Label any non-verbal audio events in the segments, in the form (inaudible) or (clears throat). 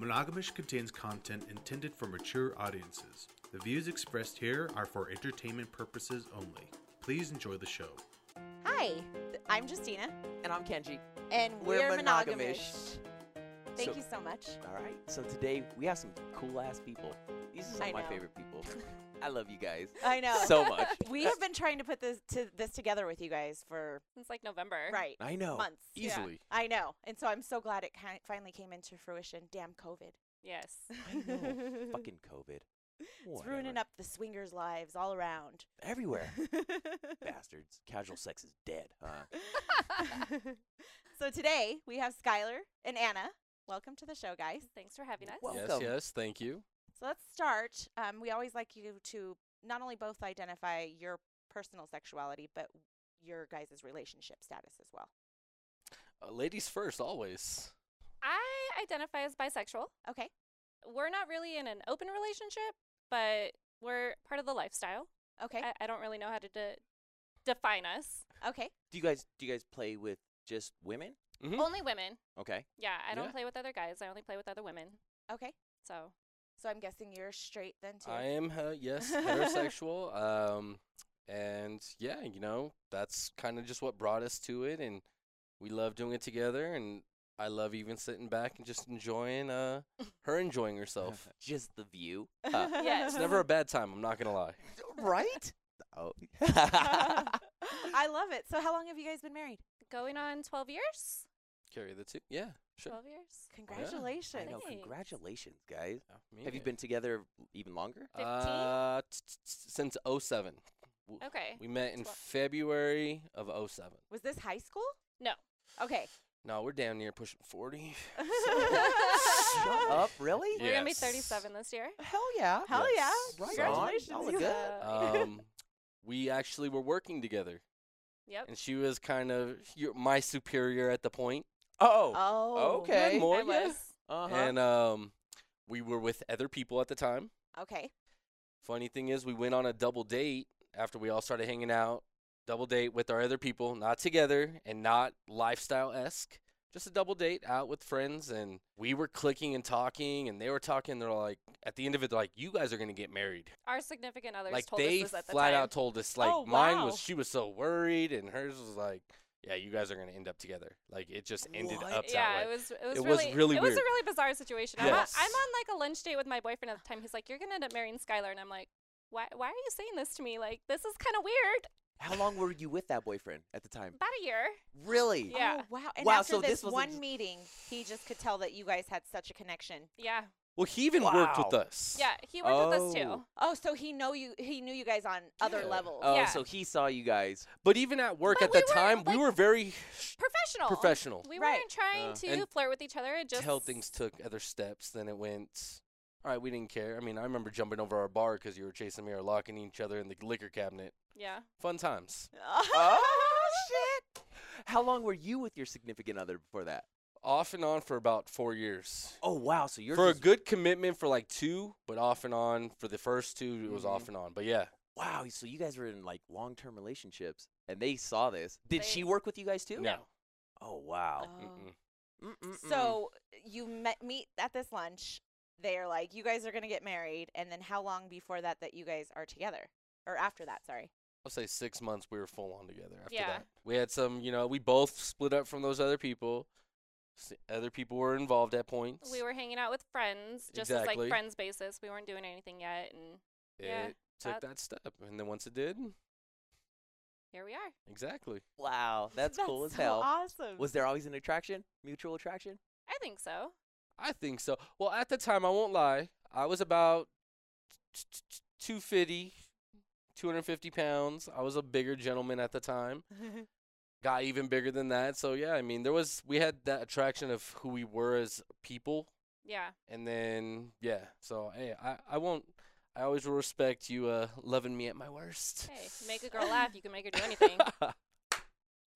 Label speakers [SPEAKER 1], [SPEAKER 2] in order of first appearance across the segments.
[SPEAKER 1] Monogamish contains content intended for mature audiences. The views expressed here are for entertainment purposes only. Please enjoy the show.
[SPEAKER 2] Hi, I'm Justina,
[SPEAKER 3] And I'm Kenji.
[SPEAKER 2] and we're,
[SPEAKER 3] We're
[SPEAKER 2] monogamish.
[SPEAKER 3] monogamish.
[SPEAKER 2] Thank
[SPEAKER 3] So-
[SPEAKER 2] you so much.
[SPEAKER 3] All right. So today we have some cool ass people. These are some
[SPEAKER 2] I
[SPEAKER 3] of my
[SPEAKER 2] know.
[SPEAKER 3] favorite
[SPEAKER 2] (laughs)
[SPEAKER 3] people. I love you guys
[SPEAKER 2] I know.
[SPEAKER 3] so much.
[SPEAKER 2] we have been trying to put this to this together with you guys for
[SPEAKER 4] Since like November.
[SPEAKER 2] right
[SPEAKER 3] I know.
[SPEAKER 2] months.
[SPEAKER 3] Easily.
[SPEAKER 2] I know, and so I'm so glad it ki- finally came into fruition. Damn COVID!
[SPEAKER 4] Yes.
[SPEAKER 3] I know. (laughs) Fucking COVID.
[SPEAKER 2] (laughs) It's
[SPEAKER 3] Whatever.
[SPEAKER 2] ruining up the swingers' lives all around. (laughs)
[SPEAKER 3] everywhere. Bastards. Casual sex is dead. Huh?
[SPEAKER 2] so today we have Skylar and Anna. Welcome to the show, guys.
[SPEAKER 4] Thanks for having us.
[SPEAKER 3] Well-
[SPEAKER 5] Yes,
[SPEAKER 3] Welcome.
[SPEAKER 5] yes, thank you.
[SPEAKER 2] So let's start. Um, we always like you to not only both identify your personal sexuality, but your guys' relationship status as well.
[SPEAKER 5] Uh, ladies first, always.
[SPEAKER 4] I identify as bisexual.
[SPEAKER 2] Okay.
[SPEAKER 4] We're not really in an open relationship, but we're part of the lifestyle.
[SPEAKER 2] Okay.
[SPEAKER 4] I, I don't really know how to de- define us.
[SPEAKER 2] okay.
[SPEAKER 3] Do you guys do you guys play with just women?
[SPEAKER 5] Hmm?
[SPEAKER 4] Only women.
[SPEAKER 3] Okay.
[SPEAKER 4] Yeah, I don't
[SPEAKER 5] Yeah.
[SPEAKER 4] play with other guys. I only play with other women.
[SPEAKER 2] Okay.
[SPEAKER 4] So
[SPEAKER 2] So I'm guessing you're straight then too.
[SPEAKER 5] I
[SPEAKER 2] (laughs)
[SPEAKER 5] am, uh,
[SPEAKER 4] (laughs)
[SPEAKER 5] yes, heterosexual. Um, and yeah, you know, that's kind of just what brought us to it. And we love doing it together. And I love even sitting back and just enjoying
[SPEAKER 4] (laughs)
[SPEAKER 5] uh, her
[SPEAKER 3] (laughs)
[SPEAKER 5] enjoying herself.
[SPEAKER 3] Just the
[SPEAKER 2] (laughs)
[SPEAKER 3] view. Huh.
[SPEAKER 4] yes.
[SPEAKER 5] it's never a bad time, I'm not going to lie.
[SPEAKER 2] (laughs)
[SPEAKER 3] right? Oh. (laughs)
[SPEAKER 2] I love it. So how long have you guys been married?
[SPEAKER 4] going on 12 years?
[SPEAKER 5] Carry the two. Yeah, sure.
[SPEAKER 4] 12 years?
[SPEAKER 3] I
[SPEAKER 2] Congratulations.
[SPEAKER 3] know.
[SPEAKER 4] Thanks.
[SPEAKER 3] Congratulations, guys.
[SPEAKER 5] Yeah, I mean
[SPEAKER 3] Have you
[SPEAKER 5] it.
[SPEAKER 3] been together
[SPEAKER 2] (laughs)
[SPEAKER 3] even longer?
[SPEAKER 4] 15?
[SPEAKER 5] Uh, t- t- t- since 07. W-
[SPEAKER 4] Okay.
[SPEAKER 5] We met in
[SPEAKER 4] Twe-
[SPEAKER 5] February of 07.
[SPEAKER 2] Was this high school?
[SPEAKER 4] No.
[SPEAKER 2] Okay.
[SPEAKER 5] No, we're damn near pushing 40.
[SPEAKER 2] (laughs)
[SPEAKER 3] Shut up, really?
[SPEAKER 4] We're going to be
[SPEAKER 5] Yes.
[SPEAKER 4] 37 this year.
[SPEAKER 3] Hell yeah.
[SPEAKER 2] Hell
[SPEAKER 5] Yes.
[SPEAKER 2] yeah.
[SPEAKER 3] Right on.
[SPEAKER 2] Congratulations.
[SPEAKER 3] That was
[SPEAKER 2] you
[SPEAKER 3] good.
[SPEAKER 2] guys.
[SPEAKER 5] um, we actually were working together,
[SPEAKER 4] Yep.
[SPEAKER 5] and she was kind of y- my superior at the point.
[SPEAKER 3] Oh.
[SPEAKER 2] oh.
[SPEAKER 3] okay.
[SPEAKER 5] Not more,
[SPEAKER 4] I
[SPEAKER 5] yeah.
[SPEAKER 4] was.
[SPEAKER 3] Uh-huh.
[SPEAKER 5] And um, we were with other people at the time.
[SPEAKER 2] Okay.
[SPEAKER 5] Funny thing is, we went on a double date after we all started hanging out. Double date with our other people, not together and not lifestyle esque. Just a double date out with friends, and we were clicking and talking, and they were talking. They're like, at the end of it, they're like, you guys are gonna get married.
[SPEAKER 4] Our significant others
[SPEAKER 5] like
[SPEAKER 4] told
[SPEAKER 5] they
[SPEAKER 4] us this at the
[SPEAKER 5] flat
[SPEAKER 4] time.
[SPEAKER 5] out told us like
[SPEAKER 2] Oh,
[SPEAKER 5] mine
[SPEAKER 2] wow.
[SPEAKER 5] was she was so worried and hers was like yeah you guys are gonna end up together like it just ended
[SPEAKER 3] What?
[SPEAKER 5] up
[SPEAKER 4] yeah,
[SPEAKER 5] that
[SPEAKER 4] it
[SPEAKER 5] way
[SPEAKER 4] was it was
[SPEAKER 5] It was
[SPEAKER 4] really
[SPEAKER 5] really
[SPEAKER 4] it was a
[SPEAKER 5] weird.
[SPEAKER 4] really bizarre situation. I'm, on,
[SPEAKER 5] Yes.
[SPEAKER 4] I'm on like a lunch date with my boyfriend at the time. He's like, "You're gonna end up marrying Skylar," and I'm like, "Why? Why are you saying this to me? Like, this is kind of weird."
[SPEAKER 3] How long were you with that boyfriend at the time?
[SPEAKER 4] About a year.
[SPEAKER 3] Really?
[SPEAKER 4] Yeah.
[SPEAKER 2] Oh, wow. And
[SPEAKER 3] Wow,
[SPEAKER 2] after
[SPEAKER 3] so
[SPEAKER 2] this,
[SPEAKER 3] this wasn't
[SPEAKER 2] one
[SPEAKER 3] just-
[SPEAKER 2] meeting, he just could tell that you guys had such a connection.
[SPEAKER 4] Yeah,
[SPEAKER 5] well he even worked with
[SPEAKER 3] Wow.
[SPEAKER 5] us
[SPEAKER 4] yeah. He worked with us too.
[SPEAKER 3] Oh.
[SPEAKER 2] Oh, so he know you he knew you guys on other
[SPEAKER 5] Yeah.
[SPEAKER 2] levels. (laughs)
[SPEAKER 3] Oh,
[SPEAKER 4] Yeah.
[SPEAKER 3] so he saw you guys.
[SPEAKER 5] but even at work
[SPEAKER 4] But
[SPEAKER 5] at
[SPEAKER 4] we
[SPEAKER 5] the
[SPEAKER 4] were,
[SPEAKER 5] time we
[SPEAKER 4] like,
[SPEAKER 5] were very
[SPEAKER 4] Professional.
[SPEAKER 5] professional
[SPEAKER 4] We
[SPEAKER 2] Right.
[SPEAKER 4] weren't trying
[SPEAKER 3] Uh,
[SPEAKER 4] to
[SPEAKER 5] and
[SPEAKER 4] flirt with each other. It just
[SPEAKER 5] till things took other steps then it went all right we didn't care i mean i remember jumping over our bar because you were chasing me or locking each other in the liquor cabinet
[SPEAKER 4] Yeah.
[SPEAKER 5] fun times
[SPEAKER 3] oh shit! How long were you with your significant other before that?
[SPEAKER 5] off and on for about four years
[SPEAKER 3] Oh wow, so you're
[SPEAKER 5] for a
[SPEAKER 3] just-
[SPEAKER 5] good commitment for like two, but off and on for the first two, it was
[SPEAKER 3] Mhm.
[SPEAKER 4] Mm-hmm.
[SPEAKER 5] off and on. But yeah,
[SPEAKER 3] wow. So you guys were in like long-term relationships, and they saw this. Did she
[SPEAKER 4] They-
[SPEAKER 3] work with you guys too?
[SPEAKER 5] no,
[SPEAKER 3] Oh wow. Mm,
[SPEAKER 2] Oh.
[SPEAKER 5] Mm-mm.
[SPEAKER 3] Mm-mm-mm.
[SPEAKER 2] So you met meet at this lunch. They are like, you guys are gonna get married, and then how long before that that you guys are together, or after that? Sorry.
[SPEAKER 5] I'll say six months. We were full on together. After
[SPEAKER 4] Yeah.
[SPEAKER 5] that, we had some. You know, we both split up from those other people. S- Other people were involved at points.
[SPEAKER 4] We were hanging out with friends, just as like
[SPEAKER 5] Exactly.
[SPEAKER 4] friends basis. We weren't doing anything yet, and
[SPEAKER 5] It
[SPEAKER 4] yeah,
[SPEAKER 5] took
[SPEAKER 4] that-
[SPEAKER 5] that step, and then once it did,
[SPEAKER 4] here we are.
[SPEAKER 5] exactly.
[SPEAKER 3] wow, (laughs) that's, cool as
[SPEAKER 2] so
[SPEAKER 3] hell.
[SPEAKER 2] Awesome. (laughs)
[SPEAKER 3] Was there always an attraction? Mutual attraction?
[SPEAKER 4] I think so.
[SPEAKER 5] I think so. Well, at the time, I won't lie. I was about t- t- t- 250, 250 pounds. I was a bigger gentleman at the time. got even bigger than that. So yeah, I mean, there was we had that attraction of who we were as people,
[SPEAKER 4] Yeah.
[SPEAKER 5] and then yeah. So hey, I I won't. I always will respect you uh, loving me at my worst.
[SPEAKER 4] Hey, make a girl laugh. You can make her do anything.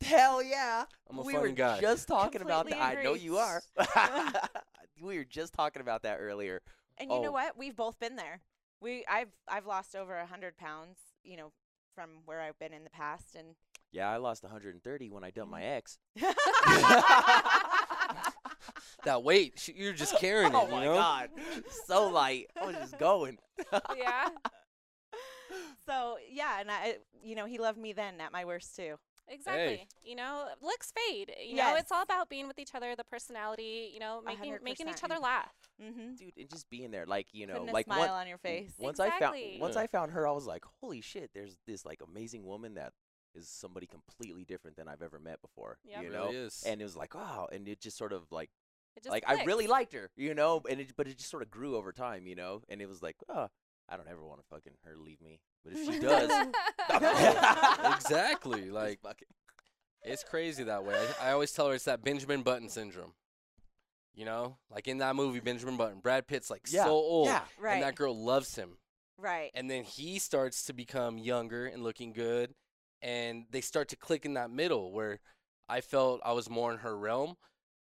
[SPEAKER 3] Hell yeah!
[SPEAKER 5] (laughs) I'm a
[SPEAKER 3] we
[SPEAKER 5] fun
[SPEAKER 3] were
[SPEAKER 5] guy.
[SPEAKER 3] just talking about that.
[SPEAKER 2] Completely Uh-huh.
[SPEAKER 3] I know
[SPEAKER 2] agree.
[SPEAKER 3] you are. (laughs) we were just talking about that earlier.
[SPEAKER 2] and you know
[SPEAKER 3] oh.
[SPEAKER 2] what? We've both been there. We I've I've lost over a hundred pounds. You know, from where I've been in the past, and Mm-hmm.
[SPEAKER 3] Yeah, I lost 130 when I dumped my ex.
[SPEAKER 5] that weight. Sh-
[SPEAKER 3] (laughs)
[SPEAKER 5] You're just carrying
[SPEAKER 3] oh
[SPEAKER 5] it, you
[SPEAKER 3] my
[SPEAKER 5] know?
[SPEAKER 3] god, so light. I was just going.
[SPEAKER 4] yeah.
[SPEAKER 2] So yeah, and I, you know, he loved me then at my worst too.
[SPEAKER 4] Exactly. You know, looks fade. You know,
[SPEAKER 2] Yes.
[SPEAKER 4] it's all about being with each other, the personality, you know, making making each
[SPEAKER 2] 100%.
[SPEAKER 4] other laugh.
[SPEAKER 2] Mm-hmm.
[SPEAKER 3] Dude, and just being there, like you know,
[SPEAKER 2] Putting a
[SPEAKER 3] like
[SPEAKER 2] smile
[SPEAKER 3] one,
[SPEAKER 2] on your face.
[SPEAKER 3] Once I
[SPEAKER 4] Exactly.
[SPEAKER 3] found once
[SPEAKER 5] Yeah.
[SPEAKER 3] I found her, I was like, holy shit, there's this like amazing woman that is somebody completely different than I've ever met before.
[SPEAKER 4] Yep.
[SPEAKER 3] You
[SPEAKER 5] It
[SPEAKER 3] know?
[SPEAKER 5] really is.
[SPEAKER 3] (laughs) And it was like, wow, and it just sort of like
[SPEAKER 4] It just
[SPEAKER 3] like I
[SPEAKER 4] clicks.
[SPEAKER 3] really liked her, you know, and it but it just sort of grew over time, you know? And it was like, oh, I don't ever want to fucking her leave me. But if she does
[SPEAKER 2] (laughs)
[SPEAKER 4] (laughs)
[SPEAKER 3] (laughs)
[SPEAKER 5] exactly. Like
[SPEAKER 3] just fuck it.
[SPEAKER 5] it's crazy that way. I, I always tell her it's that Benjamin Button syndrome. You know, like in that movie Benjamin Button, Brad Pitt's like
[SPEAKER 3] Yeah,
[SPEAKER 5] so old,
[SPEAKER 3] Yeah.
[SPEAKER 2] right.
[SPEAKER 5] and that girl loves him,
[SPEAKER 2] right.
[SPEAKER 5] and then he starts to become younger and looking good, and they start to click in that middle where I felt I was more in her realm.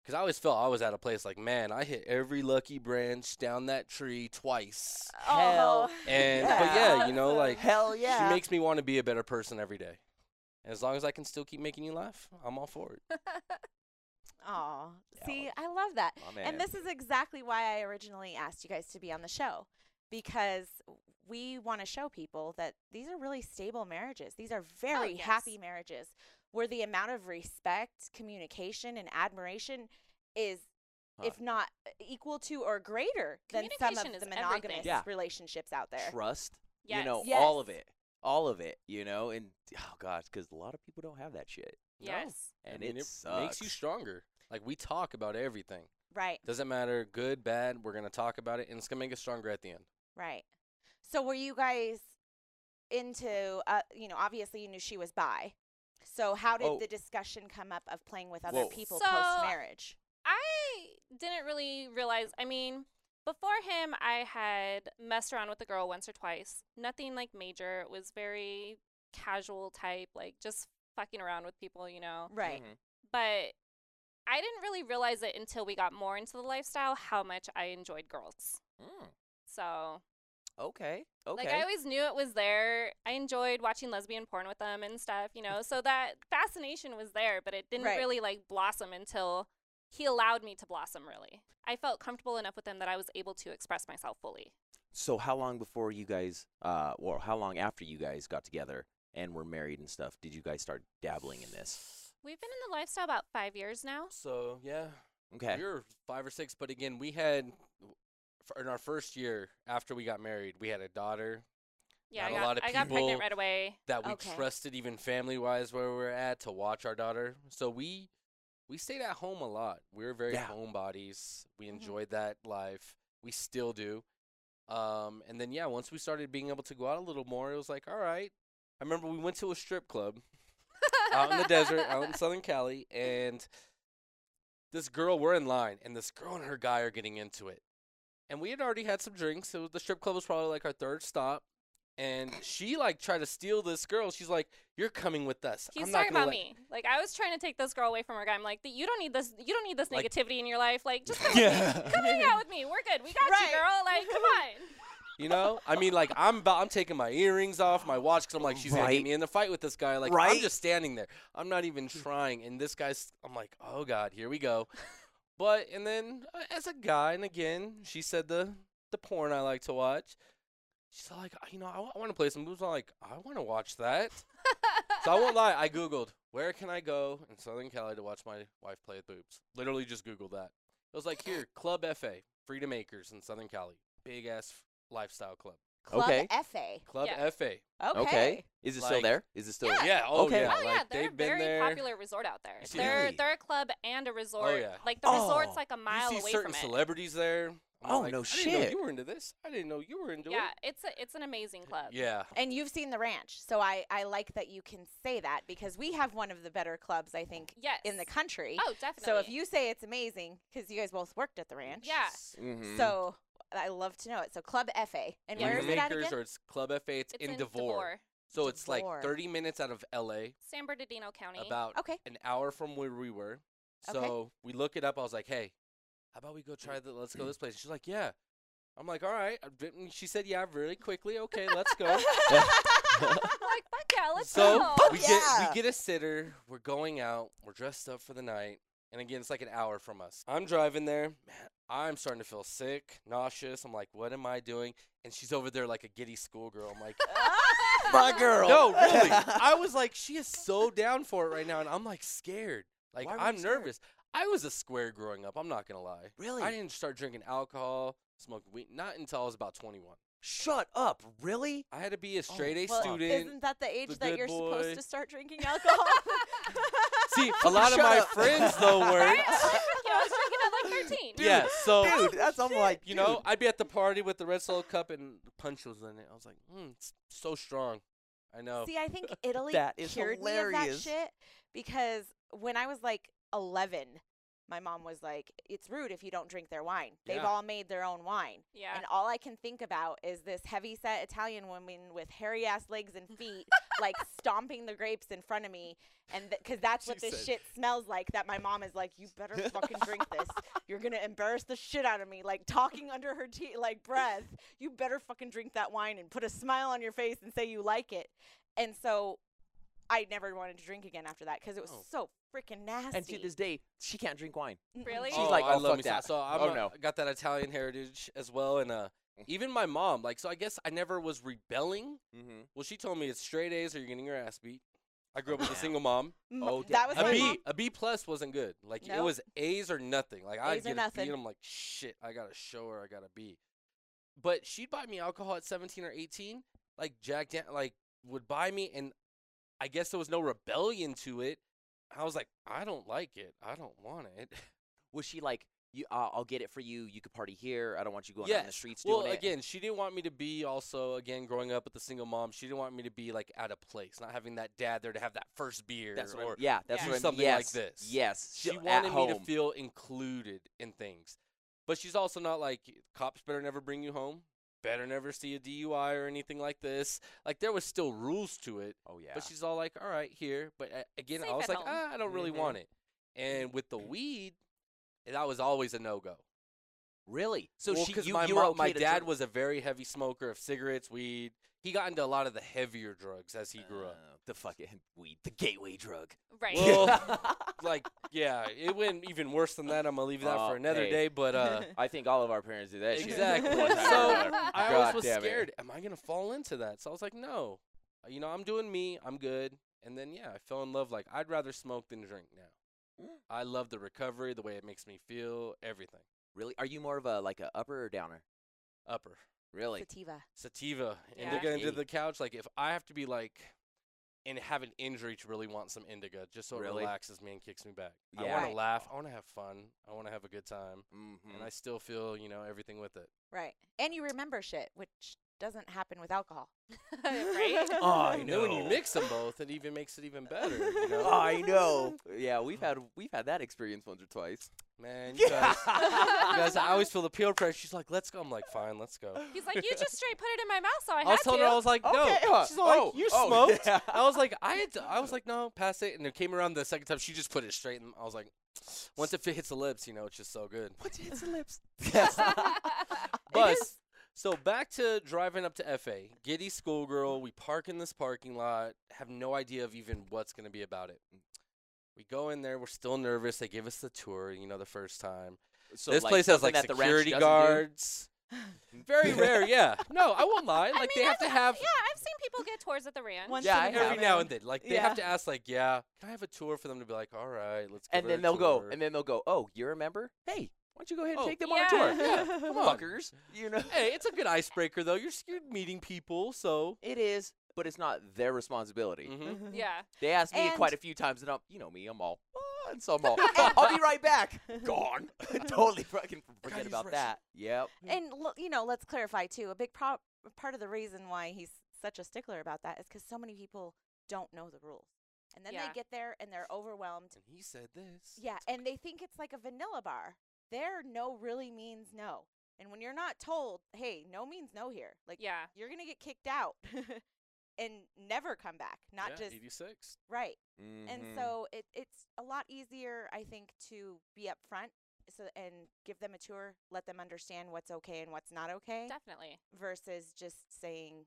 [SPEAKER 5] Cause I always felt I was at a place like, man, I hit every lucky branch down that tree twice,
[SPEAKER 3] Uh, Hell.
[SPEAKER 2] Oh.
[SPEAKER 5] and but
[SPEAKER 3] Yeah.
[SPEAKER 5] yeah, you know, like
[SPEAKER 3] Hell yeah.
[SPEAKER 5] She makes me want to be a better person every day. As long as I can still keep making you laugh, I'm all for it.
[SPEAKER 2] Aw.
[SPEAKER 3] Yeah,
[SPEAKER 2] See,
[SPEAKER 3] well,
[SPEAKER 2] I love that.
[SPEAKER 3] My man.
[SPEAKER 2] And this is exactly why I originally asked you guys to be on the show because we want to show people that these are really stable marriages. These are very happy
[SPEAKER 4] Oh, yes.
[SPEAKER 2] marriages where the amount of respect, communication, and admiration is,
[SPEAKER 3] Huh.
[SPEAKER 2] if not uh, equal to or greater than some of
[SPEAKER 4] Communication
[SPEAKER 2] the
[SPEAKER 4] is
[SPEAKER 2] monogamous
[SPEAKER 4] everything.
[SPEAKER 3] Yeah.
[SPEAKER 2] relationships out there.
[SPEAKER 3] trust.
[SPEAKER 4] (laughs) yes.
[SPEAKER 3] You know,
[SPEAKER 2] Yes.
[SPEAKER 3] all of it. All of it, you know, and oh gosh, because a lot of people don't have that shit.
[SPEAKER 4] Yes.
[SPEAKER 5] I
[SPEAKER 3] (laughs) And
[SPEAKER 5] mean,
[SPEAKER 3] it,
[SPEAKER 5] makes you
[SPEAKER 3] sucks.
[SPEAKER 5] stronger. Like we talk about everything.
[SPEAKER 2] Right,
[SPEAKER 5] Doesn't matter good, bad. We're gonna talk about it, and it's gonna make us stronger at the end.
[SPEAKER 2] right. So, were you guys into, uh, you know, obviously you knew she was bi. So, how did
[SPEAKER 3] Oh.
[SPEAKER 2] the discussion come up of playing with other
[SPEAKER 3] Whoa.
[SPEAKER 2] people
[SPEAKER 4] So,
[SPEAKER 2] post marriage?
[SPEAKER 4] I didn't really realize. I mean, before him, I had messed around with the girl once or twice. Nothing like major. It was very casual type, like just fucking around with people, you know.
[SPEAKER 2] Right.
[SPEAKER 3] Mhm.
[SPEAKER 4] But I didn't really realize it until we got more into the lifestyle how much I enjoyed girls.
[SPEAKER 3] Mm.
[SPEAKER 4] So,
[SPEAKER 3] Okay. Okay.
[SPEAKER 4] like, I always knew it was there. I enjoyed watching lesbian porn with them and stuff, you know. so that fascination was there, but it didn't
[SPEAKER 2] Right.
[SPEAKER 4] really like blossom until he allowed me to blossom. Really, I felt comfortable enough with him that I was able to express myself fully.
[SPEAKER 3] So how long before you guys, uh, or how long after you guys got together and were married and stuff, did you guys start dabbling in this?
[SPEAKER 4] We've been in the lifestyle about five years now.
[SPEAKER 5] So yeah,
[SPEAKER 3] Okay.
[SPEAKER 5] we were five or six, but again, we had f- in our first year after we got married, we had a daughter
[SPEAKER 4] Yeah,
[SPEAKER 5] Not a
[SPEAKER 4] I, got,
[SPEAKER 5] lot of
[SPEAKER 4] I got
[SPEAKER 5] people
[SPEAKER 4] pregnant right away.
[SPEAKER 5] that we
[SPEAKER 2] Okay.
[SPEAKER 5] trusted, even family wise, where we were at to watch our daughter. So we we stayed at home a lot. We were very
[SPEAKER 3] Yeah. Mm-hmm.
[SPEAKER 5] homebodies. We
[SPEAKER 2] Mhm.
[SPEAKER 5] enjoyed that life. We still do. Um, and then yeah, once we started being able to go out a little more, it was like, all right. I remember we went to a strip club
[SPEAKER 3] (laughs)
[SPEAKER 5] out in the desert, out in Southern Cali, and this girl, we're in line, and this girl and her guy are getting into it. And we had already had some drinks. So the strip club was probably like our third stop. And she like tried to steal this girl. She's like, "You're coming with us."
[SPEAKER 4] He's
[SPEAKER 5] I'm not
[SPEAKER 4] talking
[SPEAKER 5] gonna
[SPEAKER 4] about
[SPEAKER 5] let-"
[SPEAKER 4] me. Like I was trying to take this girl away from her guy. I'm like, you don't need this. You don't need this
[SPEAKER 5] Like-
[SPEAKER 4] negativity in your life. Like just come,
[SPEAKER 5] (laughs) Yeah.
[SPEAKER 4] come hang out with me. We're good. We got
[SPEAKER 2] Right.
[SPEAKER 4] you, girl. Like come
[SPEAKER 5] (laughs)
[SPEAKER 4] on.
[SPEAKER 5] You know, I mean, like I'm about, I'm taking my earrings off, my watch, because I'm like, she's gonna
[SPEAKER 3] Right.
[SPEAKER 5] get me in the fight with this guy. Like I'm
[SPEAKER 3] Right. Hmm.
[SPEAKER 5] just standing there. I'm not even trying. And this guy's, I'm like, oh god, here we go. But and then uh, as a guy, and again, she said the the porn I like to watch. She's like, you know, I want to play some movies. I'm like, I want to watch that. so I won't lie. I googled where can I go in Southern Cali to watch my wife play with boobs. Literally just googled that. It was like here, Club FA, Freedom Acres in Southern Cali, big ass lifestyle club.
[SPEAKER 2] Club
[SPEAKER 3] okay.
[SPEAKER 2] FA.
[SPEAKER 5] Club
[SPEAKER 4] Yeah.
[SPEAKER 5] FA.
[SPEAKER 2] Okay.
[SPEAKER 3] Is it still
[SPEAKER 5] Like-
[SPEAKER 3] there? Is it still?
[SPEAKER 4] Yeah.
[SPEAKER 5] Yeah. Oh
[SPEAKER 3] Okay.
[SPEAKER 5] yeah.
[SPEAKER 4] Oh yeah,
[SPEAKER 5] like,
[SPEAKER 4] they're a
[SPEAKER 5] they've been
[SPEAKER 4] very
[SPEAKER 5] there.
[SPEAKER 4] popular resort out there.
[SPEAKER 5] Is it
[SPEAKER 4] They're
[SPEAKER 3] really?
[SPEAKER 4] they're a club and a resort.
[SPEAKER 5] yeah.
[SPEAKER 4] Like the resort's
[SPEAKER 3] Oh,
[SPEAKER 4] like a
[SPEAKER 5] You
[SPEAKER 4] mile
[SPEAKER 5] see
[SPEAKER 4] away
[SPEAKER 5] certain
[SPEAKER 4] from it.
[SPEAKER 5] celebrities there. I'm
[SPEAKER 3] Oh,
[SPEAKER 5] like,
[SPEAKER 3] no
[SPEAKER 5] I Didn't know
[SPEAKER 3] shit.
[SPEAKER 5] you were into this. I didn't know you were into
[SPEAKER 4] yeah,
[SPEAKER 5] it.
[SPEAKER 4] it's a it's an amazing club.
[SPEAKER 5] Yeah.
[SPEAKER 2] And you've seen the ranch, so I, I like that you can say that because we have one of the better clubs I think
[SPEAKER 4] Yes.
[SPEAKER 2] in the country.
[SPEAKER 4] Oh, definitely.
[SPEAKER 2] so if you say it's amazing, because you guys both worked at the ranch.
[SPEAKER 4] Yeah.
[SPEAKER 5] mm-hmm.
[SPEAKER 3] Mhm.
[SPEAKER 2] So I love to know it. So Club FA, and
[SPEAKER 4] Yeah,
[SPEAKER 2] where is
[SPEAKER 5] Freedom
[SPEAKER 2] it at
[SPEAKER 5] Acres
[SPEAKER 2] again?
[SPEAKER 5] or it's Club FA. It's,
[SPEAKER 4] it's
[SPEAKER 5] in,
[SPEAKER 4] in
[SPEAKER 5] Devore.
[SPEAKER 4] Devore,
[SPEAKER 5] So it's like
[SPEAKER 2] Devore.
[SPEAKER 5] 30 minutes out of LA,
[SPEAKER 4] San Bernardino County.
[SPEAKER 5] about
[SPEAKER 3] (laughs)
[SPEAKER 2] Okay. (laughs)
[SPEAKER 5] an hour from where we were.
[SPEAKER 2] Okay.
[SPEAKER 5] So we look it up. I was like, hey, how about we go try the, let's go this place. She's like, yeah. I'm like, all right. I've been- She said, yeah, really quickly. Okay, let's
[SPEAKER 2] (laughs)
[SPEAKER 5] go.
[SPEAKER 4] I'm like fuck yeah, let's
[SPEAKER 5] so (laughs)
[SPEAKER 4] go.
[SPEAKER 5] we
[SPEAKER 2] yeah.
[SPEAKER 5] get we get a sitter. We're going out. We're dressed up for the night. And again, it's like an hour from us. I'm driving there. Man, I'm starting to feel sick, nauseous. I'm like, what am I doing? And she's over there like a giddy schoolgirl.
[SPEAKER 3] (laughs)
[SPEAKER 5] I'm like,
[SPEAKER 4] (laughs)
[SPEAKER 3] My girl.
[SPEAKER 5] no,
[SPEAKER 3] (laughs)
[SPEAKER 5] really. I was like, she is so down for it right now, and I'm like scared. Like
[SPEAKER 3] Why were
[SPEAKER 5] I'm
[SPEAKER 3] you scared?
[SPEAKER 5] nervous. I was a square growing up. I'm not gonna lie.
[SPEAKER 3] Really?
[SPEAKER 5] I didn't start drinking alcohol, smoking weed, not until I was about 21.
[SPEAKER 3] Shut up. Really?
[SPEAKER 5] I had to
[SPEAKER 3] Oh,
[SPEAKER 5] be a straight A
[SPEAKER 2] Well,
[SPEAKER 5] student.
[SPEAKER 2] isn't that the age
[SPEAKER 5] the
[SPEAKER 2] that
[SPEAKER 5] good
[SPEAKER 2] you're
[SPEAKER 5] boy.
[SPEAKER 2] supposed to start drinking alcohol?
[SPEAKER 5] (laughs) See, a lot of
[SPEAKER 3] Shut
[SPEAKER 5] my
[SPEAKER 3] up.
[SPEAKER 5] friends
[SPEAKER 3] (laughs)
[SPEAKER 5] though
[SPEAKER 4] Right? I
[SPEAKER 5] weren't.
[SPEAKER 4] was drinking- I was
[SPEAKER 5] (laughs)
[SPEAKER 4] drinking at like 13.
[SPEAKER 5] yeah. So
[SPEAKER 3] Oh, Dude, that's I'm like,
[SPEAKER 5] you know, I'd be at the party with the red solo cup and the punch was in it. I was like, mm, it's so strong. I know.
[SPEAKER 2] See, I think
[SPEAKER 3] (laughs)
[SPEAKER 2] Italy
[SPEAKER 3] That is
[SPEAKER 2] cured me of that
[SPEAKER 3] hilarious.
[SPEAKER 2] shit because when I was like 11, my mom was like, "It's rude if you don't drink their wine. They've
[SPEAKER 5] Yeah.
[SPEAKER 2] all made their own wine."
[SPEAKER 4] Yeah.
[SPEAKER 2] And all I can think about is this heavy set Italian woman with hairy ass legs and feet,
[SPEAKER 5] (laughs)
[SPEAKER 2] like stomping the grapes in front of me. And because that's what
[SPEAKER 5] She
[SPEAKER 2] this
[SPEAKER 5] said-
[SPEAKER 2] shit smells like, that my mom is like, you
[SPEAKER 5] (laughs)
[SPEAKER 2] better fucking drink this. You're going to embarrass the shit out of me. Like talking under her tea, like breath. You better fucking drink that wine and put a smile on your face and say you like it. And so I never wanted to drink again after that because it was
[SPEAKER 5] Oh.
[SPEAKER 2] so freaking nasty.
[SPEAKER 3] and to this day, she can't drink wine.
[SPEAKER 2] Mm-mm.
[SPEAKER 4] Really?
[SPEAKER 3] She's
[SPEAKER 5] oh,
[SPEAKER 3] like,
[SPEAKER 5] I
[SPEAKER 3] "Oh,
[SPEAKER 5] love
[SPEAKER 3] fuck
[SPEAKER 5] me
[SPEAKER 3] that."
[SPEAKER 5] Some. So I'm
[SPEAKER 3] Oh,
[SPEAKER 5] a-
[SPEAKER 3] no.
[SPEAKER 5] got that Italian heritage as well, and uh, even my mom. Like, so I guess I never was rebelling.
[SPEAKER 3] Mm-hmm.
[SPEAKER 5] Well, she told me it's straight A's or you're getting your ass beat. I grew up with a
[SPEAKER 3] Yeah.
[SPEAKER 5] single mom.
[SPEAKER 2] M-
[SPEAKER 3] Oh,
[SPEAKER 2] that
[SPEAKER 3] yeah.
[SPEAKER 2] was
[SPEAKER 5] A
[SPEAKER 2] my
[SPEAKER 5] B,
[SPEAKER 2] mom.
[SPEAKER 5] a B plus wasn't good. Like it
[SPEAKER 2] Nope.
[SPEAKER 5] was A's or nothing. Like I
[SPEAKER 2] A's or
[SPEAKER 5] get a B,
[SPEAKER 2] nothing.
[SPEAKER 5] and I'm like, shit, I gotta show her I got a B. But she'd buy me alcohol at 17 or 18. Like Jack, Dan- like would buy me, and I guess there was no rebellion to it. I was like, I don't like it. I don't want it. (laughs)
[SPEAKER 3] Was she like, you, uh, I'll get it for you. You could party here. I don't want you going out in the
[SPEAKER 5] Yes.
[SPEAKER 3] streets
[SPEAKER 5] well,
[SPEAKER 3] doing it.
[SPEAKER 5] again, she didn't want me to be also again growing up with a single mom. She didn't want me to be like out of place, not having that dad there to have that first beer.
[SPEAKER 3] that's what
[SPEAKER 5] or
[SPEAKER 3] I'm, yeah, that's
[SPEAKER 4] do
[SPEAKER 3] what I mean.
[SPEAKER 5] something like
[SPEAKER 3] yes.
[SPEAKER 5] this.
[SPEAKER 3] Yes.
[SPEAKER 5] she
[SPEAKER 3] She'll- at
[SPEAKER 5] wanted me to
[SPEAKER 3] home.
[SPEAKER 5] feel included in things. But she's also not like cops better never bring you home. Better never see a DUI or anything like this. Like there was still rules to it,
[SPEAKER 3] Oh yeah.
[SPEAKER 5] but she's all like, "All right, here." But uh, again,
[SPEAKER 4] Safe
[SPEAKER 5] I was
[SPEAKER 4] at
[SPEAKER 5] like,
[SPEAKER 4] home.
[SPEAKER 5] ah, "I don't really
[SPEAKER 3] Mhm.
[SPEAKER 5] want it." And with the weed, that was always a no go.
[SPEAKER 3] really? So
[SPEAKER 5] well,
[SPEAKER 3] she,
[SPEAKER 5] 'cause
[SPEAKER 3] you,
[SPEAKER 5] my
[SPEAKER 3] you were
[SPEAKER 5] mom,
[SPEAKER 3] okay
[SPEAKER 5] my
[SPEAKER 3] to
[SPEAKER 5] dad
[SPEAKER 3] drink-
[SPEAKER 5] was a very heavy smoker of cigarettes, weed. He got into a lot of the heavier drugs as he grew up.
[SPEAKER 3] Uh, (laughs) the fucking weed, the gateway drug. (laughs)
[SPEAKER 4] Right.
[SPEAKER 5] Well, like, yeah, it went even worse than that. I'm gonna leave that
[SPEAKER 3] Uh,
[SPEAKER 5] for another
[SPEAKER 3] hey.
[SPEAKER 5] day. But uh,
[SPEAKER 3] I think all of our parents do that shit.
[SPEAKER 5] Exactly.
[SPEAKER 3] One time or
[SPEAKER 5] So,
[SPEAKER 3] another.
[SPEAKER 5] I
[SPEAKER 3] God
[SPEAKER 5] always was
[SPEAKER 3] damn it.
[SPEAKER 5] scared. Am I gonna fall into that? So I was like, no. Uh, You know, I'm doing me. I'm good. And then yeah, I fell in love. Like I'd rather smoke than drink now.
[SPEAKER 3] Mm.
[SPEAKER 5] I love the recovery, the way it makes me feel, everything.
[SPEAKER 3] Really? Are you more of a like a upper or downer?
[SPEAKER 5] Upper
[SPEAKER 3] Really?
[SPEAKER 2] Sativa.
[SPEAKER 5] sativa, and
[SPEAKER 4] Yeah.
[SPEAKER 5] they get into
[SPEAKER 3] Okay.
[SPEAKER 5] the couch. Like if I have to be like, and have an injury to really want some indica, just so it
[SPEAKER 3] Really?
[SPEAKER 5] relaxes me and kicks me back. I
[SPEAKER 3] Yeah.
[SPEAKER 5] want
[SPEAKER 2] Right.
[SPEAKER 5] to laugh. I want to have fun. I want to have a good time,
[SPEAKER 3] Mm-hmm. (laughs)
[SPEAKER 5] and I still feel you know everything with it.
[SPEAKER 2] Right. And you remember shit, which doesn't happen with alcohol.
[SPEAKER 4] (laughs)
[SPEAKER 2] (laughs)
[SPEAKER 5] (laughs)
[SPEAKER 4] right?
[SPEAKER 3] I
[SPEAKER 5] And then when you
[SPEAKER 3] know. Oh,
[SPEAKER 5] mix them both, it even makes it even better.
[SPEAKER 3] (laughs)
[SPEAKER 5] You know?
[SPEAKER 3] I
[SPEAKER 5] (laughs)
[SPEAKER 3] know. Yeah, we've had we've had that experience once or twice.
[SPEAKER 5] Man, you guys, you guys,
[SPEAKER 3] (laughs)
[SPEAKER 5] I always feel the peer pressure. She's like, "Let's go." I'm like, "Fine, let's go." (laughs)
[SPEAKER 4] He's like, you just straight put it in my mouth, so I,
[SPEAKER 5] I
[SPEAKER 4] had
[SPEAKER 5] was telling
[SPEAKER 4] to.
[SPEAKER 5] her, I
[SPEAKER 4] (laughs)
[SPEAKER 5] was like, "No."
[SPEAKER 3] Okay, huh.
[SPEAKER 5] She's all like,
[SPEAKER 3] Oh,
[SPEAKER 5] "You
[SPEAKER 3] oh, (laughs)
[SPEAKER 5] smoked?"
[SPEAKER 3] yeah.
[SPEAKER 5] I was like, "I had." To, I was like, "No, pass it." And it came around the second time. She just put it straight, and I was like, "Once it fi- hits the lips, you know, it's just so good."
[SPEAKER 3] What's his lips?
[SPEAKER 5] (laughs) But so back to driving up to FA, giddy schoolgirl. We park in this parking lot, have no idea of even what's going to be about it. We go in there, we're still nervous. They give us the tour, you know, the first time.
[SPEAKER 3] So
[SPEAKER 5] this
[SPEAKER 3] like,
[SPEAKER 5] place has
[SPEAKER 3] something that
[SPEAKER 5] like
[SPEAKER 3] the ranch
[SPEAKER 5] security
[SPEAKER 3] doesn't do?
[SPEAKER 5] guards. (laughs) Very rare, yeah. No, I won't lie. Like
[SPEAKER 4] I mean,
[SPEAKER 5] they have
[SPEAKER 4] I've-
[SPEAKER 5] to have
[SPEAKER 4] Yeah, I've seen people get tours at the
[SPEAKER 2] (laughs)
[SPEAKER 4] ranch.
[SPEAKER 2] Once
[SPEAKER 3] Yeah,
[SPEAKER 2] in a
[SPEAKER 3] I
[SPEAKER 2] blue
[SPEAKER 5] every now
[SPEAKER 2] moon.
[SPEAKER 5] and then. Like they have to
[SPEAKER 2] Yeah.
[SPEAKER 5] ask, like, yeah, can I have a tour for them to be like, all right, let's. Give
[SPEAKER 3] And
[SPEAKER 5] her
[SPEAKER 3] then
[SPEAKER 5] a
[SPEAKER 3] they'll go,
[SPEAKER 5] tour."
[SPEAKER 3] and then they'll go. Oh, you're a member? Hey, (laughs) why don't you go ahead and
[SPEAKER 5] Oh,
[SPEAKER 3] take them
[SPEAKER 4] yeah.
[SPEAKER 5] (laughs)
[SPEAKER 3] on a tour?
[SPEAKER 5] Yeah, come on.
[SPEAKER 3] Fuckers. You know.
[SPEAKER 5] hey, it's a good icebreaker though. You're s- you're meeting people, so.
[SPEAKER 3] (laughs) It is, but it's not their responsibility.
[SPEAKER 5] Mhm.
[SPEAKER 4] yeah.
[SPEAKER 3] They asked me
[SPEAKER 2] Mm-hmm. And-
[SPEAKER 3] quite a few times, and I'm, you know me, I'm all, "Ah," and so I'm
[SPEAKER 5] (laughs)
[SPEAKER 3] all, I'll be right back.
[SPEAKER 2] (laughs)
[SPEAKER 3] Gone. (laughs) totally fucking forget
[SPEAKER 5] he's
[SPEAKER 3] about
[SPEAKER 5] rushing.
[SPEAKER 3] that. Yep.
[SPEAKER 2] And l- you know, let's clarify too. A big pro- part of the reason why he's such a stickler about that is because so many people don't know the rules, and then
[SPEAKER 4] Yeah.
[SPEAKER 2] they get there and they're overwhelmed.
[SPEAKER 5] And he said this.
[SPEAKER 2] Yeah, and they think it's like a vanilla bar. Their no really means no, and when you're not told, hey, no means no here, like
[SPEAKER 4] Yeah.
[SPEAKER 2] you're gonna get kicked out (laughs) and never come back. Not
[SPEAKER 5] Yeah,
[SPEAKER 2] just
[SPEAKER 5] 86.
[SPEAKER 2] right. and
[SPEAKER 3] Mm-hmm.
[SPEAKER 2] so it, it's a lot easier i think to be upfront so and give them a tour let them understand what's okay and what's not okay
[SPEAKER 4] Definitely.
[SPEAKER 2] versus just saying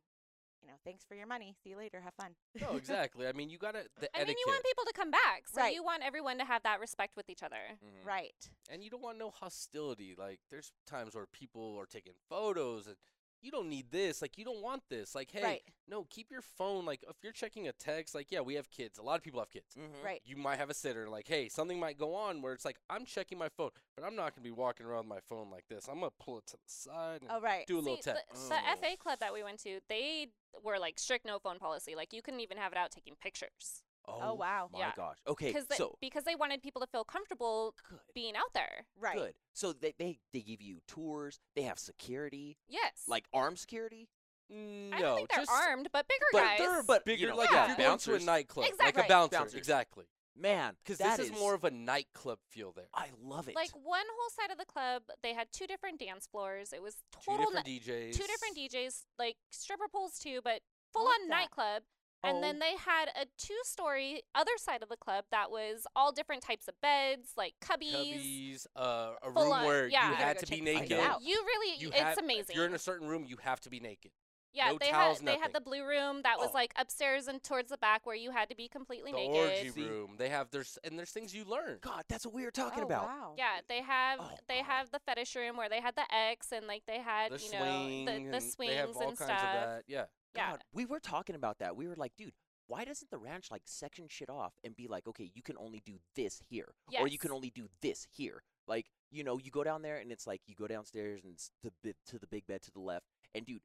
[SPEAKER 2] you know, thanks for your money. See you later. Have fun.
[SPEAKER 3] Mm.
[SPEAKER 5] No, exactly. I mean, you gotta the
[SPEAKER 4] I
[SPEAKER 5] etiquette,
[SPEAKER 4] mean, you want people to come back, so
[SPEAKER 2] Right.
[SPEAKER 4] you want everyone to have that respect with each other.
[SPEAKER 3] Mm-hmm.
[SPEAKER 5] Mhm.
[SPEAKER 2] right.
[SPEAKER 5] and you don't want no hostility. Like, there's times where people are taking photos, and you don't need this. Like, you don't want this. Like, hey,
[SPEAKER 2] Right.
[SPEAKER 5] no, keep your phone. Like, if you're checking a text, like, yeah, we have kids. A lot of people have kids.
[SPEAKER 3] Mhm.
[SPEAKER 2] Right.
[SPEAKER 5] You might have a sitter. Like, hey, something might go on where it's like I'm checking my phone, but I'm not gonna be walking around with my phone like this. I'm gonna pull it to the side and
[SPEAKER 2] Oh, right.
[SPEAKER 5] do a little
[SPEAKER 4] See, the,
[SPEAKER 5] text.
[SPEAKER 4] the
[SPEAKER 3] Oh.
[SPEAKER 4] FA club that we went to, they were like strict no phone policy. Like you couldn't even have it out taking pictures
[SPEAKER 2] Oh, wow.
[SPEAKER 3] My
[SPEAKER 4] Yeah.
[SPEAKER 3] gosh. Okay.
[SPEAKER 4] because they,
[SPEAKER 3] so Eh
[SPEAKER 4] because they wanted people to feel comfortable
[SPEAKER 3] good.
[SPEAKER 4] being out there.
[SPEAKER 2] Right.
[SPEAKER 3] Good. So they, they they give you tours. They have security,
[SPEAKER 4] Yes,
[SPEAKER 3] like armed security.
[SPEAKER 5] No,
[SPEAKER 4] I don't think they're
[SPEAKER 5] just
[SPEAKER 4] armed, but bigger
[SPEAKER 3] But
[SPEAKER 4] guys.
[SPEAKER 3] they're but
[SPEAKER 5] bigger.
[SPEAKER 3] you know,
[SPEAKER 5] like
[SPEAKER 4] yeah.
[SPEAKER 5] if you're going to a
[SPEAKER 3] bouncers.
[SPEAKER 5] nightclub, like
[SPEAKER 4] Exactly.
[SPEAKER 5] a bouncer,
[SPEAKER 3] Bouncers.
[SPEAKER 5] exactly.
[SPEAKER 3] man,
[SPEAKER 5] Because
[SPEAKER 3] that
[SPEAKER 5] this is, more of a nightclub feel there.
[SPEAKER 3] I love it.
[SPEAKER 4] like one whole side of the club, they had two different dance floors. It was
[SPEAKER 5] Two
[SPEAKER 4] total
[SPEAKER 5] different DJs.
[SPEAKER 4] two different DJs, like stripper poles too, but full
[SPEAKER 2] Love
[SPEAKER 4] on
[SPEAKER 2] that.
[SPEAKER 4] nightclub. And
[SPEAKER 2] Oh.
[SPEAKER 4] then they had a two story other side of the club that was all different types of beds, like cubbies.
[SPEAKER 5] Cubbies, uh, a
[SPEAKER 4] Full
[SPEAKER 5] room
[SPEAKER 4] on,
[SPEAKER 5] where
[SPEAKER 4] yeah.
[SPEAKER 5] you
[SPEAKER 4] I gotta
[SPEAKER 5] had
[SPEAKER 2] go
[SPEAKER 5] to be
[SPEAKER 2] check this
[SPEAKER 5] naked.
[SPEAKER 2] place
[SPEAKER 4] You,
[SPEAKER 2] out.
[SPEAKER 4] you really,
[SPEAKER 5] You
[SPEAKER 4] it's
[SPEAKER 5] have-
[SPEAKER 4] amazing.
[SPEAKER 5] If you're in a certain room, you have to be naked.
[SPEAKER 4] yeah,
[SPEAKER 5] no
[SPEAKER 4] they
[SPEAKER 5] towels,
[SPEAKER 4] had they had
[SPEAKER 5] nothing.
[SPEAKER 4] the blue room that was
[SPEAKER 3] Oh.
[SPEAKER 4] like upstairs and towards the back where you had to be completely
[SPEAKER 5] the
[SPEAKER 4] naked.
[SPEAKER 5] orgy room. They have there's and there's things you learn.
[SPEAKER 3] God, that's what we were talking
[SPEAKER 2] Oh,
[SPEAKER 3] about.
[SPEAKER 2] Wow.
[SPEAKER 4] Yeah, they have
[SPEAKER 3] Oh,
[SPEAKER 4] they
[SPEAKER 3] God.
[SPEAKER 4] have the fetish room where they had the X and like they had
[SPEAKER 5] the
[SPEAKER 4] you know
[SPEAKER 5] swing.
[SPEAKER 4] the, the
[SPEAKER 5] and they have
[SPEAKER 4] swings
[SPEAKER 5] all
[SPEAKER 4] and
[SPEAKER 5] kinds
[SPEAKER 4] stuff.
[SPEAKER 5] of that. Yeah.
[SPEAKER 4] Yeah.
[SPEAKER 3] God, we were talking about that. We were like, dude, why doesn't the ranch like section shit off and be like, okay, you can only do this here, or you can
[SPEAKER 4] Yes.
[SPEAKER 3] only do this here. Like, you know, you go down there and it's like you go downstairs and it's the bi- to the big bed to the left, and dude,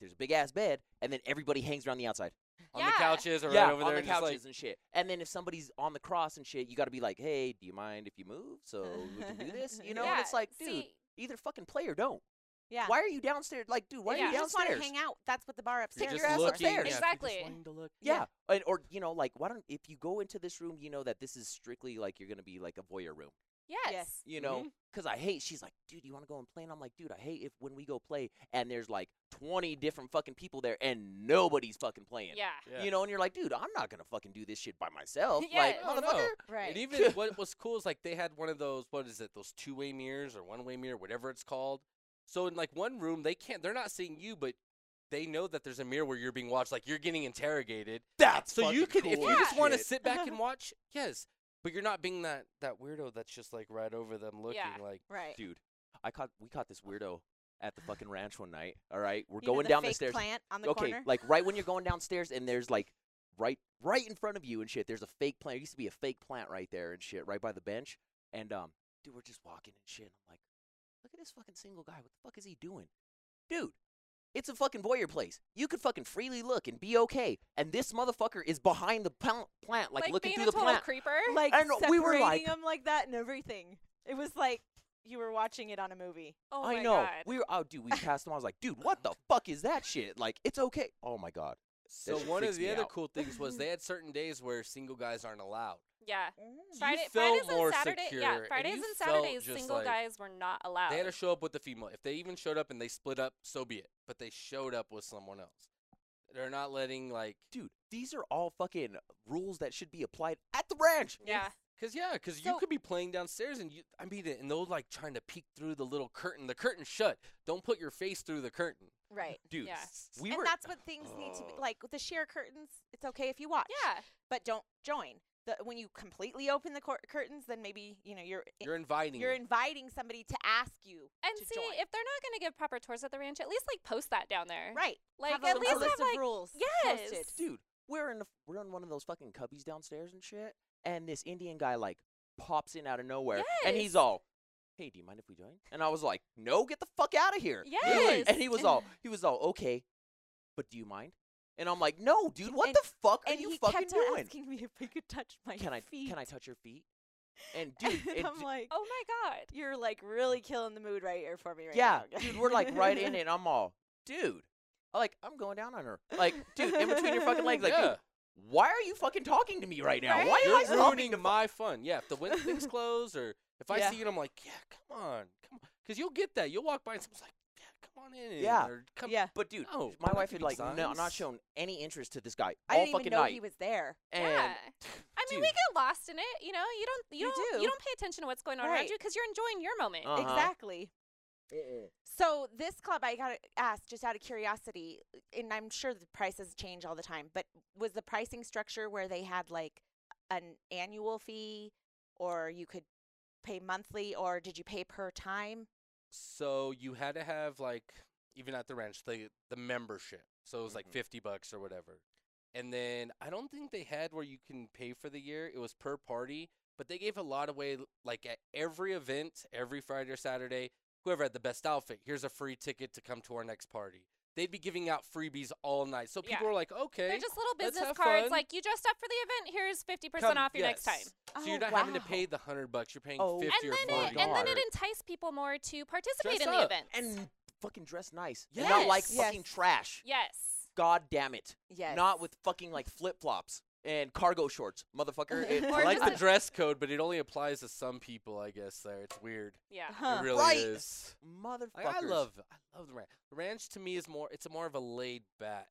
[SPEAKER 3] there's a big ass bed, and then everybody hangs around the outside.
[SPEAKER 5] On
[SPEAKER 4] Yeah.
[SPEAKER 5] the couches or
[SPEAKER 3] yeah,
[SPEAKER 5] right over
[SPEAKER 3] on
[SPEAKER 5] there.
[SPEAKER 3] the
[SPEAKER 5] and just
[SPEAKER 3] couches
[SPEAKER 5] like,
[SPEAKER 3] and shit. And then if somebody's on the cross and shit, you got to be like, hey, do you mind if you move? So we can do
[SPEAKER 4] (laughs)
[SPEAKER 3] this, you know?
[SPEAKER 4] yeah,
[SPEAKER 3] and it's like, dude,
[SPEAKER 4] see,
[SPEAKER 3] either fucking play or don't.
[SPEAKER 2] Yeah.
[SPEAKER 3] Why are you downstairs? Like, dude, why
[SPEAKER 4] Yeah.
[SPEAKER 3] are you
[SPEAKER 2] You just want
[SPEAKER 3] downstairs?
[SPEAKER 2] to hang out. That's what the bar
[SPEAKER 5] you're
[SPEAKER 2] upstairs is
[SPEAKER 5] just
[SPEAKER 3] ass
[SPEAKER 2] for.
[SPEAKER 5] looking, yeah, if you're just
[SPEAKER 4] Exactly.
[SPEAKER 5] wanting to look.
[SPEAKER 3] Yeah. And, or, you know, like, why don't, if you go into this room, you know that this is strictly like you're going to be like a voyeur room,
[SPEAKER 4] yes.
[SPEAKER 2] Yes.
[SPEAKER 3] you know? Because I hate, she's like, dude, you want to go and play? And I'm like, dude, I hate if when we go play and there's like 20 different fucking people there and nobody's fucking playing.
[SPEAKER 4] Yeah.
[SPEAKER 5] Yeah.
[SPEAKER 3] You know, and you're like, dude, I'm not going to fucking do this shit by myself. Like,
[SPEAKER 4] Yeah.
[SPEAKER 5] No, no.
[SPEAKER 3] motherfucker.
[SPEAKER 2] Right.
[SPEAKER 5] And even what was cool is like they had one of those what is it those two way mirrors or one way mirror whatever it's called. So in like one room they can't they're not seeing you but they know that there's a mirror where you're being watched like you're getting interrogated.
[SPEAKER 3] That's
[SPEAKER 5] so you
[SPEAKER 3] fucking
[SPEAKER 5] could if
[SPEAKER 3] cool
[SPEAKER 5] you
[SPEAKER 3] as
[SPEAKER 5] just want to
[SPEAKER 3] shit.
[SPEAKER 5] sit
[SPEAKER 3] (laughs)
[SPEAKER 5] back and watch yes, but you're not being that that weirdo that's just like right over them looking
[SPEAKER 4] Yeah.
[SPEAKER 5] like
[SPEAKER 2] Right.
[SPEAKER 3] dude, I caught we caught this weirdo at the fucking ranch one night. All right, we're
[SPEAKER 2] You know
[SPEAKER 3] going
[SPEAKER 2] the
[SPEAKER 3] down the
[SPEAKER 2] fake
[SPEAKER 3] stairs.
[SPEAKER 2] Plant on the
[SPEAKER 3] okay,
[SPEAKER 2] corner.
[SPEAKER 3] like right when you're going downstairs, and there's like right right in front of you and shit. There's a fake plant. There used to be a fake plant right there and shit, right by the bench. And um, dude, we're just walking and shit. I'm like, look at this fucking single guy. What the fuck is he doing, dude? It's a fucking voyeur place. You could fucking freely look and be okay. And this motherfucker is behind the pl- plant, like, looking
[SPEAKER 4] being
[SPEAKER 3] through
[SPEAKER 4] a
[SPEAKER 3] the
[SPEAKER 4] total
[SPEAKER 3] plant.
[SPEAKER 4] creeper.
[SPEAKER 2] like
[SPEAKER 3] and we were
[SPEAKER 2] separating
[SPEAKER 3] like-
[SPEAKER 2] them like that and everything. It was like you were watching it on a movie.
[SPEAKER 4] oh
[SPEAKER 3] I
[SPEAKER 4] my
[SPEAKER 3] know.
[SPEAKER 4] God.
[SPEAKER 3] We were oh
[SPEAKER 4] (laughs)
[SPEAKER 3] dude, we passed him. I was like, dude, what the fuck is that shit? Like, it's okay. Oh my god.
[SPEAKER 5] So
[SPEAKER 3] shit
[SPEAKER 5] one of
[SPEAKER 3] freaks
[SPEAKER 5] the
[SPEAKER 3] me
[SPEAKER 5] other
[SPEAKER 3] out.
[SPEAKER 5] cool things was they had certain days where single guys aren't allowed.
[SPEAKER 4] yeah.
[SPEAKER 5] You
[SPEAKER 4] Friday,
[SPEAKER 5] felt
[SPEAKER 4] Fridays
[SPEAKER 5] more
[SPEAKER 4] and Saturdays.
[SPEAKER 5] secure,
[SPEAKER 4] yeah,
[SPEAKER 5] and
[SPEAKER 4] Fridays
[SPEAKER 5] you
[SPEAKER 4] and
[SPEAKER 5] felt
[SPEAKER 4] Saturdays,
[SPEAKER 5] just
[SPEAKER 4] single
[SPEAKER 5] like-
[SPEAKER 4] guys were not allowed.
[SPEAKER 5] They had to show up with the female. If they even showed up and they split up, so be it. But they showed up with someone else. They're not letting like
[SPEAKER 3] Dude, these are all fucking rules that should be applied at the ranch.
[SPEAKER 4] yeah,
[SPEAKER 5] Cause yeah, cause you
[SPEAKER 4] So-
[SPEAKER 5] could be playing downstairs and you, I mean, and they'll like trying to peek through the little curtain. The curtain shut. Don't put your face through the curtain,
[SPEAKER 2] Right.
[SPEAKER 3] Dude,
[SPEAKER 4] Yeah.
[SPEAKER 3] we
[SPEAKER 2] and
[SPEAKER 3] were
[SPEAKER 2] that's what things need to be
[SPEAKER 3] Oh.
[SPEAKER 5] Ugh.
[SPEAKER 2] like with the sheer curtains. It's okay if you watch.
[SPEAKER 4] yeah.
[SPEAKER 2] But don't join. The, when you completely open the cor- curtains, then maybe you know you're
[SPEAKER 5] You're inviting.
[SPEAKER 2] you're
[SPEAKER 5] them.
[SPEAKER 2] inviting somebody to ask you
[SPEAKER 4] And
[SPEAKER 2] to
[SPEAKER 4] see,
[SPEAKER 2] join.
[SPEAKER 4] if they're not going to give proper tours at the ranch, at least like post that down there.
[SPEAKER 2] right.
[SPEAKER 4] Like
[SPEAKER 2] Have a
[SPEAKER 4] at
[SPEAKER 2] l-
[SPEAKER 4] least
[SPEAKER 2] a list
[SPEAKER 4] have
[SPEAKER 2] of
[SPEAKER 4] like
[SPEAKER 2] rules.
[SPEAKER 4] yes.
[SPEAKER 2] Posted.
[SPEAKER 3] dude, we're in the, we're in one of those fucking cubbies downstairs and shit. And this Indian guy like pops in out of nowhere and
[SPEAKER 4] Yes.
[SPEAKER 3] he's all Hey, do you mind if we join? And I was like, No, get the fuck out of here.
[SPEAKER 4] Yes.
[SPEAKER 3] And he
[SPEAKER 2] (laughs)
[SPEAKER 3] was all he was all, Okay, but do you mind? And I'm like, No, dude, what
[SPEAKER 2] And-
[SPEAKER 3] the fuck are
[SPEAKER 2] and
[SPEAKER 3] you
[SPEAKER 2] he
[SPEAKER 3] fucking
[SPEAKER 2] kept on
[SPEAKER 3] doing?
[SPEAKER 2] asking me if I could touch my
[SPEAKER 3] can I
[SPEAKER 2] feet.
[SPEAKER 3] can I touch your feet?
[SPEAKER 2] (laughs)
[SPEAKER 3] And dude, it
[SPEAKER 2] and I'm
[SPEAKER 3] j-
[SPEAKER 2] like,
[SPEAKER 4] Oh my God.
[SPEAKER 2] you're like really killing the mood right here for me right
[SPEAKER 3] yeah,
[SPEAKER 2] now.
[SPEAKER 3] dude, we're like
[SPEAKER 2] (laughs)
[SPEAKER 3] right in it. And I'm all, dude, I'm like I'm going down on her, like, dude, in between your
[SPEAKER 2] (laughs)
[SPEAKER 3] fucking legs, like,
[SPEAKER 5] yeah.
[SPEAKER 3] dude, why are you fucking talking to me right now?
[SPEAKER 2] Right?
[SPEAKER 3] Why
[SPEAKER 5] You're
[SPEAKER 3] am I talking
[SPEAKER 5] ruining
[SPEAKER 3] to
[SPEAKER 5] my fun. Yeah, if the
[SPEAKER 3] (laughs)
[SPEAKER 5] window thing's closed or if I
[SPEAKER 3] Yeah.
[SPEAKER 5] see it, I'm like, yeah, come on, come on, because you'll get that. You'll walk by and someone's like, yeah, come on in.
[SPEAKER 3] Yeah.
[SPEAKER 5] Or, come, (laughs)
[SPEAKER 2] Yeah.
[SPEAKER 3] But dude,
[SPEAKER 5] No,
[SPEAKER 3] my
[SPEAKER 5] I'm not
[SPEAKER 3] wife had
[SPEAKER 5] giving
[SPEAKER 3] like no, not
[SPEAKER 5] signs.
[SPEAKER 3] shown any interest to this guy
[SPEAKER 2] I
[SPEAKER 3] all
[SPEAKER 2] didn't
[SPEAKER 3] fucking
[SPEAKER 2] even know
[SPEAKER 3] night.
[SPEAKER 2] he was there.
[SPEAKER 3] and
[SPEAKER 4] yeah. I mean, we
[SPEAKER 3] dude.
[SPEAKER 4] get lost in it. You know, you don't, you,
[SPEAKER 2] You
[SPEAKER 4] don't,
[SPEAKER 2] do.
[SPEAKER 4] you don't pay attention to what's going on around
[SPEAKER 2] Right.
[SPEAKER 4] you because you're enjoying your moment.
[SPEAKER 3] Uh-huh.
[SPEAKER 2] Exactly. So this club, I got to ask just out of curiosity, and I'm sure the prices change all the time, but was the pricing structure where they had like an annual fee, or you could pay monthly, or did you pay per time?
[SPEAKER 5] So you had to have like even at the ranch the the membership. So it was like
[SPEAKER 4] Mm-hmm.
[SPEAKER 3] Mhm.
[SPEAKER 5] fifty bucks or whatever. And then I don't think they had where you can pay for the year. It was per party, but they gave a lot of way. Like at every event, every Friday or Saturday, whoever had the best outfit, here's a free ticket to come to our next party. They'd be giving out freebies all night. So people
[SPEAKER 4] Yeah.
[SPEAKER 5] were like, okay,
[SPEAKER 4] They're just little
[SPEAKER 5] let's
[SPEAKER 4] business
[SPEAKER 5] have
[SPEAKER 4] cards.
[SPEAKER 5] fun.
[SPEAKER 4] Like you dressed up for the event. Here's fifty
[SPEAKER 5] come-
[SPEAKER 4] percent off your next
[SPEAKER 5] yes.
[SPEAKER 4] time.
[SPEAKER 5] So you're
[SPEAKER 2] Oh,
[SPEAKER 5] not having to
[SPEAKER 2] wow.
[SPEAKER 5] pay the hundred bucks. You're paying
[SPEAKER 2] Oh.
[SPEAKER 5] fifty
[SPEAKER 4] And
[SPEAKER 5] or
[SPEAKER 4] then,
[SPEAKER 5] forty.
[SPEAKER 4] it, and then it
[SPEAKER 3] $40.
[SPEAKER 4] enticed people more to participate
[SPEAKER 5] Dress
[SPEAKER 4] in the
[SPEAKER 5] up.
[SPEAKER 4] events.
[SPEAKER 3] and fucking dress nice and not like
[SPEAKER 2] Yes.
[SPEAKER 3] fucking
[SPEAKER 2] Yes.
[SPEAKER 3] trash.
[SPEAKER 4] yes,
[SPEAKER 3] God damn it!
[SPEAKER 2] Yes.
[SPEAKER 3] Not (laughs) with fucking like flip flops and cargo shorts, motherfucker. It,
[SPEAKER 2] (laughs)
[SPEAKER 3] (laughs)
[SPEAKER 2] Or
[SPEAKER 5] I like
[SPEAKER 4] just
[SPEAKER 5] the
[SPEAKER 4] a-
[SPEAKER 5] dress code, but it only applies to some people, I guess. There, it's weird.
[SPEAKER 4] yeah.
[SPEAKER 2] Huh.
[SPEAKER 5] It really
[SPEAKER 3] Right.
[SPEAKER 5] is.
[SPEAKER 3] motherfucker.
[SPEAKER 5] Like, I love, I love the ranch. The ranch to me is more. It's a more of a laid back.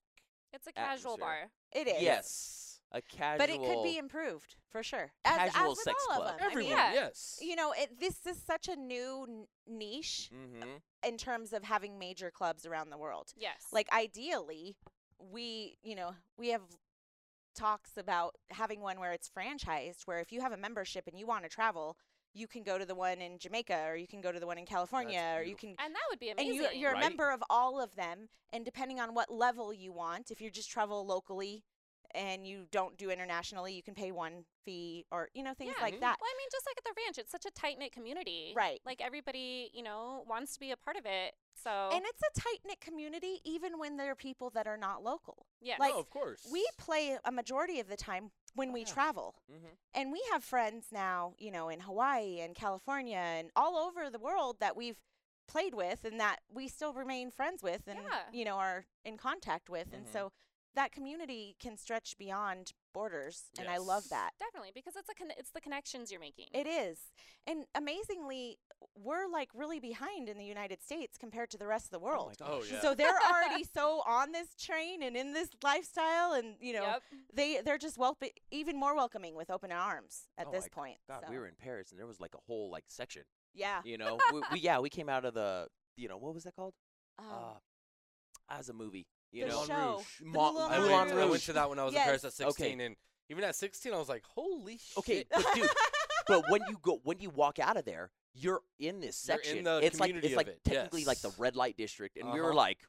[SPEAKER 4] It's a casual
[SPEAKER 3] Atmosphere.
[SPEAKER 4] bar.
[SPEAKER 2] It is.
[SPEAKER 3] Yes, a casual.
[SPEAKER 2] But it could be improved for sure. As, as
[SPEAKER 3] casual
[SPEAKER 2] with
[SPEAKER 3] sex
[SPEAKER 2] all
[SPEAKER 3] club.
[SPEAKER 2] Of them. I mean,
[SPEAKER 5] Everyone,
[SPEAKER 4] yeah,
[SPEAKER 5] yes.
[SPEAKER 2] You know, it, this is such a new n- niche
[SPEAKER 3] Mm-hmm.
[SPEAKER 2] in terms of having major clubs around the world.
[SPEAKER 4] Yes.
[SPEAKER 2] like ideally we you know we have talks about having one where it's franchised where if you have a membership and you want to travel you can go to the one in Jamaica or you can go to the one in California or you can
[SPEAKER 4] and that would be
[SPEAKER 2] and
[SPEAKER 4] amazing.
[SPEAKER 2] you, you're
[SPEAKER 5] Right.
[SPEAKER 2] a member of all of them and depending on what level you want if you just travel locally and you don't do internationally you can pay one fee or you know things
[SPEAKER 4] Yeah.
[SPEAKER 2] like
[SPEAKER 5] Mhm.
[SPEAKER 2] that
[SPEAKER 4] Well, I mean, just like at the ranch, it's such a tight knit community.
[SPEAKER 2] Right.
[SPEAKER 4] Like everybody, you know, wants to be a part of it. So
[SPEAKER 2] and it's a tight knit community even when there are people that are not local (laughs)
[SPEAKER 4] yes.
[SPEAKER 2] like,
[SPEAKER 5] no, Oh, of course.
[SPEAKER 2] we
[SPEAKER 3] Oh
[SPEAKER 2] play a majority of the time when we travel
[SPEAKER 3] Mhm.
[SPEAKER 2] and we have friends now you know in hawaii and california and all over the world that we've pplayed with and that we still remain friends with and
[SPEAKER 4] Yeah.
[SPEAKER 2] you know are in contact with and
[SPEAKER 3] Mhm.
[SPEAKER 2] so that community can stretch beyond borders and i love
[SPEAKER 5] Yes.
[SPEAKER 2] that
[SPEAKER 4] definitely because it's a con- it's the connections you're making.
[SPEAKER 2] it is and amazingly we're like really behind in the united states compared to the rest of the world
[SPEAKER 3] Oh, my
[SPEAKER 5] Oh
[SPEAKER 3] gosh.
[SPEAKER 5] yeah.
[SPEAKER 2] so they're already so on this train and in this lifestyle and you know (laughs)
[SPEAKER 4] Yep. (laughs)
[SPEAKER 2] they they're just welp even more welcoming with open arms at
[SPEAKER 3] Oh
[SPEAKER 2] this
[SPEAKER 3] my
[SPEAKER 2] point.
[SPEAKER 3] God,
[SPEAKER 2] so.
[SPEAKER 3] we were in Paris and there was like a whole like
[SPEAKER 2] (laughs)
[SPEAKER 3] section.
[SPEAKER 2] yeah.
[SPEAKER 3] You know, we, we yeah, we came out of the you know what was that called?
[SPEAKER 2] Um, (laughs)
[SPEAKER 3] uh, as a movie. You
[SPEAKER 2] the
[SPEAKER 3] know,
[SPEAKER 2] show, the
[SPEAKER 3] Mon-
[SPEAKER 2] Moulin
[SPEAKER 5] I
[SPEAKER 3] Moulin
[SPEAKER 5] went, I went
[SPEAKER 3] Rouge.
[SPEAKER 5] to that when I was
[SPEAKER 2] Yes.
[SPEAKER 5] in Paris at
[SPEAKER 3] Okay.
[SPEAKER 5] 16, and even at 16, I was like, holy shit.
[SPEAKER 3] Okay, but dude, but when you go, when you walk out of there, you're in this
[SPEAKER 5] You're in
[SPEAKER 3] section.
[SPEAKER 5] the
[SPEAKER 3] it's like it's
[SPEAKER 5] community of
[SPEAKER 3] like
[SPEAKER 5] it,
[SPEAKER 3] technically like the
[SPEAKER 5] yes.
[SPEAKER 3] red light district, and we were
[SPEAKER 5] Uh-huh.
[SPEAKER 3] like,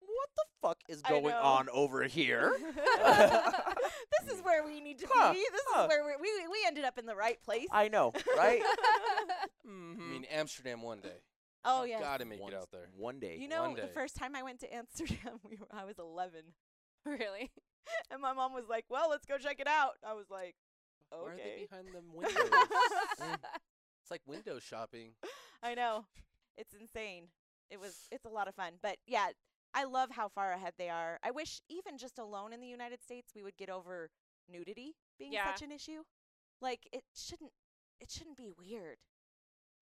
[SPEAKER 3] "What the fuck is
[SPEAKER 2] I
[SPEAKER 3] going
[SPEAKER 2] know.
[SPEAKER 3] on over
[SPEAKER 5] (laughs)
[SPEAKER 3] here?"
[SPEAKER 2] (laughs) this is where we need to
[SPEAKER 3] Huh,
[SPEAKER 2] be. This
[SPEAKER 3] huh.
[SPEAKER 2] is where we we we ended up in the right place.
[SPEAKER 3] I know, right?
[SPEAKER 2] (laughs)
[SPEAKER 5] I
[SPEAKER 3] mm-hmm.
[SPEAKER 5] mean, Amsterdam one day.
[SPEAKER 2] oh yeah.
[SPEAKER 5] (laughs) Gotta make it out there.
[SPEAKER 3] one day.
[SPEAKER 2] You know,
[SPEAKER 5] one
[SPEAKER 2] the
[SPEAKER 5] day.
[SPEAKER 2] first time I went to Amsterdam, (laughs) we were, I was 11,
[SPEAKER 4] (laughs) really.
[SPEAKER 2] and my mom was like, "Well, let's go check it out." I was like,
[SPEAKER 5] Why are they
[SPEAKER 2] "Okay."
[SPEAKER 5] behind them
[SPEAKER 2] (laughs)
[SPEAKER 5] windows? Mm. it's like window shopping.
[SPEAKER 2] I know. It's insane. It was it's a lot of fun. But yeah, I love how far ahead they are. I wish even just alone in the United States we would get over nudity being
[SPEAKER 4] Yeah.
[SPEAKER 2] such an issue. Like it shouldn't it shouldn't be weird.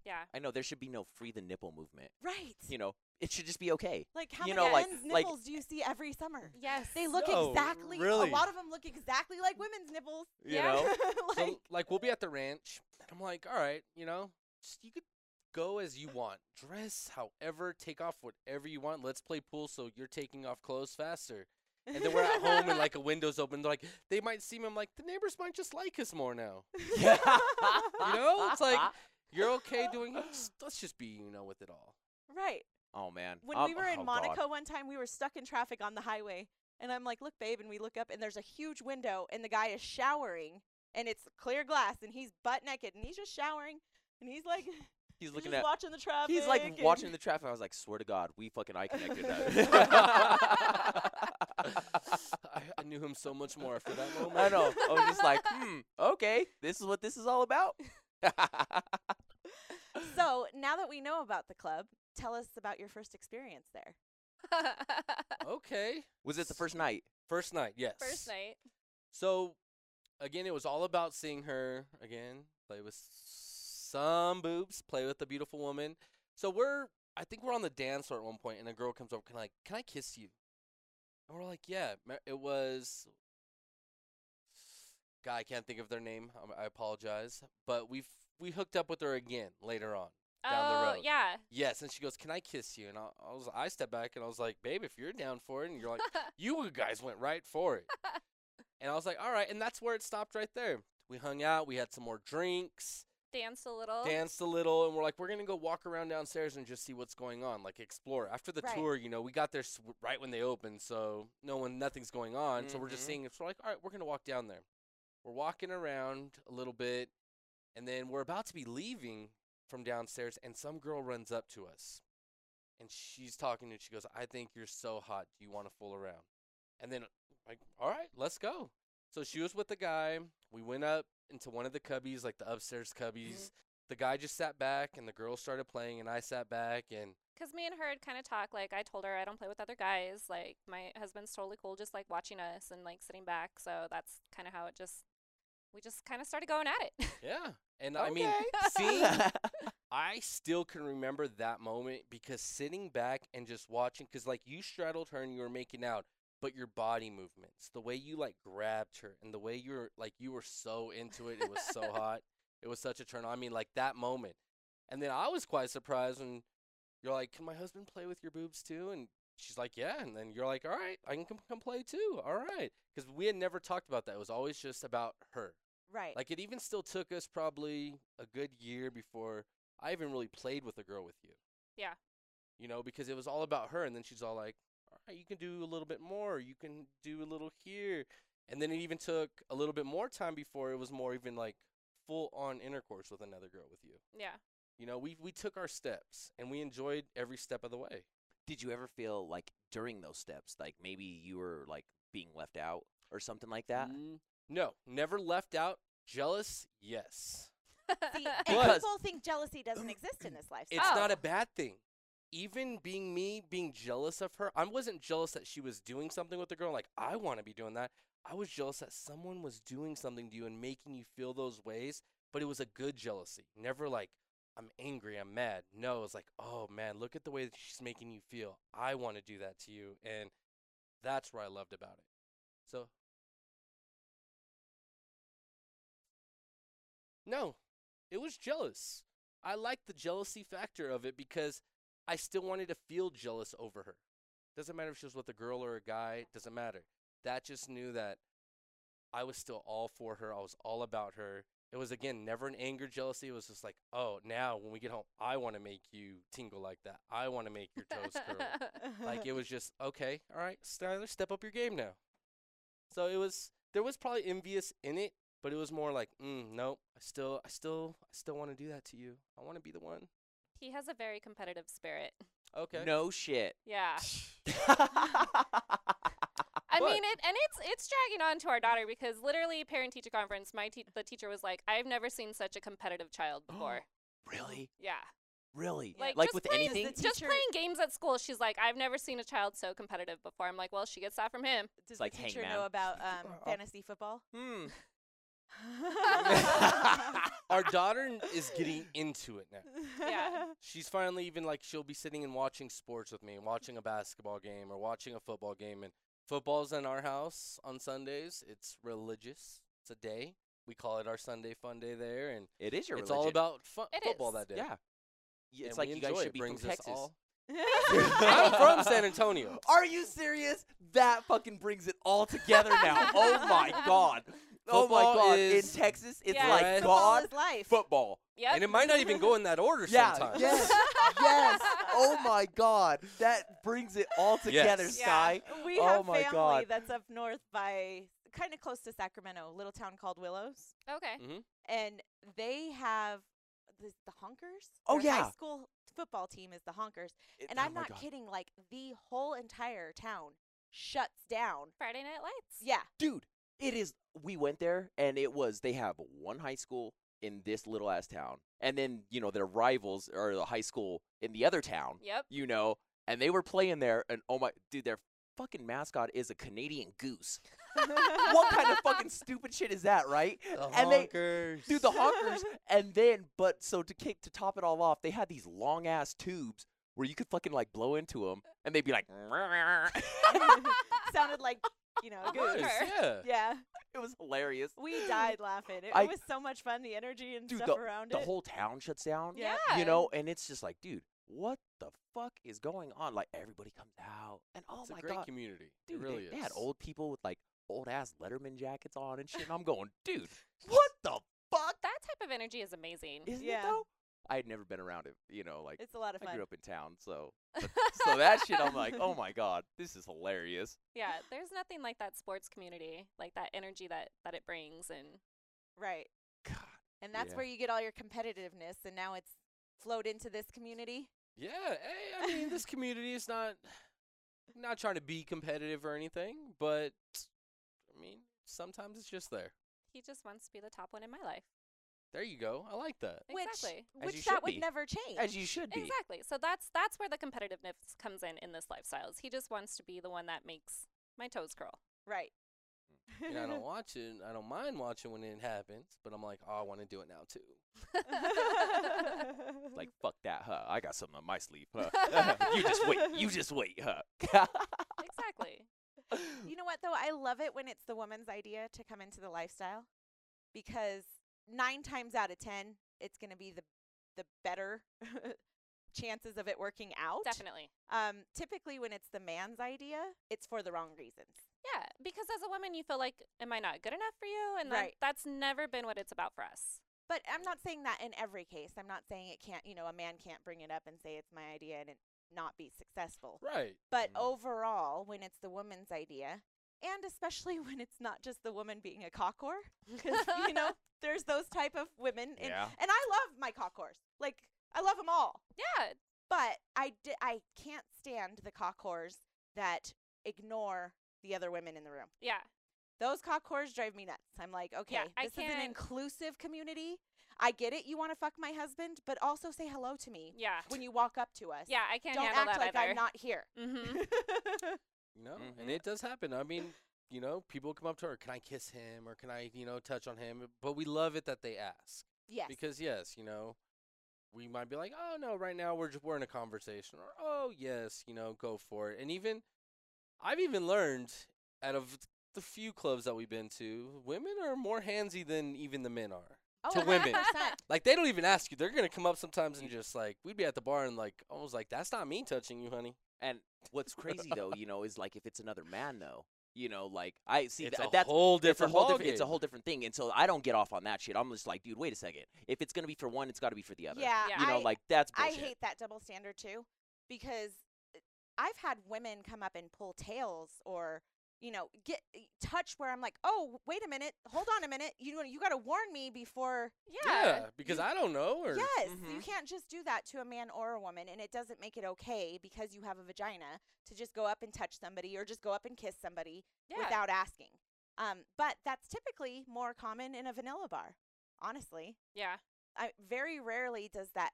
[SPEAKER 4] Yeah.
[SPEAKER 3] I know there should be no free the nipple movement.
[SPEAKER 2] Right.
[SPEAKER 3] You know, it should just be okay.
[SPEAKER 2] like how
[SPEAKER 3] you
[SPEAKER 2] many
[SPEAKER 3] know, like-
[SPEAKER 2] men's
[SPEAKER 3] like-
[SPEAKER 2] nipples do you see every summer?
[SPEAKER 4] Yes.
[SPEAKER 2] They (laughs) look
[SPEAKER 5] No,
[SPEAKER 2] exactly
[SPEAKER 5] really.
[SPEAKER 2] a lot of them look exactly like women's nipples.
[SPEAKER 3] You
[SPEAKER 4] Yeah.
[SPEAKER 2] (laughs)
[SPEAKER 3] know,
[SPEAKER 5] (laughs) So,
[SPEAKER 2] like
[SPEAKER 5] like we'll be at the ranch, and I'm like, all right, you know, just, you could go as you want, dress however, take off whatever you want. Let's play pool, so you're taking off clothes faster. And then we're at
[SPEAKER 2] (laughs)
[SPEAKER 5] home, and like (laughs) a window's open. They're like, they might seem. I'm like, the neighbors might just like us more now.
[SPEAKER 3] Yeah.
[SPEAKER 5] You know, it's like you're okay doing. it, just- Let's just be, you know, with it all. (laughs)
[SPEAKER 2] Right.
[SPEAKER 3] oh man.
[SPEAKER 2] when
[SPEAKER 3] Um,
[SPEAKER 2] we were in
[SPEAKER 3] oh, God.
[SPEAKER 2] Monaco one time, we were stuck in traffic on the highway, and I'm like, "Look, babe," and we look up, and there's a huge window, and the guy is showering, and it's clear glass, and he's butt naked, and he's just showering, and he's like, (laughs)
[SPEAKER 3] he's
[SPEAKER 2] he's
[SPEAKER 3] looking
[SPEAKER 2] just
[SPEAKER 3] at.
[SPEAKER 2] watching the traffic.
[SPEAKER 3] He's like
[SPEAKER 2] and-
[SPEAKER 3] watching the traffic. I was like, swear to God, we fucking eye connected
[SPEAKER 5] (laughs)
[SPEAKER 3] that. (laughs)
[SPEAKER 5] I, I knew him so much more after that moment.
[SPEAKER 3] I know. I was just (laughs) like, hmm, okay, this is what this is all about.
[SPEAKER 2] (laughs) so now that we know about the club, tell us about your first experience there.
[SPEAKER 5] Okay.
[SPEAKER 3] (laughs) was it the first night?
[SPEAKER 5] First night, yes.
[SPEAKER 4] First night.
[SPEAKER 5] So, again, it was all about seeing her again, play with some boobs, play with a beautiful woman. So we're, I think we're on the dance floor at one point, and a girl comes over, can I, can I kiss you? And we're like, yeah. Ma- It was, God, I can't think of their name. um, I apologize, but we've we hooked up with her again later on. Down the
[SPEAKER 4] oh
[SPEAKER 5] road.
[SPEAKER 4] yeah. Yeah.
[SPEAKER 5] yes. And she goes, Can I kiss you? And I, I was I stepped back and I was like, Babe, if you're down for it and you're like you guys went right for it. and I was like, all right. And that's where it stopped right there. We hung out, we had some more drinks,
[SPEAKER 4] Danced a little.
[SPEAKER 5] danced a little, and we're like, we're going to go walk around downstairs and just see what's going on, like explore. After the
[SPEAKER 2] Right.
[SPEAKER 5] tour, you know, we got there s- right when they opened, so no one, nothing's going on. So we're just
[SPEAKER 3] Mhm.
[SPEAKER 5] seeing it. So we're like, all right, we're going to walk down there. We're walking around a little bit, and then we're about to be leaving from downstairs, and some girl runs up to us. And she's talking and she goes, I think you're so hot. Do you want to fool around? And then, like, all right, let's go. So she was with the guy. We went up into one of the cubbies, like the upstairs cubbies. The guy just sat back and the girl started playing, and I sat back. And
[SPEAKER 4] Because me and her had kind of talked. Like, I told her I don't play with other guys. Like, my husband's totally cool just like watching us and like sitting back. So that's kind of how it just, we just kind of started going at it. (laughs)
[SPEAKER 5] yeah. And I mean,
[SPEAKER 3] (laughs)
[SPEAKER 5] seeing, I still can remember that moment because sitting back and just watching, because like you straddled her and you were making out, but your body movements, the way you like grabbed her and the way you were like, you were so into it. It was so hot. It was such a turn on. I mean, like that moment. And then I was quite surprised when you're like, can my husband play with your boobs too? And she's like, yeah. And then you're like, all right, I can come, come play too. All right. Because we had never talked about that. It was always just about her.
[SPEAKER 2] Right.
[SPEAKER 5] Like it even still took us probably a good year before I even really played with a girl with you.
[SPEAKER 4] Yeah.
[SPEAKER 5] You know, because it was all about her, and then she's all like, "All right, you can do a little bit more. You can do a little here," and then it even took a little bit more time before it was more even like full on intercourse with another girl with you.
[SPEAKER 4] yeah.
[SPEAKER 5] You know, we we took our steps and we enjoyed every step of the way.
[SPEAKER 3] Did you ever feel like during those steps, like maybe you were like being left out or something like that?
[SPEAKER 5] Mm, No, never left out. Jealous, yes.
[SPEAKER 3] (laughs)
[SPEAKER 4] (laughs)
[SPEAKER 2] See, and
[SPEAKER 5] Because-
[SPEAKER 2] people think jealousy
[SPEAKER 3] (clears throat)
[SPEAKER 2] doesn't exist in this lifestyle.
[SPEAKER 5] It's not
[SPEAKER 4] Oh.
[SPEAKER 5] a bad thing. Even being me, being jealous of her, I wasn't jealous that she was doing something with the girl. Like, I want to be doing that. I was jealous that someone was doing something to you and making you feel those ways, but it was a good jealousy. Never like, I'm angry, I'm mad. No, it's like, oh man, look at the way that she's making you feel. I want to do that to you. And that's what I loved about it. So, no, it was jealous. I liked the jealousy factor of it because I still wanted to feel jealous over her. Doesn't matter if she was with a girl or a guy, doesn't matter. That just knew that I was still all for her. I was all about her. It was again never an anger jealousy. It was just like, oh, now when we get home, I want to make you tingle like that. I want to make your toes curl. like (laughs) it was just okay, all right, Styler, step up your game now. So it was there was probably envious in it, but it was more like, mm, no, I still, I still, I still want to do that to you. I want to be the one.
[SPEAKER 4] (laughs) he has a very competitive spirit.
[SPEAKER 5] Okay.
[SPEAKER 3] No shit. (laughs)
[SPEAKER 4] Yeah.
[SPEAKER 3] That's
[SPEAKER 4] I
[SPEAKER 5] But-
[SPEAKER 4] mean it, and it's it's dragging on to our daughter because literally parent teacher conference, my te- the teacher was like, I've never seen such a competitive child before.
[SPEAKER 3] really,
[SPEAKER 4] yeah,
[SPEAKER 3] really,
[SPEAKER 4] like,
[SPEAKER 3] like
[SPEAKER 4] just
[SPEAKER 3] with
[SPEAKER 4] playing,
[SPEAKER 3] anything.
[SPEAKER 2] the
[SPEAKER 4] just
[SPEAKER 2] teacher-
[SPEAKER 4] playing games at school. She's like, I've never seen a child so competitive before. I'm like, well, she gets that from him.
[SPEAKER 2] Does
[SPEAKER 3] like
[SPEAKER 2] the teacher
[SPEAKER 3] hangman.
[SPEAKER 2] know
[SPEAKER 3] (laughs)
[SPEAKER 2] about um, (laughs)
[SPEAKER 5] Uh,
[SPEAKER 2] fantasy football?
[SPEAKER 5] Hmm.
[SPEAKER 2] yeah.
[SPEAKER 5] Our daughter n- is getting into it
[SPEAKER 2] (laughs)
[SPEAKER 5] now.
[SPEAKER 3] (laughs)
[SPEAKER 5] She's finally even like she'll be sitting and watching sports with me, and watching a basketball game or watching a football game. And football's in our house on Sundays. It's religious. It's a day. We call it our Sunday fun day there, and
[SPEAKER 3] It is your
[SPEAKER 5] it's
[SPEAKER 3] religion.
[SPEAKER 5] all about fu-
[SPEAKER 4] It
[SPEAKER 5] football
[SPEAKER 4] is.
[SPEAKER 5] that day.
[SPEAKER 3] yeah. Y-
[SPEAKER 5] And
[SPEAKER 3] It's
[SPEAKER 5] we
[SPEAKER 3] like you guys
[SPEAKER 5] enjoy
[SPEAKER 3] should
[SPEAKER 5] it.
[SPEAKER 3] be
[SPEAKER 5] Brings
[SPEAKER 3] from
[SPEAKER 5] us
[SPEAKER 3] Texas. (gasps)
[SPEAKER 5] all-
[SPEAKER 3] I'm (laughs)
[SPEAKER 5] I'm from San Antonio.
[SPEAKER 3] Are you serious? That fucking brings it all together now. Oh my god. Oh my
[SPEAKER 5] Football
[SPEAKER 3] god.
[SPEAKER 5] is
[SPEAKER 3] In Texas, it's
[SPEAKER 4] Yeah.
[SPEAKER 3] like
[SPEAKER 5] Bread.
[SPEAKER 2] Football
[SPEAKER 3] God
[SPEAKER 2] is life.
[SPEAKER 3] football.
[SPEAKER 4] Yep.
[SPEAKER 5] And it might not even go in that order
[SPEAKER 3] Yeah.
[SPEAKER 2] (laughs)
[SPEAKER 5] sometimes.
[SPEAKER 3] Yes. yes. Oh my god. That brings it all together,
[SPEAKER 5] Yes.
[SPEAKER 3] Sky.
[SPEAKER 2] We
[SPEAKER 3] Oh
[SPEAKER 2] have
[SPEAKER 3] my
[SPEAKER 2] family
[SPEAKER 3] God.
[SPEAKER 2] that's up north by kind of close to Sacramento, a little town called Willows,
[SPEAKER 4] okay.
[SPEAKER 2] and they have the, the Honkers.
[SPEAKER 3] Oh,
[SPEAKER 2] Their
[SPEAKER 3] yeah.
[SPEAKER 2] high school football team is the Honkers,
[SPEAKER 3] It-
[SPEAKER 2] and
[SPEAKER 3] oh
[SPEAKER 2] I'm
[SPEAKER 3] my
[SPEAKER 2] not
[SPEAKER 3] God.
[SPEAKER 2] kidding. Like the whole entire town shuts down.
[SPEAKER 4] Friday Night Lights.
[SPEAKER 3] (laughs)
[SPEAKER 2] Yeah, (laughs)
[SPEAKER 3] Dude, it is we went there and it was they have one high school in this little ass town. And then, you know, their rivals are the high school in the other town.
[SPEAKER 4] Yep. (laughs)
[SPEAKER 3] you know, and they were playing there, and oh my, dude, their fucking mascot is a Canadian goose. what kind of
[SPEAKER 4] (laughs)
[SPEAKER 2] (laughs)
[SPEAKER 3] fucking stupid shit is that, right?
[SPEAKER 5] (laughs) The
[SPEAKER 3] And they-
[SPEAKER 5] honkers.
[SPEAKER 3] Dude, the (laughs) honkers, and then, but so to kick to top it all off, they had these long ass tubes where you could fucking like blow into them, and they'd be like, (laughs)
[SPEAKER 2] sounded like you know.
[SPEAKER 4] A
[SPEAKER 2] goose.
[SPEAKER 5] Yes,
[SPEAKER 4] honker.
[SPEAKER 5] Yeah.
[SPEAKER 3] Oh
[SPEAKER 2] Yeah,
[SPEAKER 3] it was hilarious.
[SPEAKER 2] we died laughing. It,
[SPEAKER 3] I-
[SPEAKER 2] was so much fun. The energy and
[SPEAKER 3] Dude,
[SPEAKER 2] stuff around
[SPEAKER 3] The
[SPEAKER 2] it.
[SPEAKER 3] whole town shuts down,
[SPEAKER 2] Yeah.
[SPEAKER 4] Yeah.
[SPEAKER 3] you know, and it's just like, dude, what the fuck is going on? Like everybody comes out, and oh
[SPEAKER 5] it's
[SPEAKER 3] my
[SPEAKER 5] a great
[SPEAKER 3] god,
[SPEAKER 5] community.
[SPEAKER 3] dude,
[SPEAKER 5] it
[SPEAKER 3] they-
[SPEAKER 5] really is.
[SPEAKER 3] they, had old people with like old ass Letterman jackets on and shit. And I'm going, dude, (laughs) what the fuck?
[SPEAKER 4] That type of energy is amazing.
[SPEAKER 3] Isn't
[SPEAKER 2] Yeah.
[SPEAKER 3] it though? I had never been around it, you know, like
[SPEAKER 2] It's a lot of
[SPEAKER 3] I
[SPEAKER 2] fun.
[SPEAKER 3] grew up in town, so but- so that shit. I'm like, (laughs) oh my god, this is hilarious.
[SPEAKER 4] yeah, there's nothing like that sports community, like that energy that that it brings, and
[SPEAKER 2] Right.
[SPEAKER 3] God,
[SPEAKER 2] And that's
[SPEAKER 3] Yeah.
[SPEAKER 2] where you get all your competitiveness and now it's flowed into this community.
[SPEAKER 5] Yeah, hey, I mean, this community is not not trying to be competitive or anything, but I mean, sometimes it's just there.
[SPEAKER 4] he just wants to be the top one in my life.
[SPEAKER 5] There you go. I like that.
[SPEAKER 4] Exactly.
[SPEAKER 2] Which,
[SPEAKER 3] you
[SPEAKER 2] which
[SPEAKER 3] should
[SPEAKER 2] that would
[SPEAKER 3] be.
[SPEAKER 2] never change.
[SPEAKER 3] as you should be.
[SPEAKER 4] Exactly. So that's that's where the competitiveness comes in in this lifestyles. He just wants to be the one that makes my toes curl. (laughs)
[SPEAKER 2] right.
[SPEAKER 3] Mm,
[SPEAKER 5] You know,
[SPEAKER 2] (laughs)
[SPEAKER 5] I
[SPEAKER 3] (laughs)
[SPEAKER 5] don't watch it. I don't mind watching when it happens, but I'm like, oh, I want to do it now too.
[SPEAKER 3] Like fuck that, huh? I got something on my sleeve, huh? (laughs) you just wait, you (laughs) just wait, huh?
[SPEAKER 4] Exactly.
[SPEAKER 2] (laughs) you
[SPEAKER 3] mm.
[SPEAKER 2] know what though? I love it when it's the woman's idea to come into the lifestyle because 9 times out of 10 it's going to be the the better (laughs) chances of it working out.
[SPEAKER 4] Definitely.
[SPEAKER 2] Um typically when it's the man's idea, it's for the wrong reasons.
[SPEAKER 4] Yeah, because as a woman, you feel like, am I not good enough for you? And that-
[SPEAKER 2] Right.
[SPEAKER 4] that's never been what it's about for us.
[SPEAKER 2] But I'm not saying that in every case. I'm not saying it can't, you know, a man can't bring it up and say it's my idea and it not be successful.
[SPEAKER 5] Right.
[SPEAKER 2] But
[SPEAKER 3] Mm.
[SPEAKER 2] overall, when it's the woman's idea, and especially (laughs) when it's not just the woman being a cockor, because (laughs)
[SPEAKER 5] (laughs)
[SPEAKER 2] you know there's those type of women, and,
[SPEAKER 3] Yeah.
[SPEAKER 2] and I love my cockors. Like I love them all,
[SPEAKER 4] (laughs) Yeah,
[SPEAKER 2] but I di- I can't stand the cockors that ignore the other women in the room.
[SPEAKER 4] yeah.
[SPEAKER 2] Those cockors drive me nuts. I'm like, okay,
[SPEAKER 4] I
[SPEAKER 2] this is an
[SPEAKER 4] can't-
[SPEAKER 2] inclusive community. I get it. You want to fuck my husband, but also say hello to me
[SPEAKER 4] Yeah.
[SPEAKER 2] when you walk up to us.
[SPEAKER 4] Yeah, I can't
[SPEAKER 2] Don't
[SPEAKER 4] handle
[SPEAKER 2] act
[SPEAKER 4] that
[SPEAKER 2] like
[SPEAKER 4] either.
[SPEAKER 2] I'm not here.
[SPEAKER 4] mm-hmm.
[SPEAKER 5] You know,
[SPEAKER 3] Mhm.
[SPEAKER 5] and it does happen. I mean, you know, people come up to her, can I kiss him or can I, you know, touch on him? But we love it that they ask.
[SPEAKER 2] yes.
[SPEAKER 5] Because yes, you know, we might be like, "Oh no, right now we're just we're in a conversation," or "Oh yes, you know, go for it." And even I've even learned out of the few clubs that we've been to, women are more handsy than even the men are.
[SPEAKER 2] oh,
[SPEAKER 5] to
[SPEAKER 4] (laughs)
[SPEAKER 5] women.
[SPEAKER 2] 100%.
[SPEAKER 5] Like they don't even ask you; they're gonna come up sometimes
[SPEAKER 3] Mm-hmm.
[SPEAKER 5] and just like we'd be at the bar and like almost like that's not me touching you, honey.
[SPEAKER 3] and what's crazy though, you know, is like if it's another man though, you know, like I see
[SPEAKER 5] it's
[SPEAKER 3] that
[SPEAKER 5] a
[SPEAKER 3] that's
[SPEAKER 5] whole
[SPEAKER 3] it's a
[SPEAKER 5] different
[SPEAKER 3] whole different, it's a
[SPEAKER 5] ballgame.
[SPEAKER 3] whole different thing. And so I don't get off on that shit. I'm just like, dude, wait a second. If it's gonna be for one, it's gotta be for the other.
[SPEAKER 2] Yeah,
[SPEAKER 4] Yeah.
[SPEAKER 3] You know,
[SPEAKER 2] I,
[SPEAKER 3] like that's
[SPEAKER 2] I
[SPEAKER 3] bullshit.
[SPEAKER 2] hate that double standard too, because uh, I've had women come up and pull tails or you know get eh, touch where I'm like, oh wait a minute, hold on a minute, you know you got to warn me before.
[SPEAKER 4] yeah.
[SPEAKER 5] because I don't know. Or
[SPEAKER 2] Yes, you
[SPEAKER 4] Mm-hmm.
[SPEAKER 5] Mhm.
[SPEAKER 2] can't just do that to a man or a woman, and it doesn't make it okay because you have a vagina to just go up and touch somebody or just go up and kiss somebody
[SPEAKER 4] Yeah.
[SPEAKER 2] without asking. Um, but that's typically more common in a vanilla bar, honestly.
[SPEAKER 4] yeah.
[SPEAKER 2] I very rarely does that.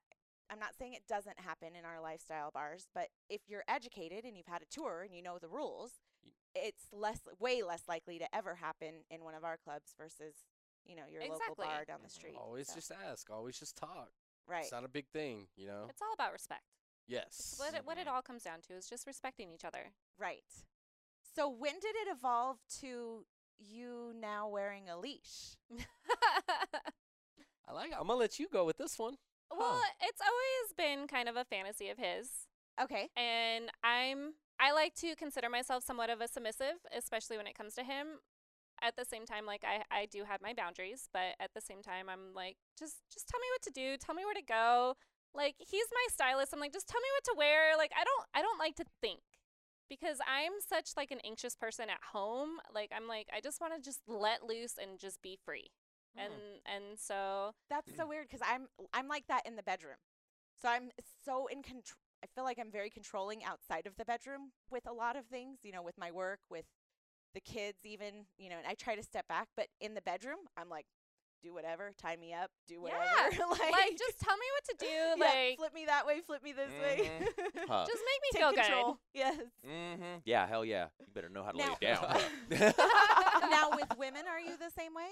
[SPEAKER 2] I'm not saying it doesn't happen in our lifestyle bars, but if you're educated and you've had a tour and you know the rules, it's less, way less likely to ever happen in one of our clubs versus, you know, your local
[SPEAKER 4] Exactly. Mm-hmm.
[SPEAKER 2] bar down the
[SPEAKER 3] Mhm.
[SPEAKER 2] street.
[SPEAKER 5] always
[SPEAKER 2] So,
[SPEAKER 5] just ask, always just talk.
[SPEAKER 2] right.
[SPEAKER 5] It's not a big thing, you know.
[SPEAKER 4] It's all about respect.
[SPEAKER 5] yes.
[SPEAKER 4] What it, what it
[SPEAKER 3] Mhm.
[SPEAKER 4] all comes down to is just respecting each other.
[SPEAKER 2] (laughs) Right. So when did it evolve to you now wearing a leash?
[SPEAKER 5] I like. I'm gonna let you go with this one.
[SPEAKER 4] well, it's always been kind of a fantasy of his,
[SPEAKER 2] Okay.
[SPEAKER 4] and I'm I like to consider myself somewhat of a submissive, especially when it comes to him. At the same time, like I I do have my boundaries, but at the same time, I'm like just just tell me what to do, tell me where to go. Like he's my stylist. I'm like just tell me what to wear. Like I don't I don't like to think because I'm such like an anxious person at home. Like I'm like I just want to just let loose and just be free. And and so
[SPEAKER 2] That's
[SPEAKER 4] (clears throat)
[SPEAKER 2] so weird because I'm I'm like that in the bedroom. So I'm so in control. I feel like I'm very controlling outside of the bedroom with a lot of things, you know, with my work, with the kids, even, you know, and I try to step back. But in the bedroom, I'm like, do whatever, tie me up, do whatever. (laughs) like,
[SPEAKER 4] like just tell me what to
[SPEAKER 2] (laughs)
[SPEAKER 4] do.
[SPEAKER 2] yeah,
[SPEAKER 4] like Mm-hmm.
[SPEAKER 2] flip me that way, flip me this way. (laughs)
[SPEAKER 3] (laughs) Huh.
[SPEAKER 4] just make me
[SPEAKER 2] Take
[SPEAKER 4] feel
[SPEAKER 2] control.
[SPEAKER 4] good.
[SPEAKER 2] Yes.
[SPEAKER 3] Mm-hmm. Yeah, hell yeah. You better know how to lay
[SPEAKER 2] Now-
[SPEAKER 3] it down. huh? (laughs)
[SPEAKER 4] (laughs)
[SPEAKER 2] now with women, are you the same way?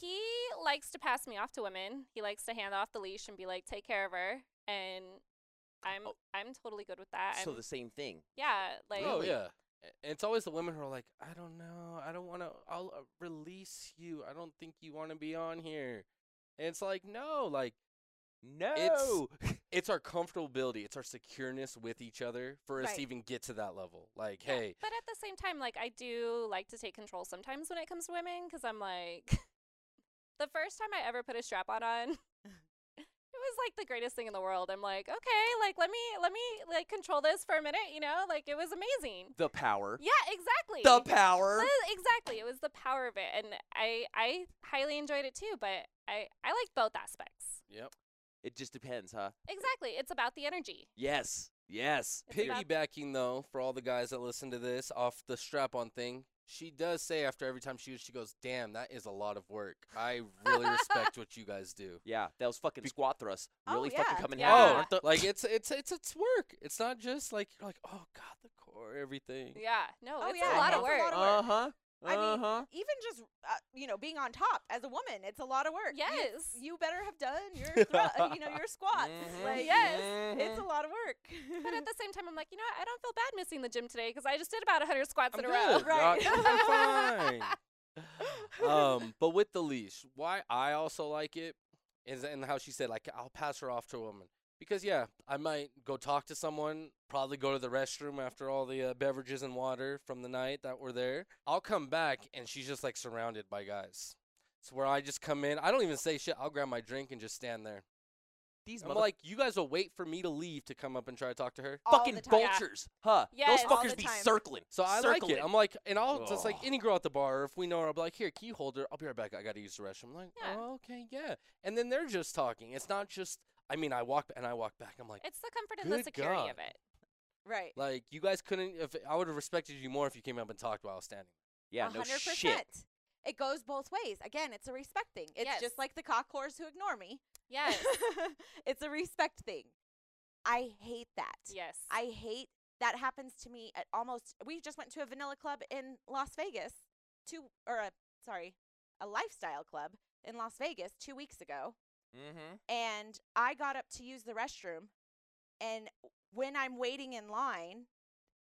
[SPEAKER 4] he likes to pass me off to women. He likes to hand off the leash and be like, "Take care of her." And I'm
[SPEAKER 3] Oh.
[SPEAKER 4] I'm totally good with that.
[SPEAKER 3] so
[SPEAKER 4] I'm-
[SPEAKER 3] the same thing.
[SPEAKER 4] yeah, like
[SPEAKER 5] oh yeah. A- It's always the women who are like, I don't know, I don't want to. I'll uh, release you. I don't think you want to be on here. And it's like, no, like
[SPEAKER 3] No. (laughs)
[SPEAKER 5] It's our comfortability. It's our secureness with each other for us
[SPEAKER 2] Right.
[SPEAKER 5] to even get to that level. Like,
[SPEAKER 4] Yeah,
[SPEAKER 5] hey,
[SPEAKER 4] But at the same time, like I do like to take control sometimes when it comes to women because I'm like, (laughs) the first time I ever put a strap on on, (laughs) it was like the greatest thing in the world. I'm like, okay, like let me let me like control this for a minute, you know? Like it was amazing.
[SPEAKER 3] the power.
[SPEAKER 4] Yeah, exactly.
[SPEAKER 3] The power.
[SPEAKER 4] Li- Exactly. It was the power of it, and I I highly enjoyed it too. But I I like both aspects.
[SPEAKER 5] yep.
[SPEAKER 3] It just depends, huh?
[SPEAKER 4] Exactly. It's about the energy.
[SPEAKER 3] Yes. Yes.
[SPEAKER 4] It's about-
[SPEAKER 5] Piggybacking though, for all the guys that listen to this off the strap on thing, she does say after every time she she goes, Damn, that is a lot of work. I really respect what you guys do.
[SPEAKER 3] Yeah, that was fucking squat thrusts.
[SPEAKER 2] Oh,
[SPEAKER 3] Really
[SPEAKER 2] yeah.
[SPEAKER 3] fucking coming
[SPEAKER 4] Yeah.
[SPEAKER 3] hard,
[SPEAKER 4] Oh,
[SPEAKER 3] aren't the-
[SPEAKER 5] Like
[SPEAKER 2] (laughs)
[SPEAKER 5] it's it's it's it's work. It's not just like you're like, Oh god, the core, everything.
[SPEAKER 4] Yeah. No.
[SPEAKER 2] Oh,
[SPEAKER 4] it's
[SPEAKER 2] yeah,
[SPEAKER 4] a lot
[SPEAKER 2] it's a
[SPEAKER 4] of
[SPEAKER 2] lot
[SPEAKER 4] work.
[SPEAKER 2] of
[SPEAKER 3] Uh huh.
[SPEAKER 2] I mean,
[SPEAKER 4] Uh-huh.
[SPEAKER 3] Uh huh.
[SPEAKER 2] Even just uh, you know being on top as a woman, it's a lot of work. You-
[SPEAKER 4] Yes.
[SPEAKER 2] you, better have done
[SPEAKER 4] (laughs)
[SPEAKER 2] your thru- you know your squats.
[SPEAKER 5] Mhm.
[SPEAKER 2] Like,
[SPEAKER 4] Yes.
[SPEAKER 2] it's a lot of work. (laughs)
[SPEAKER 4] Mm-hmm, But at the same time, I'm like, you know what? I don't feel bad missing the gym today because I just did about 100 squats
[SPEAKER 5] I'm
[SPEAKER 4] in a row.
[SPEAKER 5] good.
[SPEAKER 2] Right.
[SPEAKER 5] y'all. I'm fine. um, but with the leash, why I also like it is and how she said like I'll pass her off to a woman because yeah, I might go talk to someone, probably go to the restroom after all the uh, beverages and water from the night that were there. I'll come back and she's just like surrounded by guys. So where I just come in, I don't even say shit. I'll grab my drink and just stand there.
[SPEAKER 3] These
[SPEAKER 5] I'm like, you guys will wait for me to leave to come up and try to talk to her.
[SPEAKER 2] All
[SPEAKER 3] fucking
[SPEAKER 2] the time.
[SPEAKER 3] vultures, huh?
[SPEAKER 4] Yes.
[SPEAKER 3] Those
[SPEAKER 4] All
[SPEAKER 2] the
[SPEAKER 3] fuckers be
[SPEAKER 2] time.
[SPEAKER 3] circling.
[SPEAKER 5] So I
[SPEAKER 3] circling.
[SPEAKER 5] like it. I'm like, and I'll just like
[SPEAKER 3] Ugh.
[SPEAKER 5] any girl at the bar, if we know her, I'll be like, here, key holder. I'll be right back. I gotta use the restroom. I'm like,
[SPEAKER 4] Yeah.
[SPEAKER 5] oh, okay, yeah. And then they're just talking. It's not just. I mean, I walk b- and I walk back. I'm like,
[SPEAKER 4] (laughs) It's the comfort and the
[SPEAKER 5] Good
[SPEAKER 4] security
[SPEAKER 5] God.
[SPEAKER 4] of it.
[SPEAKER 2] right.
[SPEAKER 5] like you guys couldn't. If I would have respected you more if you came up and talked while I was standing.
[SPEAKER 3] yeah,
[SPEAKER 2] A
[SPEAKER 3] no
[SPEAKER 2] hundred
[SPEAKER 3] shit.
[SPEAKER 2] percent. It goes both ways. Again, it's a respect thing. It's
[SPEAKER 4] Yes.
[SPEAKER 2] just like the cock whores who ignore me. (laughs)
[SPEAKER 4] Yes.
[SPEAKER 2] it's a respect thing. I hate that.
[SPEAKER 4] yes.
[SPEAKER 2] I hate that happens to me at almost. We just went to a vanilla club in Las Vegas, two or a sorry, a lifestyle club in Las Vegas two weeks ago,
[SPEAKER 3] Mm-hmm.
[SPEAKER 2] and I got up to use the restroom, and when I'm waiting in line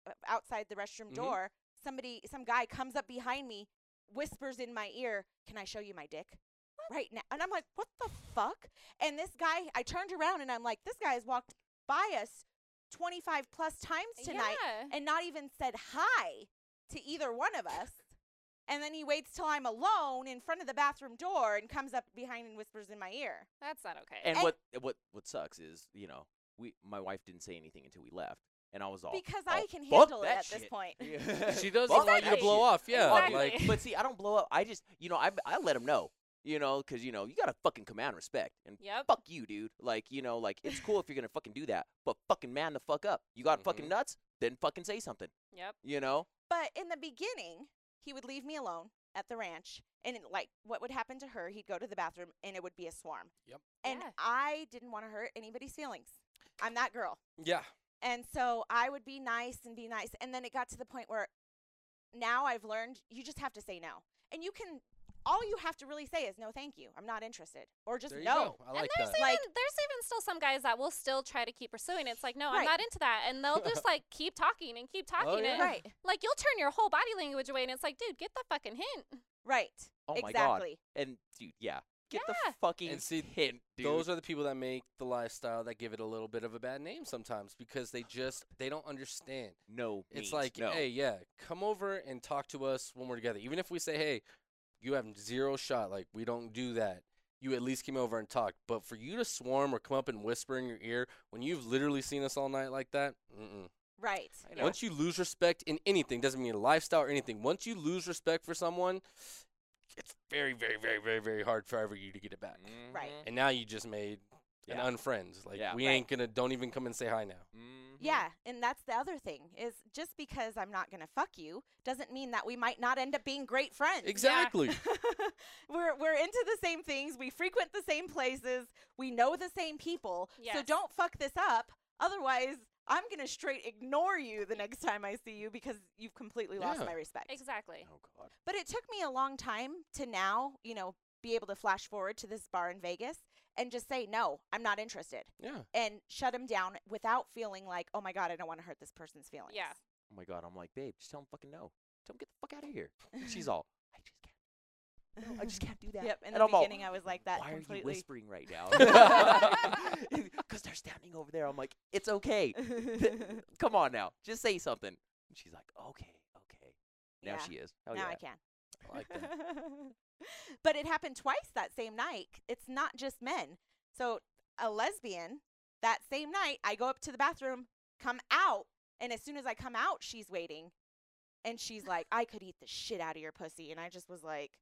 [SPEAKER 2] uh, outside the restroom
[SPEAKER 5] Mhm.
[SPEAKER 2] door, somebody, some guy comes up behind me, whispers in my ear, "Can I show you my dick?" Right now, and I'm like, "What the fuck?" And this guy, I turned around and I'm like, "This guy has walked by us 25 plus times tonight
[SPEAKER 4] Yeah.
[SPEAKER 2] and not even said hi to either one of us." And then he waits till I'm alone in front of the bathroom door and comes up behind and whispers in my ear.
[SPEAKER 4] That's not okay.
[SPEAKER 3] And
[SPEAKER 2] And-
[SPEAKER 3] what what what sucks is, you know, we my wife didn't say anything until we left, and I was all
[SPEAKER 2] Because
[SPEAKER 3] oh,
[SPEAKER 2] I can
[SPEAKER 3] fuck
[SPEAKER 2] handle it
[SPEAKER 3] that
[SPEAKER 2] at this
[SPEAKER 3] (laughs) shit.
[SPEAKER 2] point.
[SPEAKER 5] She doesn't
[SPEAKER 3] Fuck
[SPEAKER 5] want you
[SPEAKER 3] that
[SPEAKER 5] to blow
[SPEAKER 3] shit.
[SPEAKER 5] off. Yeah,
[SPEAKER 3] Fuck
[SPEAKER 4] Exactly.
[SPEAKER 5] like
[SPEAKER 3] But see, I don't blow up. I just, you know, I I let them know, you know, because you know you gotta fucking command respect and
[SPEAKER 4] yep.
[SPEAKER 3] fuck you, dude. Like, you know, like it's cool if you're gonna fucking do that, but fucking man the fuck up. You got fucking
[SPEAKER 5] Mhm.
[SPEAKER 3] nuts, then fucking say something.
[SPEAKER 4] Yep.
[SPEAKER 3] You know?
[SPEAKER 2] But in the beginning, he would leave me alone at the ranch, and it- like what would happen to her, he'd go to the bathroom, and it would be a swarm.
[SPEAKER 5] Yep.
[SPEAKER 2] And
[SPEAKER 4] Yeah.
[SPEAKER 2] I didn't want to hurt anybody's feelings. I'm that girl,
[SPEAKER 5] yeah.
[SPEAKER 2] and so I would be nice and be nice. And then it got to the point where now I've learned you just have to say no, and you can. All you have to really say is no, thank you. I'm not interested, or just
[SPEAKER 5] There you
[SPEAKER 2] no.
[SPEAKER 5] go. I like
[SPEAKER 4] and
[SPEAKER 5] that.
[SPEAKER 4] there's even
[SPEAKER 2] Like-
[SPEAKER 4] there's even still some guys that will still try to keep pursuing. It's like, no,
[SPEAKER 2] Right.
[SPEAKER 4] I'm not into that. And they'll
[SPEAKER 5] (laughs)
[SPEAKER 4] just like keep talking and keep talking.
[SPEAKER 5] Oh, yeah.
[SPEAKER 4] And,
[SPEAKER 2] Right,
[SPEAKER 4] Like you'll turn your whole body language away, and it's like, dude, get the fucking hint.
[SPEAKER 2] right.
[SPEAKER 3] Oh my god.
[SPEAKER 2] exactly.
[SPEAKER 3] And dude, yeah, get
[SPEAKER 4] Yeah.
[SPEAKER 3] the fucking
[SPEAKER 5] And see,
[SPEAKER 3] hint, dude.
[SPEAKER 5] Those are the people that make the lifestyle that give it a little bit of a bad name sometimes because they just they don't understand.
[SPEAKER 3] no. means
[SPEAKER 5] It's like,
[SPEAKER 3] no.
[SPEAKER 5] hey, yeah, come over and talk to us when we're together. Even if we say, hey, you have zero shot, like we don't do that. You at least came over and talked. But for you to swarm or come up and whisper in your ear when you've literally seen us all night like that, mm-mm.
[SPEAKER 2] Right.
[SPEAKER 3] I know.
[SPEAKER 5] once you lose respect in anything, doesn't mean a lifestyle or anything. Once you lose respect for someone, it's very, very, very, very, very hard for ever you to get it back.
[SPEAKER 2] Right.
[SPEAKER 5] And now you just made
[SPEAKER 3] Mm-hmm. Yeah.
[SPEAKER 5] an unfriend. Like
[SPEAKER 3] Yeah.
[SPEAKER 5] we
[SPEAKER 2] Right.
[SPEAKER 5] ain't gonna. Don't even come and say hi now. Mm-hmm.
[SPEAKER 3] Mhm.
[SPEAKER 2] Yeah, and that's the other thing is just because I'm not gonna fuck you doesn't mean that we might not end up being great friends.
[SPEAKER 5] Exactly.
[SPEAKER 2] (laughs) we're we're into the same things. We frequent the same places. We know the same people. So
[SPEAKER 4] Yes.
[SPEAKER 2] don't fuck this up. Otherwise, I'm gonna straight ignore you the next time I see you because you've completely lost
[SPEAKER 5] Yeah.
[SPEAKER 2] my respect.
[SPEAKER 4] Exactly.
[SPEAKER 3] Oh god.
[SPEAKER 2] But it took me a long time to now, you know, be able to flash forward to this bar in Vegas and just say no, I'm not interested,
[SPEAKER 5] Yeah.
[SPEAKER 2] and shut him down without feeling like, oh my god, I don't want to hurt this person's feelings.
[SPEAKER 4] Yeah.
[SPEAKER 2] (laughs)
[SPEAKER 3] Oh my god. I'm like, babe, just tell him fucking no. Tell him get the fuck out of here. And she's all, I just can't. no, I just can't do that.
[SPEAKER 2] Yep. In
[SPEAKER 3] and
[SPEAKER 2] the
[SPEAKER 3] I'm all,
[SPEAKER 2] beginning, I was like that
[SPEAKER 3] Why are you
[SPEAKER 2] completely.
[SPEAKER 3] whispering right
[SPEAKER 2] (laughs)
[SPEAKER 3] now? (laughs) Because they're standing over there. I'm like,
[SPEAKER 2] (laughs)
[SPEAKER 3] it's okay. Th- Come on now, just say something. And she's like, okay, okay. Now
[SPEAKER 2] Yeah.
[SPEAKER 3] she is. Hell
[SPEAKER 2] now
[SPEAKER 3] oh, yeah.
[SPEAKER 2] I can.
[SPEAKER 5] I like that.
[SPEAKER 2] (laughs) but it happened twice that same night. It's not just men. So a lesbian that same night, I go up to the bathroom, come out, and as soon as I come out, she's waiting, and she's like, "I could eat the shit out of your pussy," and I just was like,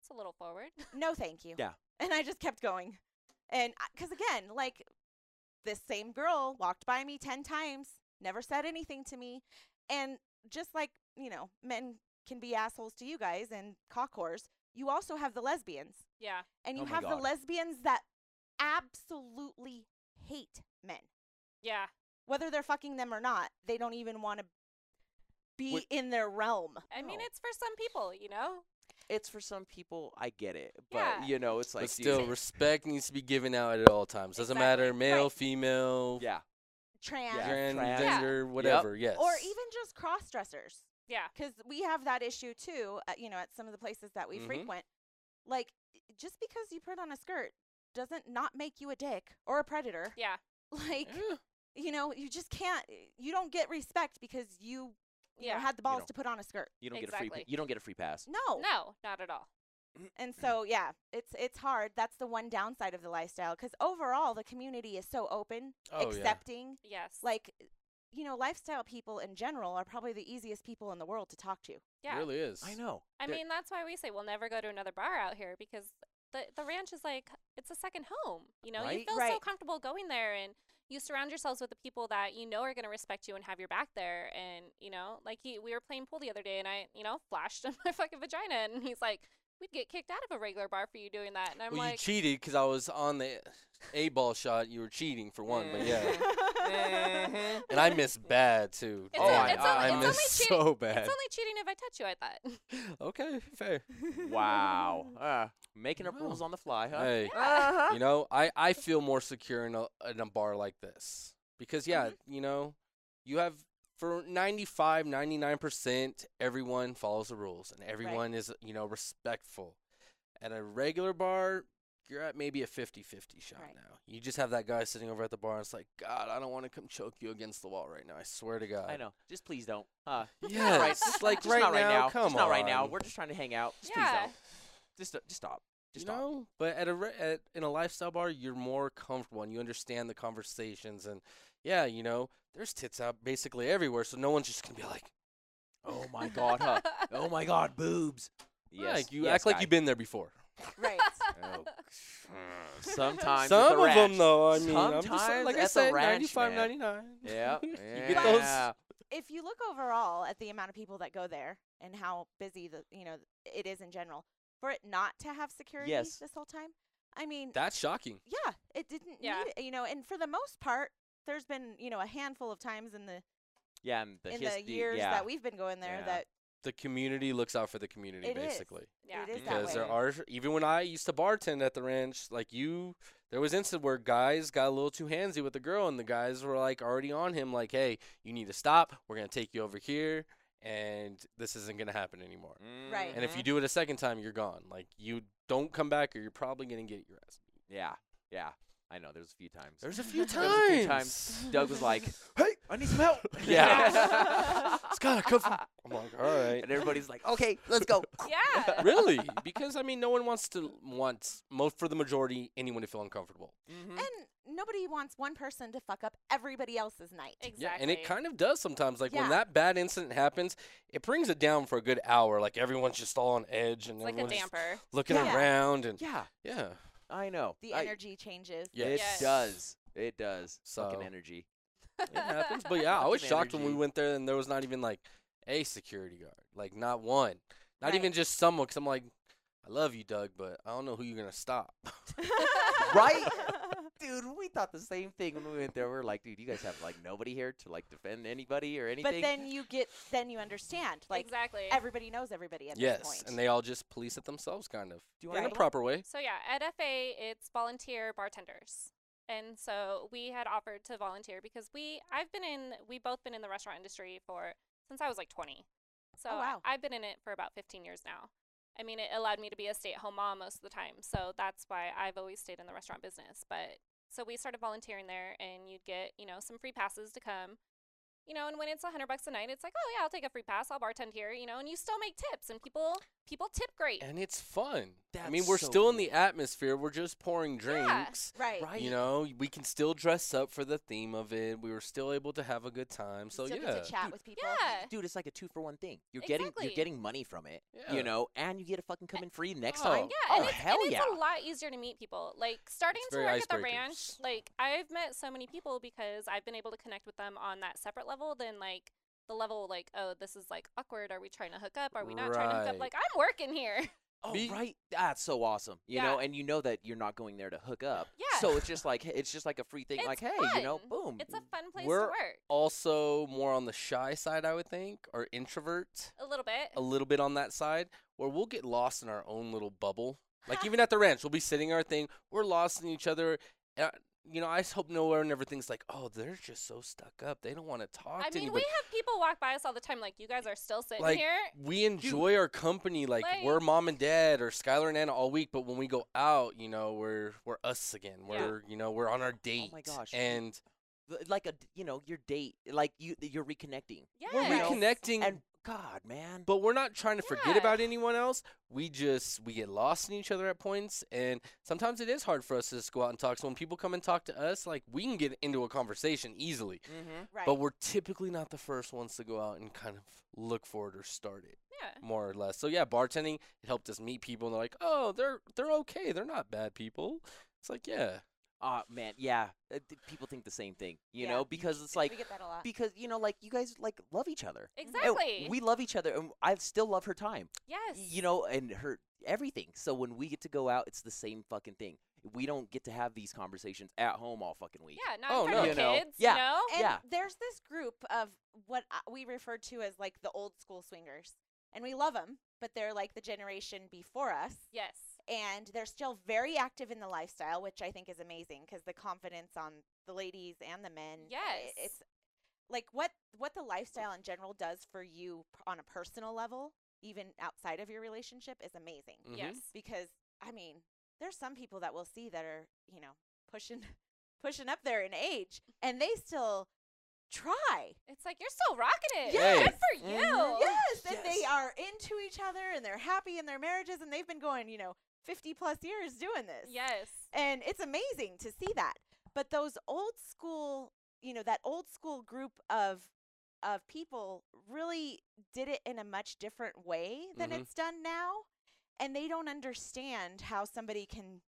[SPEAKER 4] It's a little forward.
[SPEAKER 2] "No, thank you."
[SPEAKER 3] Yeah.
[SPEAKER 2] (laughs) And I just kept going, and because again, like this same girl walked by me ten times, never said anything to me, and just like you know, men can be assholes to you guys and cock whores. You also have the lesbians.
[SPEAKER 4] Yeah.
[SPEAKER 2] And you
[SPEAKER 3] Oh my
[SPEAKER 2] have the
[SPEAKER 3] God.
[SPEAKER 2] lesbians that absolutely hate men.
[SPEAKER 4] Yeah.
[SPEAKER 2] Whether they're fucking them or not, they don't even want to be
[SPEAKER 3] What-
[SPEAKER 2] in their realm.
[SPEAKER 4] I mean,
[SPEAKER 3] No.
[SPEAKER 4] it's for some people, you know?
[SPEAKER 3] It's for some people. I get it, but
[SPEAKER 4] Yeah.
[SPEAKER 3] you know, it's like
[SPEAKER 5] but
[SPEAKER 3] dude,
[SPEAKER 5] still, respect needs to be given out at all times. Doesn't matter,
[SPEAKER 2] Exactly.
[SPEAKER 5] male,
[SPEAKER 2] Right.
[SPEAKER 5] female,
[SPEAKER 3] yeah,
[SPEAKER 2] Trans
[SPEAKER 3] Yeah, trans.
[SPEAKER 4] Yeah.
[SPEAKER 5] transgender, whatever. Yes.
[SPEAKER 2] or even just cross dressers.
[SPEAKER 4] Yeah.
[SPEAKER 2] Because we have that issue too, at, you know, at some of the places that we
[SPEAKER 5] Mhm.
[SPEAKER 2] frequent. Like, just because you put on a skirt doesn't not make you a dick or a predator.
[SPEAKER 4] Yeah.
[SPEAKER 2] (laughs) Like,
[SPEAKER 5] Yeah.
[SPEAKER 2] you know, you just can't, you don't get respect because you, you know,
[SPEAKER 4] Yeah.
[SPEAKER 2] had the balls
[SPEAKER 3] don't.
[SPEAKER 2] to put on a skirt.
[SPEAKER 3] you don't get a free.
[SPEAKER 4] Exactly.
[SPEAKER 3] pa- You don't get a free pass.
[SPEAKER 2] No.
[SPEAKER 4] No, not at all.
[SPEAKER 2] And
[SPEAKER 5] Mm-hmm.
[SPEAKER 2] so, yeah, it's it's hard. That's the one downside of the lifestyle because overall, the community is so open,
[SPEAKER 5] Oh, yeah.
[SPEAKER 2] accepting.
[SPEAKER 4] Yes.
[SPEAKER 2] Like, you know, lifestyle people in general are probably the easiest people in the world to talk to.
[SPEAKER 4] yeah.
[SPEAKER 5] really is.
[SPEAKER 3] I know.
[SPEAKER 4] I
[SPEAKER 3] There-
[SPEAKER 4] mean, that's why we say we'll never go to another bar out here because the the ranch is like it's a second home. You know,
[SPEAKER 3] Right?
[SPEAKER 4] you feel so
[SPEAKER 2] Right.
[SPEAKER 4] comfortable going there, and you surround yourselves with the people that you know are going to respect you and have your back there. And you know, like he, we were playing pool the other day, and I, you know, flashed (laughs) in my fucking vagina, and he's like, "We'd get kicked out of a regular bar for you doing that." And I'm
[SPEAKER 5] well, you
[SPEAKER 4] like,
[SPEAKER 5] cheated because I was on the a ball shot. You were cheating for one,
[SPEAKER 4] Mm.
[SPEAKER 5] but
[SPEAKER 4] (laughs)
[SPEAKER 5] yeah. And I miss bad too.
[SPEAKER 4] It's
[SPEAKER 5] oh,
[SPEAKER 4] a-
[SPEAKER 5] I,
[SPEAKER 4] it's only-
[SPEAKER 5] I
[SPEAKER 4] it's only
[SPEAKER 5] miss
[SPEAKER 4] cheating.
[SPEAKER 5] so bad.
[SPEAKER 4] "It's only cheating if I touch you." I thought.
[SPEAKER 5] okay, fair.
[SPEAKER 2] Mm-hmm.
[SPEAKER 3] Wow. (laughs) Uh, making up
[SPEAKER 5] Wow.
[SPEAKER 3] rules on the fly, huh?
[SPEAKER 5] Hey,
[SPEAKER 3] Uh-huh. (laughs)
[SPEAKER 5] you know, I, I feel more secure in a in a bar like this because yeah,
[SPEAKER 3] Mm-hmm.
[SPEAKER 5] you know, you have for 95, 99% everyone follows the rules and everyone is, you know, respectful. At a regular bar, you're at maybe a 50-50 shot
[SPEAKER 2] Right.
[SPEAKER 5] now. You just have that guy sitting over at the bar and it's like, "God, I don't want to come choke you against the wall right now. I swear to God."
[SPEAKER 3] I know. Just please don't. Huh?
[SPEAKER 5] Yes, like
[SPEAKER 3] Just
[SPEAKER 5] right,
[SPEAKER 3] not right
[SPEAKER 5] now,
[SPEAKER 3] now.
[SPEAKER 5] come
[SPEAKER 3] just
[SPEAKER 5] on.
[SPEAKER 3] not right now. We're just trying to hang out. Just
[SPEAKER 4] Yeah.
[SPEAKER 3] please don't. Just, uh, just stop. Just
[SPEAKER 5] you
[SPEAKER 3] stop.
[SPEAKER 5] know, but at a re- at, in a lifestyle bar, you're more comfortable and you understand the conversations and yeah, you know, there's tits out basically everywhere, so no one's just gonna be like,
[SPEAKER 3] Oh my god, huh? Oh my god, boobs. Yes.
[SPEAKER 5] like you
[SPEAKER 3] yes,
[SPEAKER 5] act like
[SPEAKER 3] guy.
[SPEAKER 5] you've been there before.
[SPEAKER 2] right.
[SPEAKER 3] Oh, (laughs) Sometimes at
[SPEAKER 5] Some
[SPEAKER 3] the
[SPEAKER 5] of them
[SPEAKER 3] ranch.
[SPEAKER 5] though, I mean, I'm just,
[SPEAKER 3] Sometimes
[SPEAKER 5] saying- like
[SPEAKER 3] at
[SPEAKER 5] I
[SPEAKER 3] the
[SPEAKER 5] said,
[SPEAKER 3] ranch,
[SPEAKER 5] 95,
[SPEAKER 3] man.
[SPEAKER 5] 99.
[SPEAKER 3] Yeah.
[SPEAKER 5] (laughs) you
[SPEAKER 3] yeah.
[SPEAKER 5] get those.
[SPEAKER 2] If you look overall at the amount of people that go there and how busy the you know it is in general, for it not to have security
[SPEAKER 3] Yes.
[SPEAKER 2] this whole time, I mean,
[SPEAKER 5] That's shocking.
[SPEAKER 2] yeah, it didn't
[SPEAKER 4] Yeah.
[SPEAKER 2] need it, you know. And for the most part, there's been you know a handful of times in the
[SPEAKER 3] Yeah, and the
[SPEAKER 2] in
[SPEAKER 3] his-
[SPEAKER 2] the years
[SPEAKER 3] yeah.
[SPEAKER 2] that we've been going there
[SPEAKER 3] Yeah.
[SPEAKER 2] that
[SPEAKER 5] The community looks out for the community
[SPEAKER 2] It is.
[SPEAKER 5] basically.
[SPEAKER 4] (laughs) yeah.
[SPEAKER 2] it is that
[SPEAKER 5] because
[SPEAKER 2] way.
[SPEAKER 5] there are even when I used to bartend at the ranch, like you, there was instances where guys got a little too handsy with the girl, and the guys were like already on him, like, "Hey, you need to stop. We're gonna take you over here, and this isn't gonna happen anymore.
[SPEAKER 3] Mm,
[SPEAKER 2] Right.
[SPEAKER 5] And if
[SPEAKER 3] Mm-hmm.
[SPEAKER 5] you do it a second time, you're gone. Like you don't come back, or you're probably gonna get your ass." beat."
[SPEAKER 3] Yeah. Yeah. I know. There's a few times.
[SPEAKER 5] There's a few
[SPEAKER 3] (laughs) There was a few
[SPEAKER 5] times.
[SPEAKER 3] Doug was
[SPEAKER 5] (laughs)
[SPEAKER 3] like, "Hey, I need some (laughs) help."
[SPEAKER 5] Yeah. Scott,
[SPEAKER 3] (laughs)
[SPEAKER 5] come. for-" I'm like, (laughs) all right.
[SPEAKER 3] And everybody's like, (laughs) "Okay, let's (laughs) go."
[SPEAKER 4] Yeah.
[SPEAKER 5] (laughs) really? Because I mean, no one wants to wants most for the majority anyone to feel uncomfortable.
[SPEAKER 3] Mhm.
[SPEAKER 2] and nobody wants one person to fuck up everybody else's night.
[SPEAKER 4] Exactly.
[SPEAKER 5] Yeah, and it kind of does sometimes. Like
[SPEAKER 2] Yeah.
[SPEAKER 5] when that bad incident happens, it brings it down for a good hour. Like everyone's just all on edge and
[SPEAKER 4] it's like a
[SPEAKER 5] everyone's just
[SPEAKER 4] damper.
[SPEAKER 5] looking
[SPEAKER 2] Yeah.
[SPEAKER 5] around and
[SPEAKER 3] Yeah,
[SPEAKER 5] yeah,
[SPEAKER 3] I know.
[SPEAKER 2] The
[SPEAKER 3] I-
[SPEAKER 2] energy changes.
[SPEAKER 5] Yeah.
[SPEAKER 3] It
[SPEAKER 4] Yes.
[SPEAKER 3] does. It does.
[SPEAKER 5] So-
[SPEAKER 3] Fucking energy.
[SPEAKER 5] it happens. But yeah, I was
[SPEAKER 3] Fucking
[SPEAKER 5] shocked when we
[SPEAKER 3] energy.
[SPEAKER 5] went there and there was not even like a security guard, like not one, not
[SPEAKER 2] Right.
[SPEAKER 5] even just someone. Because I'm like, I love you, Doug, but I don't know who you're gonna stop.
[SPEAKER 2] (laughs)
[SPEAKER 3] Right? Dude, we thought the same thing when we went there. We are like, dude, you guys have like nobody here to like defend anybody or anything.
[SPEAKER 2] But then you get, then you understand. Like
[SPEAKER 4] exactly.
[SPEAKER 2] everybody knows everybody at
[SPEAKER 5] yes,
[SPEAKER 2] this point.
[SPEAKER 5] and they all just police it themselves, kind of,
[SPEAKER 3] Do you
[SPEAKER 5] in
[SPEAKER 3] wanna
[SPEAKER 5] a
[SPEAKER 2] Right.
[SPEAKER 3] go?
[SPEAKER 5] proper way.
[SPEAKER 4] So yeah, at FA it's volunteer bartenders. And so we had offered to volunteer because we I've been in we both been in the restaurant industry for since I was like 20. So
[SPEAKER 2] Oh, wow.
[SPEAKER 4] I, have been in it for about 15 years now. I mean, it allowed me to be a stay at home mom most of the time. So that's why I've always stayed in the restaurant business. But so we started volunteering there, and you'd get, you know, some free passes to come. You know, and when it's a hundred bucks a night, it's like, oh yeah, I'll take a free pass. I'll bartend here, you know, and you still make tips, and people people tip great.
[SPEAKER 5] and it's fun. I mean,
[SPEAKER 3] That's
[SPEAKER 5] we're
[SPEAKER 3] so
[SPEAKER 5] still in the
[SPEAKER 3] cool.
[SPEAKER 5] atmosphere. We're just pouring
[SPEAKER 4] Yeah.
[SPEAKER 5] drinks.
[SPEAKER 2] Right.
[SPEAKER 3] Right.
[SPEAKER 5] You know, we can still dress up for the theme of it. We were still able to have a good time. So
[SPEAKER 2] Still
[SPEAKER 5] yeah.
[SPEAKER 2] get to chat
[SPEAKER 3] Dude,
[SPEAKER 2] with people. (laughs)
[SPEAKER 4] Yeah,
[SPEAKER 3] Dude, it's like a two for one thing. You're getting
[SPEAKER 4] Exactly.
[SPEAKER 3] you're getting money from it,
[SPEAKER 5] Yeah.
[SPEAKER 3] you know, and you get to fucking come in free next
[SPEAKER 5] Oh,
[SPEAKER 3] time.
[SPEAKER 4] Yeah,
[SPEAKER 3] oh
[SPEAKER 4] and, it's,
[SPEAKER 3] hell
[SPEAKER 4] and it's
[SPEAKER 3] yeah!
[SPEAKER 4] a lot easier to meet people. Like starting
[SPEAKER 5] It's
[SPEAKER 4] to
[SPEAKER 5] very
[SPEAKER 4] work at the
[SPEAKER 5] icebreakers.
[SPEAKER 4] ranch, like I've met so many people because I've been able to connect with them on that separate level than like the level like, oh, this is like awkward. Are we trying to hook up? Are we not trying to hook
[SPEAKER 5] Right.
[SPEAKER 4] up? Like I'm working here. (laughs)
[SPEAKER 3] Oh,
[SPEAKER 5] Me-
[SPEAKER 3] right. That's so awesome. You
[SPEAKER 4] Yeah.
[SPEAKER 3] know, and you know that you're not going there to hook up.
[SPEAKER 4] Yeah.
[SPEAKER 3] So it's just like it's just like a free thing.
[SPEAKER 4] It's
[SPEAKER 3] like, hey, you know,
[SPEAKER 4] fun.
[SPEAKER 3] boom.
[SPEAKER 4] It's a fun place
[SPEAKER 5] Mm, We're-
[SPEAKER 4] to work.
[SPEAKER 5] also more on the shy side, I would think, or introvert,
[SPEAKER 4] A little bit.
[SPEAKER 5] a little bit on that side, where we'll get lost in our own little bubble.
[SPEAKER 2] (laughs)
[SPEAKER 5] Like even at the ranch, we'll be sitting our thing, we're lost in each other. And I- you know, I just hope nowhere and everything's like, oh, they're just so stuck up. They don't want to talk
[SPEAKER 4] I
[SPEAKER 5] to
[SPEAKER 4] mean, we
[SPEAKER 5] anybody.
[SPEAKER 4] have people walk by us all the time. Like you guys are still sitting
[SPEAKER 5] Like,
[SPEAKER 4] here.
[SPEAKER 5] we enjoy our company like,
[SPEAKER 4] Like-
[SPEAKER 5] we're mom and dad or Skylar and Anna all week, but when we go out, you know, we're we're us again.
[SPEAKER 4] Yeah.
[SPEAKER 5] We're you know, we're on our date.
[SPEAKER 3] gosh.
[SPEAKER 5] And
[SPEAKER 3] Th- Like a d- you know your date, like you you're reconnecting.
[SPEAKER 4] Yes.
[SPEAKER 5] we're
[SPEAKER 3] Yes.
[SPEAKER 5] reconnecting
[SPEAKER 3] And God, man.
[SPEAKER 5] but we're not trying to forget
[SPEAKER 4] Yeah.
[SPEAKER 5] about anyone else. We just we get lost in each other at points, and sometimes it is hard for us to just go out and talk. So when people come and talk to us, like we can get into a conversation easily,
[SPEAKER 3] mm-hmm.
[SPEAKER 2] Right.
[SPEAKER 5] but we're typically not the first ones to go out and kind of look for it or start it,
[SPEAKER 4] Yeah.
[SPEAKER 5] more or less. So yeah, bartending it helped us meet people, and they're like, oh, they're they're okay, they're not bad people. It's like yeah,
[SPEAKER 3] Ah, man, yeah. Uh, th- people think the same thing, you
[SPEAKER 2] Yeah.
[SPEAKER 3] know, because it's
[SPEAKER 2] we
[SPEAKER 3] like
[SPEAKER 2] get that a lot.
[SPEAKER 3] because you know, like you guys like love each other. And
[SPEAKER 4] Exactly.
[SPEAKER 3] we love each other, and I still love her time.
[SPEAKER 4] yes.
[SPEAKER 3] you know, and her everything. So when we get to go out, it's the same fucking thing. We don't get to have these conversations at home all fucking week.
[SPEAKER 4] Yeah. Not
[SPEAKER 5] Oh,
[SPEAKER 4] in front
[SPEAKER 5] no.
[SPEAKER 4] of
[SPEAKER 5] You
[SPEAKER 3] know,
[SPEAKER 4] kids.
[SPEAKER 3] yeah.
[SPEAKER 4] You know?
[SPEAKER 2] And
[SPEAKER 3] Yeah.
[SPEAKER 2] there's this group of what I- we refer to as like the old school swingers, and we love them, but they're like the generation before us,
[SPEAKER 4] Yes.
[SPEAKER 2] and they're still very active in the lifestyle, which I think is amazing because the confidence on the ladies and the men.
[SPEAKER 5] eh,
[SPEAKER 2] i-
[SPEAKER 4] Yes.
[SPEAKER 2] it's like what what the lifestyle in general does for you p- on a personal level, even outside of your relationship, is amazing
[SPEAKER 5] Mhm.
[SPEAKER 4] Yes.
[SPEAKER 2] because I mean, there's some people that we'll see that are, you know, pushing (laughs) pushing up there in age and they still try.
[SPEAKER 4] It's like you're still rocking it.
[SPEAKER 5] Yes. Mm-hmm.
[SPEAKER 4] Good for you.
[SPEAKER 2] Yes, and they are into each other and they're happy in their marriages and they've been going, you know, 50 plus years doing this.
[SPEAKER 4] Yes.
[SPEAKER 2] And it's amazing to see that. But those old school, you know, that old school group of of people really did it in a much different way than
[SPEAKER 5] Mhm.
[SPEAKER 2] it's done now, and they don't understand how somebody can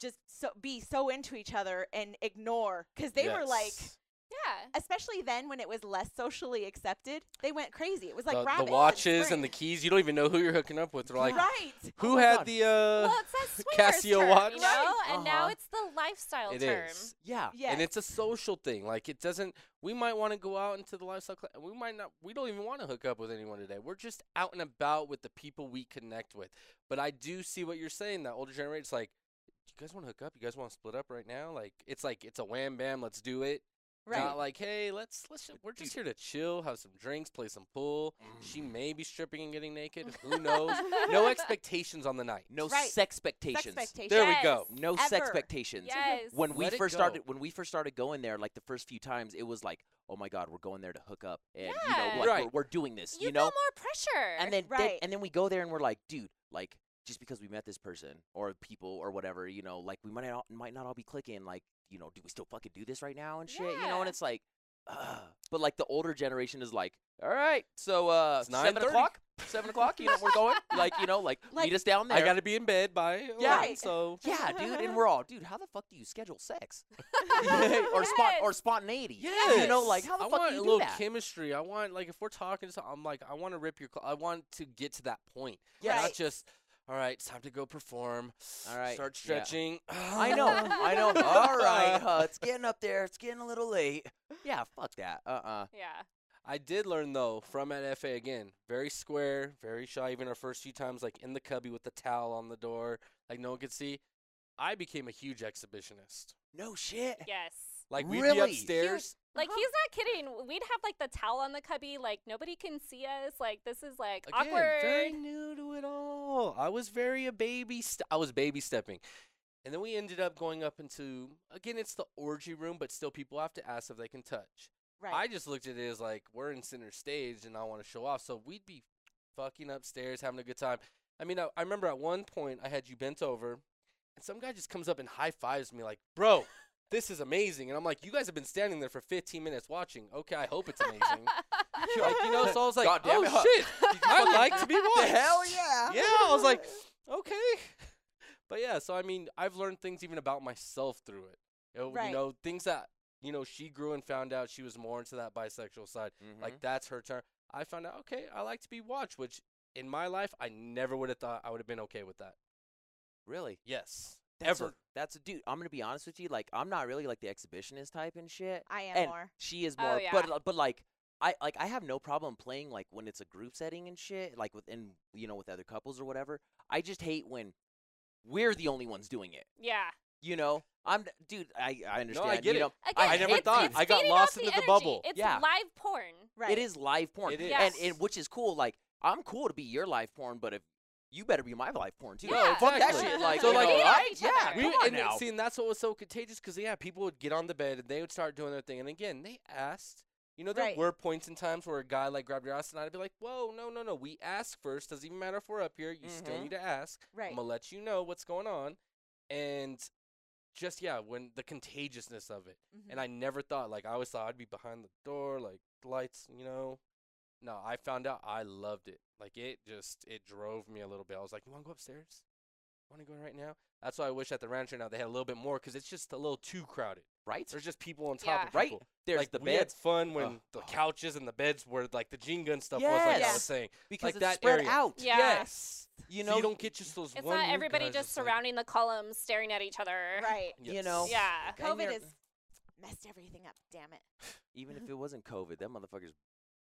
[SPEAKER 2] just so be so into each other and ignore cuz they were like
[SPEAKER 5] Yes.
[SPEAKER 4] Yeah.
[SPEAKER 2] especially then when it was less socially accepted, they went crazy. It was like
[SPEAKER 5] the, the
[SPEAKER 2] rabbits in
[SPEAKER 5] watches and the
[SPEAKER 2] spring.
[SPEAKER 5] keys. You don't even know who you're hooking up with. They're like,
[SPEAKER 2] right.
[SPEAKER 5] who
[SPEAKER 3] Oh my
[SPEAKER 5] had
[SPEAKER 3] God.
[SPEAKER 5] the uh,
[SPEAKER 4] well, it's that swingers
[SPEAKER 5] Casio
[SPEAKER 4] term,
[SPEAKER 5] watch?
[SPEAKER 4] you know,
[SPEAKER 3] Right.
[SPEAKER 4] and now
[SPEAKER 3] Uh-huh.
[SPEAKER 4] it's the lifestyle
[SPEAKER 5] It
[SPEAKER 4] term.
[SPEAKER 5] is.
[SPEAKER 3] Yeah.
[SPEAKER 2] Yeah.
[SPEAKER 5] And it's a social thing. Like it doesn't. We might want to go out into the lifestyle. Cl- we might not. We don't even want to hook up with anyone today. We're just out and about with the people we connect with. But I do see what you're saying. That older generation's like, you guys want to hook up? You guys want to split up right now? Like it's like it's a wham bam. Let's do it.
[SPEAKER 2] right.
[SPEAKER 5] Not like hey, let's let's. ju- We're just here to chill, have some drinks, play some pool. She may be stripping and
[SPEAKER 3] (laughs)
[SPEAKER 5] getting naked. Who knows?
[SPEAKER 4] (laughs)
[SPEAKER 5] no expectations on the night.
[SPEAKER 3] No
[SPEAKER 2] Right.
[SPEAKER 3] sexpectations.
[SPEAKER 2] Expectations.
[SPEAKER 5] There we go.
[SPEAKER 3] No
[SPEAKER 2] Ever.
[SPEAKER 3] sexpectations.
[SPEAKER 4] Yes.
[SPEAKER 3] When we
[SPEAKER 5] Let it
[SPEAKER 3] first
[SPEAKER 5] go.
[SPEAKER 3] started, when we first started going there, like the first few times, it was like, oh my God, we're going there to hook up, and you know,
[SPEAKER 4] Yeah.
[SPEAKER 3] like
[SPEAKER 5] Right.
[SPEAKER 3] we're, we're doing this,
[SPEAKER 4] you,
[SPEAKER 3] you, know.
[SPEAKER 4] feel more pressure.
[SPEAKER 3] and
[SPEAKER 4] (laughs)
[SPEAKER 5] (laughs)
[SPEAKER 3] then, then-
[SPEAKER 2] Right.
[SPEAKER 3] and then we go there and we're like, dude, like just because we met this person or people or whatever, you know, like we might not might not all be clicking. Like, you know, do we still fucking do this right now and shit? You know,
[SPEAKER 4] Yeah.
[SPEAKER 3] and it's like, uh, but like the older generation is like, all right, so uh,
[SPEAKER 5] It's
[SPEAKER 3] seven
[SPEAKER 5] 9:30.
[SPEAKER 3] o'clock, seven o'clock, you know, we're
[SPEAKER 2] (laughs)
[SPEAKER 3] going. Like, you know, like,
[SPEAKER 2] Like-
[SPEAKER 3] meet us down there.
[SPEAKER 5] I got to be in bed by
[SPEAKER 3] Yeah.
[SPEAKER 5] eleven, So
[SPEAKER 3] (laughs) yeah, dude,
[SPEAKER 2] (laughs)
[SPEAKER 3] and we're all, dude, how the fuck do you schedule sex? (laughs) or spot or spontaneity?
[SPEAKER 5] Yeah,
[SPEAKER 3] you know, like how the
[SPEAKER 5] I
[SPEAKER 3] fuck
[SPEAKER 5] want
[SPEAKER 3] do you
[SPEAKER 5] a
[SPEAKER 3] do
[SPEAKER 5] little
[SPEAKER 3] that?
[SPEAKER 5] chemistry. I want like if we're talking, to some- I'm like I want to rip your. Cl- I want to get to that point,
[SPEAKER 3] Yes.
[SPEAKER 5] not just. All right, it's time to go perform.
[SPEAKER 3] All right,
[SPEAKER 5] start
[SPEAKER 3] yeah.
[SPEAKER 5] stretching. (sighs)
[SPEAKER 3] I know, I know. (laughs) All right, uh, it's getting up there. It's getting a little late. Yeah, fuck that. Uh, uh
[SPEAKER 4] yeah.
[SPEAKER 5] I did learn though from at FA again, very square, very shy. Even our first few times, like in the cubby with the towel on the door, like no one could see. I became a huge exhibitionist.
[SPEAKER 3] No shit.
[SPEAKER 4] Yes.
[SPEAKER 5] Like we'd be
[SPEAKER 3] Really? Huge.
[SPEAKER 5] upstairs,
[SPEAKER 4] Like
[SPEAKER 2] Uh-huh.
[SPEAKER 4] he's not kidding. We'd have like the towel on the cubby, like nobody can see us. Like this is like
[SPEAKER 5] Again,
[SPEAKER 4] awkward. (laughs)
[SPEAKER 5] Very new to it all. I was very a baby. St- I was baby stepping, and then we ended up going up into again. It's the orgy room, but still people have to ask if they can touch.
[SPEAKER 2] Right.
[SPEAKER 5] I just looked at it as like we're in center stage, and I want to show off. So we'd be fucking upstairs having a good time. I mean, I, I remember at one point I had you bent over, and some guy just comes up and high fives me like, "Bro." This is amazing. And I'm like, you guys have been standing there for 15 minutes watching. Okay, I hope
[SPEAKER 3] (laughs)
[SPEAKER 5] it's amazing. like, you know, so I was like,
[SPEAKER 3] God damn
[SPEAKER 5] oh
[SPEAKER 3] it, huh? (laughs)
[SPEAKER 5] shit, I like to be watched.
[SPEAKER 3] Hell yeah.
[SPEAKER 5] Oh, Yeah, I was like, okay. (laughs) But yeah, so I mean, I've learned things even about myself through it. You know,
[SPEAKER 2] Right.
[SPEAKER 5] you know things that you know she grew and found out she was more into that bisexual side. Like that's her turn. I found out okay, I like to be watched, which in my life I never would have thought I would have been okay with that.
[SPEAKER 3] really?
[SPEAKER 5] Yes,
[SPEAKER 3] That's
[SPEAKER 5] ever.
[SPEAKER 3] A, that's a dude. I'm gonna be honest with you. Like, I'm not really like the exhibitionist type and shit.
[SPEAKER 2] I am
[SPEAKER 3] and
[SPEAKER 2] more.
[SPEAKER 3] she is
[SPEAKER 4] Oh,
[SPEAKER 3] more.
[SPEAKER 4] yeah.
[SPEAKER 3] But but like I like I have no problem playing like when it's a group setting and shit. Like within you know with other couples or whatever. I just hate when we're the only ones doing it.
[SPEAKER 4] yeah.
[SPEAKER 3] You know, I'm dude. I I understand.
[SPEAKER 5] get
[SPEAKER 3] you
[SPEAKER 5] it.
[SPEAKER 3] know,
[SPEAKER 4] Again,
[SPEAKER 3] I
[SPEAKER 5] never
[SPEAKER 4] it's-
[SPEAKER 5] thought.
[SPEAKER 4] it's
[SPEAKER 5] I got
[SPEAKER 4] feeding
[SPEAKER 5] lost
[SPEAKER 4] off
[SPEAKER 5] into the
[SPEAKER 4] energy.
[SPEAKER 5] bubble.
[SPEAKER 4] It's
[SPEAKER 3] Yeah.
[SPEAKER 4] live porn.
[SPEAKER 2] Right.
[SPEAKER 3] It is live porn.
[SPEAKER 5] It
[SPEAKER 3] And,
[SPEAKER 4] is.
[SPEAKER 3] and which is cool. Like I'm cool to be your live porn, but if you better be my live porn too.
[SPEAKER 4] No, Yeah.
[SPEAKER 3] Fuck that
[SPEAKER 5] exactly.
[SPEAKER 3] shit. Like,
[SPEAKER 5] So,
[SPEAKER 3] you
[SPEAKER 5] like,
[SPEAKER 3] know,
[SPEAKER 5] We
[SPEAKER 4] love
[SPEAKER 3] right?
[SPEAKER 4] each
[SPEAKER 3] Yeah.
[SPEAKER 4] other.
[SPEAKER 5] We
[SPEAKER 3] come
[SPEAKER 5] would-
[SPEAKER 3] on
[SPEAKER 5] and,
[SPEAKER 3] now.
[SPEAKER 5] see, and that's what was so contagious because yeah, people would get on the bed and they would start doing their thing. And again, they asked. You know, there
[SPEAKER 2] Right.
[SPEAKER 5] were points in times where a guy like grabbed your ass and I'd be like, "Whoa, no, no, no! We ask first. Doesn't even matter if we're up here. You still
[SPEAKER 3] Mhm.
[SPEAKER 5] need to ask.
[SPEAKER 2] Right.
[SPEAKER 5] I'm gonna let you know what's going on." And just yeah, when the contagiousness of it.
[SPEAKER 2] Mm-hmm.
[SPEAKER 5] And I never thought like I always thought I'd be behind the door, like lights, you know. No, I found out I loved it. Like it just it drove me a little bit. I was like, you want to go upstairs? Want to go right now? That's why I wish at the ranch right now they had a little bit more because it's just a little too crowded.
[SPEAKER 3] Right?
[SPEAKER 5] There's just people on top
[SPEAKER 4] Yeah.
[SPEAKER 5] of people.
[SPEAKER 3] Right? There's
[SPEAKER 5] like
[SPEAKER 3] the
[SPEAKER 5] we had
[SPEAKER 3] beds
[SPEAKER 5] fun when
[SPEAKER 3] Ugh.
[SPEAKER 5] the couches and the beds were like the gene gun stuff was like I
[SPEAKER 2] Yes.
[SPEAKER 5] was saying.
[SPEAKER 3] because
[SPEAKER 5] like
[SPEAKER 3] it's
[SPEAKER 5] that
[SPEAKER 3] spread
[SPEAKER 5] area.
[SPEAKER 3] out.
[SPEAKER 4] Yeah.
[SPEAKER 5] Yes.
[SPEAKER 3] You
[SPEAKER 5] You
[SPEAKER 3] know,
[SPEAKER 5] know, you don't get just those.
[SPEAKER 4] It's
[SPEAKER 5] one
[SPEAKER 4] not
[SPEAKER 5] weird
[SPEAKER 4] everybody
[SPEAKER 5] guys
[SPEAKER 4] just
[SPEAKER 5] like-
[SPEAKER 4] surrounding the columns staring at each other.
[SPEAKER 3] (laughs)
[SPEAKER 2] Right.
[SPEAKER 3] You know.
[SPEAKER 5] Yes.
[SPEAKER 4] Yeah.
[SPEAKER 3] And you're-
[SPEAKER 2] COVID has messed everything up. Damn it.
[SPEAKER 3] even if it wasn't COVID, that motherfucker's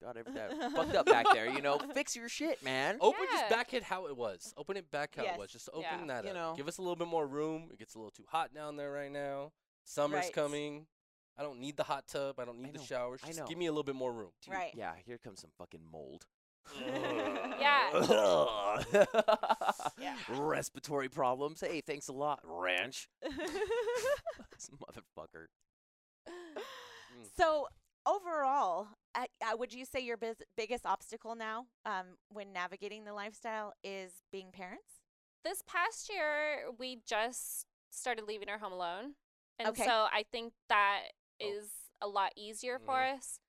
[SPEAKER 3] got every
[SPEAKER 4] (laughs)
[SPEAKER 3] that
[SPEAKER 2] (laughs)
[SPEAKER 3] fucked up back there. You know, fix your shit, man.
[SPEAKER 5] Open
[SPEAKER 4] Yeah.
[SPEAKER 5] just back it how it was. Open it back how
[SPEAKER 2] Yes.
[SPEAKER 5] it was. Just
[SPEAKER 4] Yeah.
[SPEAKER 5] open that
[SPEAKER 3] You
[SPEAKER 5] up.
[SPEAKER 3] know.
[SPEAKER 5] Give us a little bit more room. It gets a little too hot down there right now. Summer's
[SPEAKER 2] Right.
[SPEAKER 5] coming. I don't need the hot tub. I don't need
[SPEAKER 3] know.
[SPEAKER 5] the showers.
[SPEAKER 3] I
[SPEAKER 5] Just
[SPEAKER 3] know.
[SPEAKER 5] give me a little bit more room.
[SPEAKER 3] Dude,
[SPEAKER 2] Right.
[SPEAKER 3] Yeah, here comes some fucking mold.
[SPEAKER 4] Yeah.
[SPEAKER 3] (laughs)
[SPEAKER 2] Yeah.
[SPEAKER 3] Respiratory problems. Hey, thanks a lot, ranch. (laughs) This motherfucker. Mm.
[SPEAKER 2] so overall, I, I, would you say your biz- biggest obstacle now um, when navigating the lifestyle is being parents?
[SPEAKER 4] This past year, we just started leaving her home alone. And
[SPEAKER 2] Okay.
[SPEAKER 4] so I think that
[SPEAKER 5] Oh. Mm-hmm.
[SPEAKER 4] is a lot easier for us.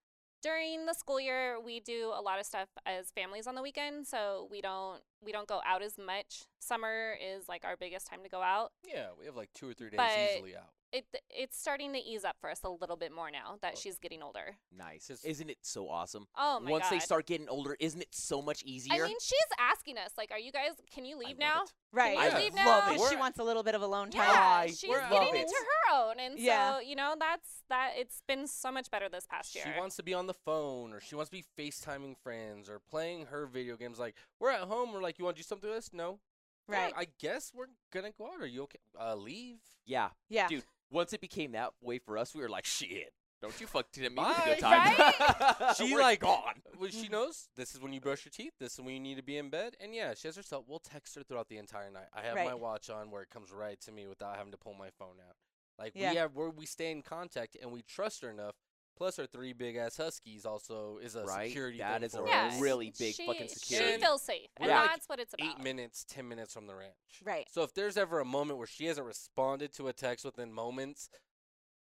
[SPEAKER 4] During the school year, we do a lot of stuff as families on the weekend, so we don't we don't go out as much. Summer is like our biggest time to go out.
[SPEAKER 5] Yeah, we have like two or three days
[SPEAKER 4] But-
[SPEAKER 5] easily out.
[SPEAKER 4] It it's starting to ease up for us a little bit more now
[SPEAKER 5] Oh.
[SPEAKER 4] that she's getting older.
[SPEAKER 3] Nice.
[SPEAKER 5] Just-
[SPEAKER 3] Isn't it so awesome?
[SPEAKER 4] Oh my
[SPEAKER 3] Once
[SPEAKER 4] god.
[SPEAKER 3] they start getting older, isn't it so much
[SPEAKER 4] I
[SPEAKER 3] easier?
[SPEAKER 4] mean, she's asking us like, "Are you guys? Can you
[SPEAKER 3] I love
[SPEAKER 4] leave now?"
[SPEAKER 3] it.
[SPEAKER 2] Right.
[SPEAKER 4] I
[SPEAKER 5] Yeah.
[SPEAKER 4] leave
[SPEAKER 3] love
[SPEAKER 4] now?
[SPEAKER 3] it.
[SPEAKER 2] Because she
[SPEAKER 5] We're-
[SPEAKER 2] wants a little bit of alone time.
[SPEAKER 4] Yeah,
[SPEAKER 3] I
[SPEAKER 4] she's
[SPEAKER 3] love
[SPEAKER 4] getting
[SPEAKER 3] it.
[SPEAKER 4] into her own, and
[SPEAKER 2] Yeah.
[SPEAKER 4] so you know that's that. It's been so much better this past year.
[SPEAKER 5] She wants to be on the phone, or she wants to be FaceTiming friends, or playing her video games. Like we're at home, we're like, you want to do something with us? No. "Yeah,
[SPEAKER 2] Right.
[SPEAKER 5] I guess we're gonna go out. Are you okay? Uh, leave.
[SPEAKER 3] yeah.
[SPEAKER 2] Yeah.
[SPEAKER 3] Dude, once it became that way for us, we were like, shit. Don't you fuck to me
[SPEAKER 5] Bye.
[SPEAKER 3] good time. (laughs)
[SPEAKER 5] She
[SPEAKER 3] We're
[SPEAKER 5] like- (laughs)
[SPEAKER 3] gone.
[SPEAKER 5] Well,
[SPEAKER 2] Mm-hmm.
[SPEAKER 5] she knows this is when you brush your teeth. This is when you need to be in bed. And yeah, she has herself. We'll text her throughout the entire night. I have my
[SPEAKER 2] Right.
[SPEAKER 5] watch on where it comes right to me without having to pull my phone out. Like
[SPEAKER 2] Yeah.
[SPEAKER 5] we have where we stay in contact and we trust her enough. Plus, her three big ass huskies also is a
[SPEAKER 3] right?
[SPEAKER 5] security.
[SPEAKER 3] That
[SPEAKER 5] thing
[SPEAKER 3] is a
[SPEAKER 5] for
[SPEAKER 4] Yeah.
[SPEAKER 5] us.
[SPEAKER 3] really big
[SPEAKER 4] she,
[SPEAKER 3] fucking
[SPEAKER 4] She
[SPEAKER 3] security.
[SPEAKER 4] feels safe, and
[SPEAKER 5] Yeah.
[SPEAKER 4] that's what it's about.
[SPEAKER 5] eight minutes, ten minutes from the ranch.
[SPEAKER 2] Right.
[SPEAKER 5] So if there's ever a moment where she hasn't responded to a text within moments,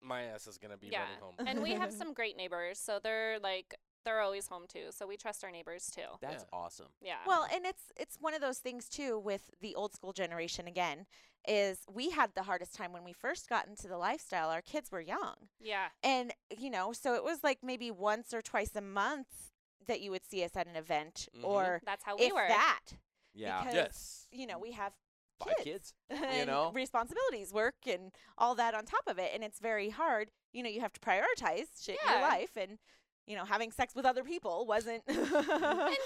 [SPEAKER 5] my ass is gonna be
[SPEAKER 4] yeah,
[SPEAKER 5] running home.
[SPEAKER 4] and we
[SPEAKER 3] (laughs)
[SPEAKER 4] have some great neighbors, so they're like they're always home too. So we trust our neighbors too.
[SPEAKER 3] That's
[SPEAKER 5] Yeah.
[SPEAKER 3] awesome.
[SPEAKER 4] Yeah.
[SPEAKER 2] Well, and it's it's one of those things too with the old school generation again is we had the hardest time when we first got into the lifestyle. Our kids were young.
[SPEAKER 4] yeah.
[SPEAKER 2] And you know, so it was like maybe once or twice a month that you would see us at an event
[SPEAKER 3] Mm-hmm.
[SPEAKER 5] Mhm.
[SPEAKER 2] or
[SPEAKER 4] That's how we
[SPEAKER 2] if
[SPEAKER 4] were.
[SPEAKER 2] that.
[SPEAKER 3] Yeah.
[SPEAKER 2] Because,
[SPEAKER 5] Yes.
[SPEAKER 2] you know, we have
[SPEAKER 3] Five
[SPEAKER 2] kids.
[SPEAKER 3] kids.
[SPEAKER 2] and
[SPEAKER 3] know?
[SPEAKER 2] responsibilities, work, and all that on top of it, and it's very hard. You know, you have to prioritize shit in
[SPEAKER 4] Yeah.
[SPEAKER 2] your life, and you know, having sex with other people wasn't.
[SPEAKER 4] And
[SPEAKER 3] Mm-hmm.
[SPEAKER 2] (laughs)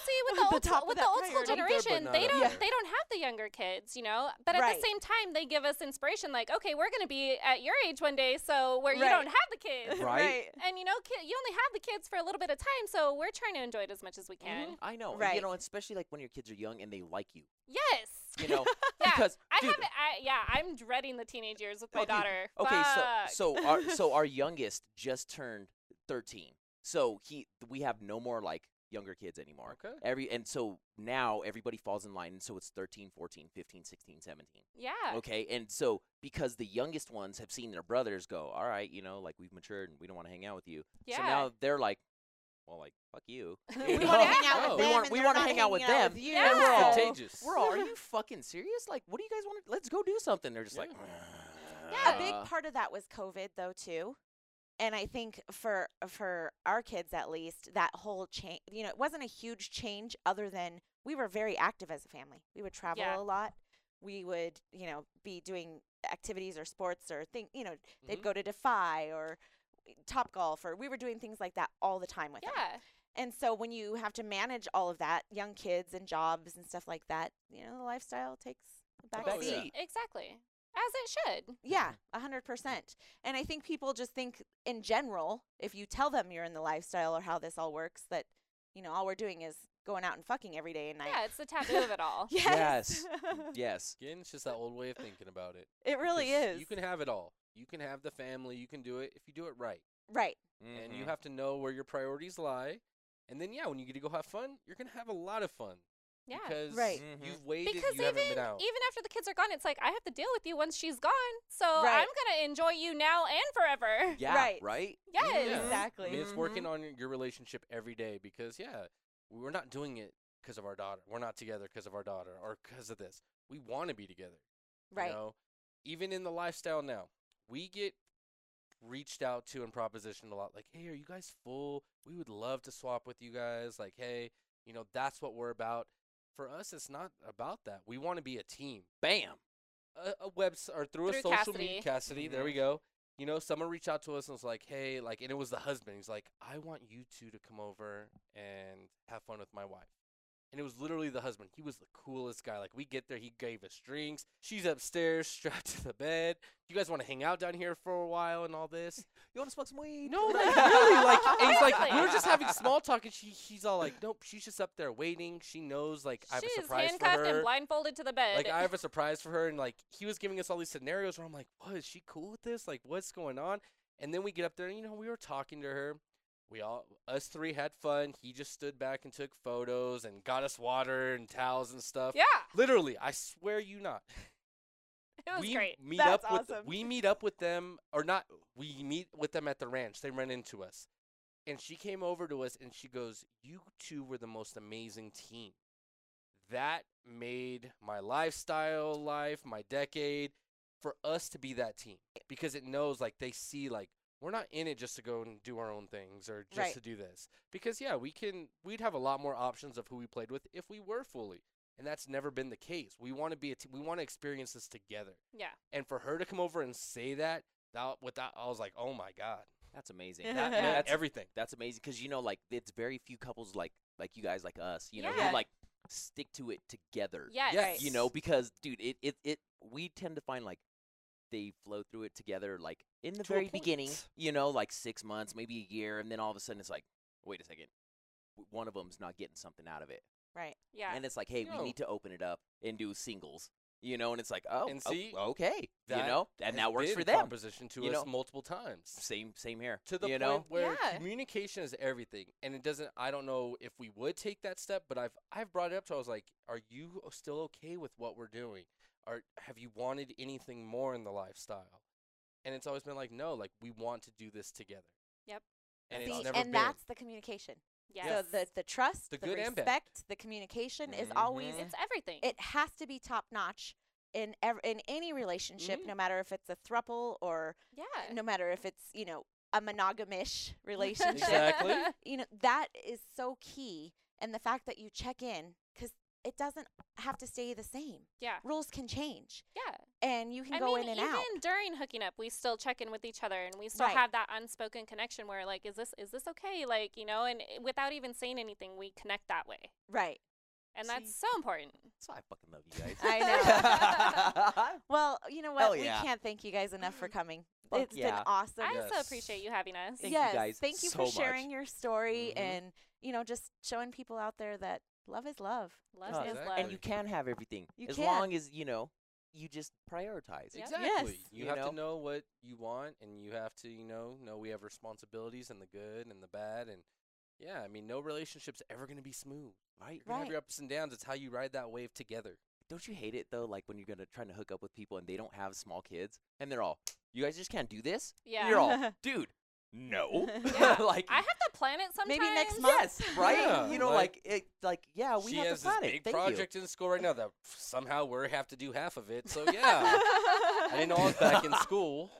[SPEAKER 4] see, with the,
[SPEAKER 2] the
[SPEAKER 4] old,
[SPEAKER 2] top
[SPEAKER 4] school-
[SPEAKER 2] of
[SPEAKER 4] with the
[SPEAKER 2] that
[SPEAKER 4] old
[SPEAKER 2] priority.
[SPEAKER 4] school
[SPEAKER 5] Up there, but
[SPEAKER 4] generation,
[SPEAKER 5] not
[SPEAKER 4] they
[SPEAKER 5] up
[SPEAKER 4] don't
[SPEAKER 2] there.
[SPEAKER 4] they don't have the younger kids, you know. But at
[SPEAKER 2] Right.
[SPEAKER 4] the same time, they give us inspiration, like, okay, we're gonna be at your age one day, so where you
[SPEAKER 2] Right.
[SPEAKER 4] don't have the
[SPEAKER 2] (laughs)
[SPEAKER 4] kids,
[SPEAKER 5] Right.
[SPEAKER 4] and you know, ki- you only have the kids for a little bit of time, so we're trying to enjoy it as much as we can.
[SPEAKER 3] I know. and You
[SPEAKER 2] Right.
[SPEAKER 3] know, especially like when your kids are young and they like you.
[SPEAKER 4] Yes.
[SPEAKER 3] You know,
[SPEAKER 4] Yeah,
[SPEAKER 3] because
[SPEAKER 4] I
[SPEAKER 3] dude,
[SPEAKER 4] haven't. I, yeah, I'm dreading the teenage years with my
[SPEAKER 3] Okay,
[SPEAKER 4] daughter.
[SPEAKER 3] Okay,
[SPEAKER 4] Fuck.
[SPEAKER 3] so so our so our youngest just turned 13. So he we have no more like younger kids anymore.
[SPEAKER 5] Okay.
[SPEAKER 3] Every and so now everybody falls in line and so it's 13, 14, 15, 16, 17.
[SPEAKER 4] yeah. (laughs)
[SPEAKER 3] Okay. And so because the youngest ones have seen their brothers go, all right, you know, like we've matured and we don't want to hang out with you.
[SPEAKER 4] Yeah.
[SPEAKER 3] So now they're like, well, like fuck you.
[SPEAKER 2] We
[SPEAKER 3] you
[SPEAKER 2] want to
[SPEAKER 3] know?
[SPEAKER 2] hang out
[SPEAKER 5] No.
[SPEAKER 2] with
[SPEAKER 5] We
[SPEAKER 2] them.
[SPEAKER 3] wanna-
[SPEAKER 2] and
[SPEAKER 3] we
[SPEAKER 2] they're
[SPEAKER 3] wanna
[SPEAKER 2] not
[SPEAKER 3] hang out with
[SPEAKER 2] hanging
[SPEAKER 3] them,
[SPEAKER 2] you.
[SPEAKER 4] and
[SPEAKER 5] And we're
[SPEAKER 4] Yeah.
[SPEAKER 5] all
[SPEAKER 2] So-
[SPEAKER 5] contagious.
[SPEAKER 3] We're all, are you fucking serious? Like, what do you guys want to? Let's go do something. They're just like,
[SPEAKER 2] Yeah, a big
[SPEAKER 3] "Uh,
[SPEAKER 2] part of that was COVID though too. And I think for for our kids at least, that whole change, you know, it wasn't a huge change other than we were very active as a family. We would travel
[SPEAKER 4] Yeah.
[SPEAKER 2] a lot. We would, you know, be doing activities or sports or thing, you know, they'd
[SPEAKER 5] Mhm.
[SPEAKER 2] go to Defy or Top Golf or we were doing things like that all the time with them.
[SPEAKER 4] yeah.
[SPEAKER 2] And so when you have to manage all of that, young kids and jobs and stuff like that, you know, the lifestyle takes a back
[SPEAKER 5] Oh,
[SPEAKER 2] seat.
[SPEAKER 5] yeah.
[SPEAKER 4] Exactly. As it should.
[SPEAKER 2] Yeah, a hundred percent. And I think people just think in general, if you tell them you're in the lifestyle or how this all works, that you know all we're doing is going out and fucking every day and night.
[SPEAKER 4] Yeah, it's the taboo of
[SPEAKER 2] (laughs)
[SPEAKER 4] it all.
[SPEAKER 2] Yes.
[SPEAKER 3] "Uh,
[SPEAKER 2] (laughs)
[SPEAKER 3] yes.
[SPEAKER 5] Again, it's just that old way of thinking about it.
[SPEAKER 2] it really
[SPEAKER 5] 'Cause
[SPEAKER 2] is.
[SPEAKER 5] You can have it all. You can have the family. You can do it if you do it right.
[SPEAKER 2] right.
[SPEAKER 5] And
[SPEAKER 3] Mm-hmm.
[SPEAKER 5] you have to know where your priorities lie. And then yeah, when you get to go have fun, you're gonna have a lot of fun.
[SPEAKER 4] Yeah.
[SPEAKER 5] Because
[SPEAKER 2] Right.
[SPEAKER 3] Mhm.
[SPEAKER 5] you've waited,
[SPEAKER 4] Because
[SPEAKER 5] you
[SPEAKER 4] even
[SPEAKER 5] haven't
[SPEAKER 4] even
[SPEAKER 5] been out.
[SPEAKER 4] after the kids are gone, it's like I have to deal with you once she's gone. So
[SPEAKER 2] Right.
[SPEAKER 4] I'm gonna enjoy you now and forever.
[SPEAKER 3] Yeah.
[SPEAKER 2] Right.
[SPEAKER 3] Right.
[SPEAKER 4] (laughs) Yes.
[SPEAKER 5] Yeah. I
[SPEAKER 2] Exactly.
[SPEAKER 5] mean,
[SPEAKER 4] Mm-hmm.
[SPEAKER 5] it's working on your- your relationship every day because yeah, we're not doing it because of our daughter. We're not together because of our daughter or because of this. We want to be together.
[SPEAKER 2] Right.
[SPEAKER 5] You know, even in the lifestyle now, we get reached out to and propositioned a lot. Like, hey, are you guys full? We would love to swap with you guys. Like, hey, you know, that's what we're about. For us, it's not about that. We want to be a team.
[SPEAKER 3] Bam.
[SPEAKER 5] A, a website or through, a
[SPEAKER 4] Through
[SPEAKER 5] social
[SPEAKER 4] Cassidy.
[SPEAKER 5] media, Cassidy. There
[SPEAKER 3] Mhm.
[SPEAKER 4] Mm-hmm.
[SPEAKER 5] we go. You know, someone reached out to us and was like, hey, like, and it was the husband. He's like, I want you two to come over and have fun with my wife. And it was literally the husband. He was the coolest guy. Like, we get there, he gave us drinks. She's upstairs, (laughs) strapped to the bed. You guys want to hang out down here for a while and all this?
[SPEAKER 4] (laughs)
[SPEAKER 3] You want to smoke some weed?
[SPEAKER 5] No, like really, like and it's like we
[SPEAKER 4] Exactly.
[SPEAKER 5] were just having (laughs) small talk, and she she's all like, "Nope, she's just up there waiting. She knows like I have a
[SPEAKER 4] She's
[SPEAKER 5] surprise for
[SPEAKER 4] handcuffed and
[SPEAKER 5] her.
[SPEAKER 4] blindfolded to the bed.
[SPEAKER 5] Like I have a surprise for her." And like he was giving us all these scenarios where I'm like, "What is she cool with this? Like what's going on?" And then we get up there, and you know, we were talking to her. We all us three had fun. He just stood back and took photos and got us water and towels and stuff.
[SPEAKER 4] (laughs) yeah,
[SPEAKER 5] Literally, I swear you not
[SPEAKER 4] (laughs) it was
[SPEAKER 5] we
[SPEAKER 4] great.
[SPEAKER 5] meet
[SPEAKER 2] That's
[SPEAKER 5] up with
[SPEAKER 2] awesome.
[SPEAKER 5] we meet up with them or not we meet with them at the ranch they run into us and she came over to us and she goes you two were the most amazing team that made my lifestyle life my decade for us to be that team because it knows like they see like we're not in it just to go and do our own things or just
[SPEAKER 2] Right.
[SPEAKER 5] to do this because yeah we can we'd have a lot more options of who we played with if we were fully and that's never been the case we want to be a team we want to experience this together
[SPEAKER 4] Yeah,
[SPEAKER 5] and for her to come over and say that, that without I was like, oh my god,
[SPEAKER 3] That's amazing. (laughs)
[SPEAKER 5] that meant (laughs)
[SPEAKER 3] that's
[SPEAKER 5] everything.
[SPEAKER 3] that's amazing because you know, like it's very few couples like like you guys like us. You know,
[SPEAKER 4] Yeah.
[SPEAKER 3] who like stick to it together.
[SPEAKER 4] yes,
[SPEAKER 5] Yes.
[SPEAKER 3] You know, because dude, it it it we tend to find like they flow through it together like in the
[SPEAKER 5] To a
[SPEAKER 3] very beginning.
[SPEAKER 5] point.
[SPEAKER 3] You know, like six months, maybe a year, and then all of a sudden it's like, wait a second, w- one of them's not getting something out of it.
[SPEAKER 2] Right.
[SPEAKER 4] yeah.
[SPEAKER 3] and it's like, hey,
[SPEAKER 5] No.
[SPEAKER 3] we need to open it up and do singles, you know. And it's like, oh,
[SPEAKER 5] And
[SPEAKER 3] o-
[SPEAKER 5] see,
[SPEAKER 3] okay, you
[SPEAKER 5] that
[SPEAKER 3] know, and
[SPEAKER 5] has
[SPEAKER 3] that works
[SPEAKER 5] been
[SPEAKER 3] for them.
[SPEAKER 5] Proposition to
[SPEAKER 3] you
[SPEAKER 5] us
[SPEAKER 3] know?
[SPEAKER 5] multiple times
[SPEAKER 3] Same, same here.
[SPEAKER 5] to the
[SPEAKER 3] you
[SPEAKER 5] point
[SPEAKER 3] know,
[SPEAKER 5] where
[SPEAKER 4] Yeah.
[SPEAKER 5] communication is everything, and it doesn't. I don't know if we would take that step, but I've I've brought it up to. I was like, are you o- still okay with what we're doing? Are have you wanted anything more in the lifestyle? And it's always been like, no, like we want to do this together.
[SPEAKER 4] Yep.
[SPEAKER 5] And
[SPEAKER 2] See,
[SPEAKER 5] it's never
[SPEAKER 2] and
[SPEAKER 5] been.
[SPEAKER 2] that's the communication.
[SPEAKER 4] yes.
[SPEAKER 2] So the the trust,
[SPEAKER 5] The
[SPEAKER 2] the,
[SPEAKER 5] good and bad.
[SPEAKER 2] respect, the communication is
[SPEAKER 3] Mhm.
[SPEAKER 2] always
[SPEAKER 4] it's everything.
[SPEAKER 2] it has to be top notch in ev- in any relationship, no matter if it's a thruple or
[SPEAKER 4] Mm-hmm. yeah, (laughs)
[SPEAKER 2] no matter if it's, you know, a monogamish relationship.
[SPEAKER 5] Exactly.
[SPEAKER 2] you know that is so key and the fact that you check in because it doesn't have to stay the same.
[SPEAKER 4] Yeah.
[SPEAKER 2] Rules can change,
[SPEAKER 4] Yeah.
[SPEAKER 2] and you (laughs) can
[SPEAKER 4] I
[SPEAKER 2] go
[SPEAKER 4] mean,
[SPEAKER 2] in and
[SPEAKER 4] even
[SPEAKER 2] out.
[SPEAKER 4] during hooking up, we still check in with each other, and we still
[SPEAKER 2] Right.
[SPEAKER 4] have that unspoken connection where, like, is this is this okay? Like, you know, and i- without even saying anything, we connect that way,
[SPEAKER 2] Right.
[SPEAKER 4] and that's
[SPEAKER 2] See?
[SPEAKER 4] so important.
[SPEAKER 3] That's why I fucking love you guys.
[SPEAKER 2] I
[SPEAKER 3] (laughs)
[SPEAKER 4] know.
[SPEAKER 2] Well, you know
[SPEAKER 3] Hell
[SPEAKER 2] what?
[SPEAKER 3] yeah.
[SPEAKER 2] We can't thank you guys enough for coming.
[SPEAKER 3] Fuck
[SPEAKER 2] It's
[SPEAKER 3] yeah.
[SPEAKER 2] been awesome.
[SPEAKER 4] Mm-hmm. I so
[SPEAKER 5] Yes.
[SPEAKER 4] appreciate you having us.
[SPEAKER 3] Thank you
[SPEAKER 2] yes,
[SPEAKER 3] guys
[SPEAKER 2] thank you
[SPEAKER 3] so
[SPEAKER 2] for
[SPEAKER 3] much. Mm-hmm.
[SPEAKER 2] sharing your story
[SPEAKER 5] Mhm.
[SPEAKER 2] and you know just showing people out there that love is love.
[SPEAKER 4] Love
[SPEAKER 3] Oh,
[SPEAKER 4] is
[SPEAKER 5] exactly.
[SPEAKER 4] love.
[SPEAKER 3] and you can have everything
[SPEAKER 2] You
[SPEAKER 3] as
[SPEAKER 2] can.
[SPEAKER 3] long as you know you just prioritize.
[SPEAKER 4] Yep.
[SPEAKER 5] Exactly.
[SPEAKER 2] Yes.
[SPEAKER 5] You,
[SPEAKER 3] You
[SPEAKER 5] have
[SPEAKER 3] know?
[SPEAKER 5] to know what you want, and you have to, you know, know we have responsibilities and the good and the bad, and yeah, I mean, no relationship's ever gonna be smooth.
[SPEAKER 3] Right?
[SPEAKER 5] You're gonna have
[SPEAKER 2] Right.
[SPEAKER 5] your ups and downs. It's how you ride that wave together.
[SPEAKER 3] Don't you hate it though? Like when you're gonna trying to hook up with people and they don't have small kids and they're all, you guys just can't do this. And
[SPEAKER 4] yeah.
[SPEAKER 3] You're all,
[SPEAKER 2] (laughs)
[SPEAKER 3] dude,
[SPEAKER 5] (laughs)
[SPEAKER 3] no.
[SPEAKER 4] (laughs)
[SPEAKER 3] (laughs)
[SPEAKER 4] Yeah.
[SPEAKER 3] like
[SPEAKER 4] I have to plan it sometimes.
[SPEAKER 2] Maybe next month.
[SPEAKER 3] yes, right?
[SPEAKER 5] Yeah,
[SPEAKER 3] you know, like,
[SPEAKER 5] like-
[SPEAKER 3] it, like yeah, we
[SPEAKER 5] she
[SPEAKER 3] have
[SPEAKER 5] has
[SPEAKER 3] to plan
[SPEAKER 5] this
[SPEAKER 3] it.
[SPEAKER 5] big
[SPEAKER 3] Thank you.
[SPEAKER 5] project in school right now that somehow we have to do half of it. So yeah, I didn't know I was back in school.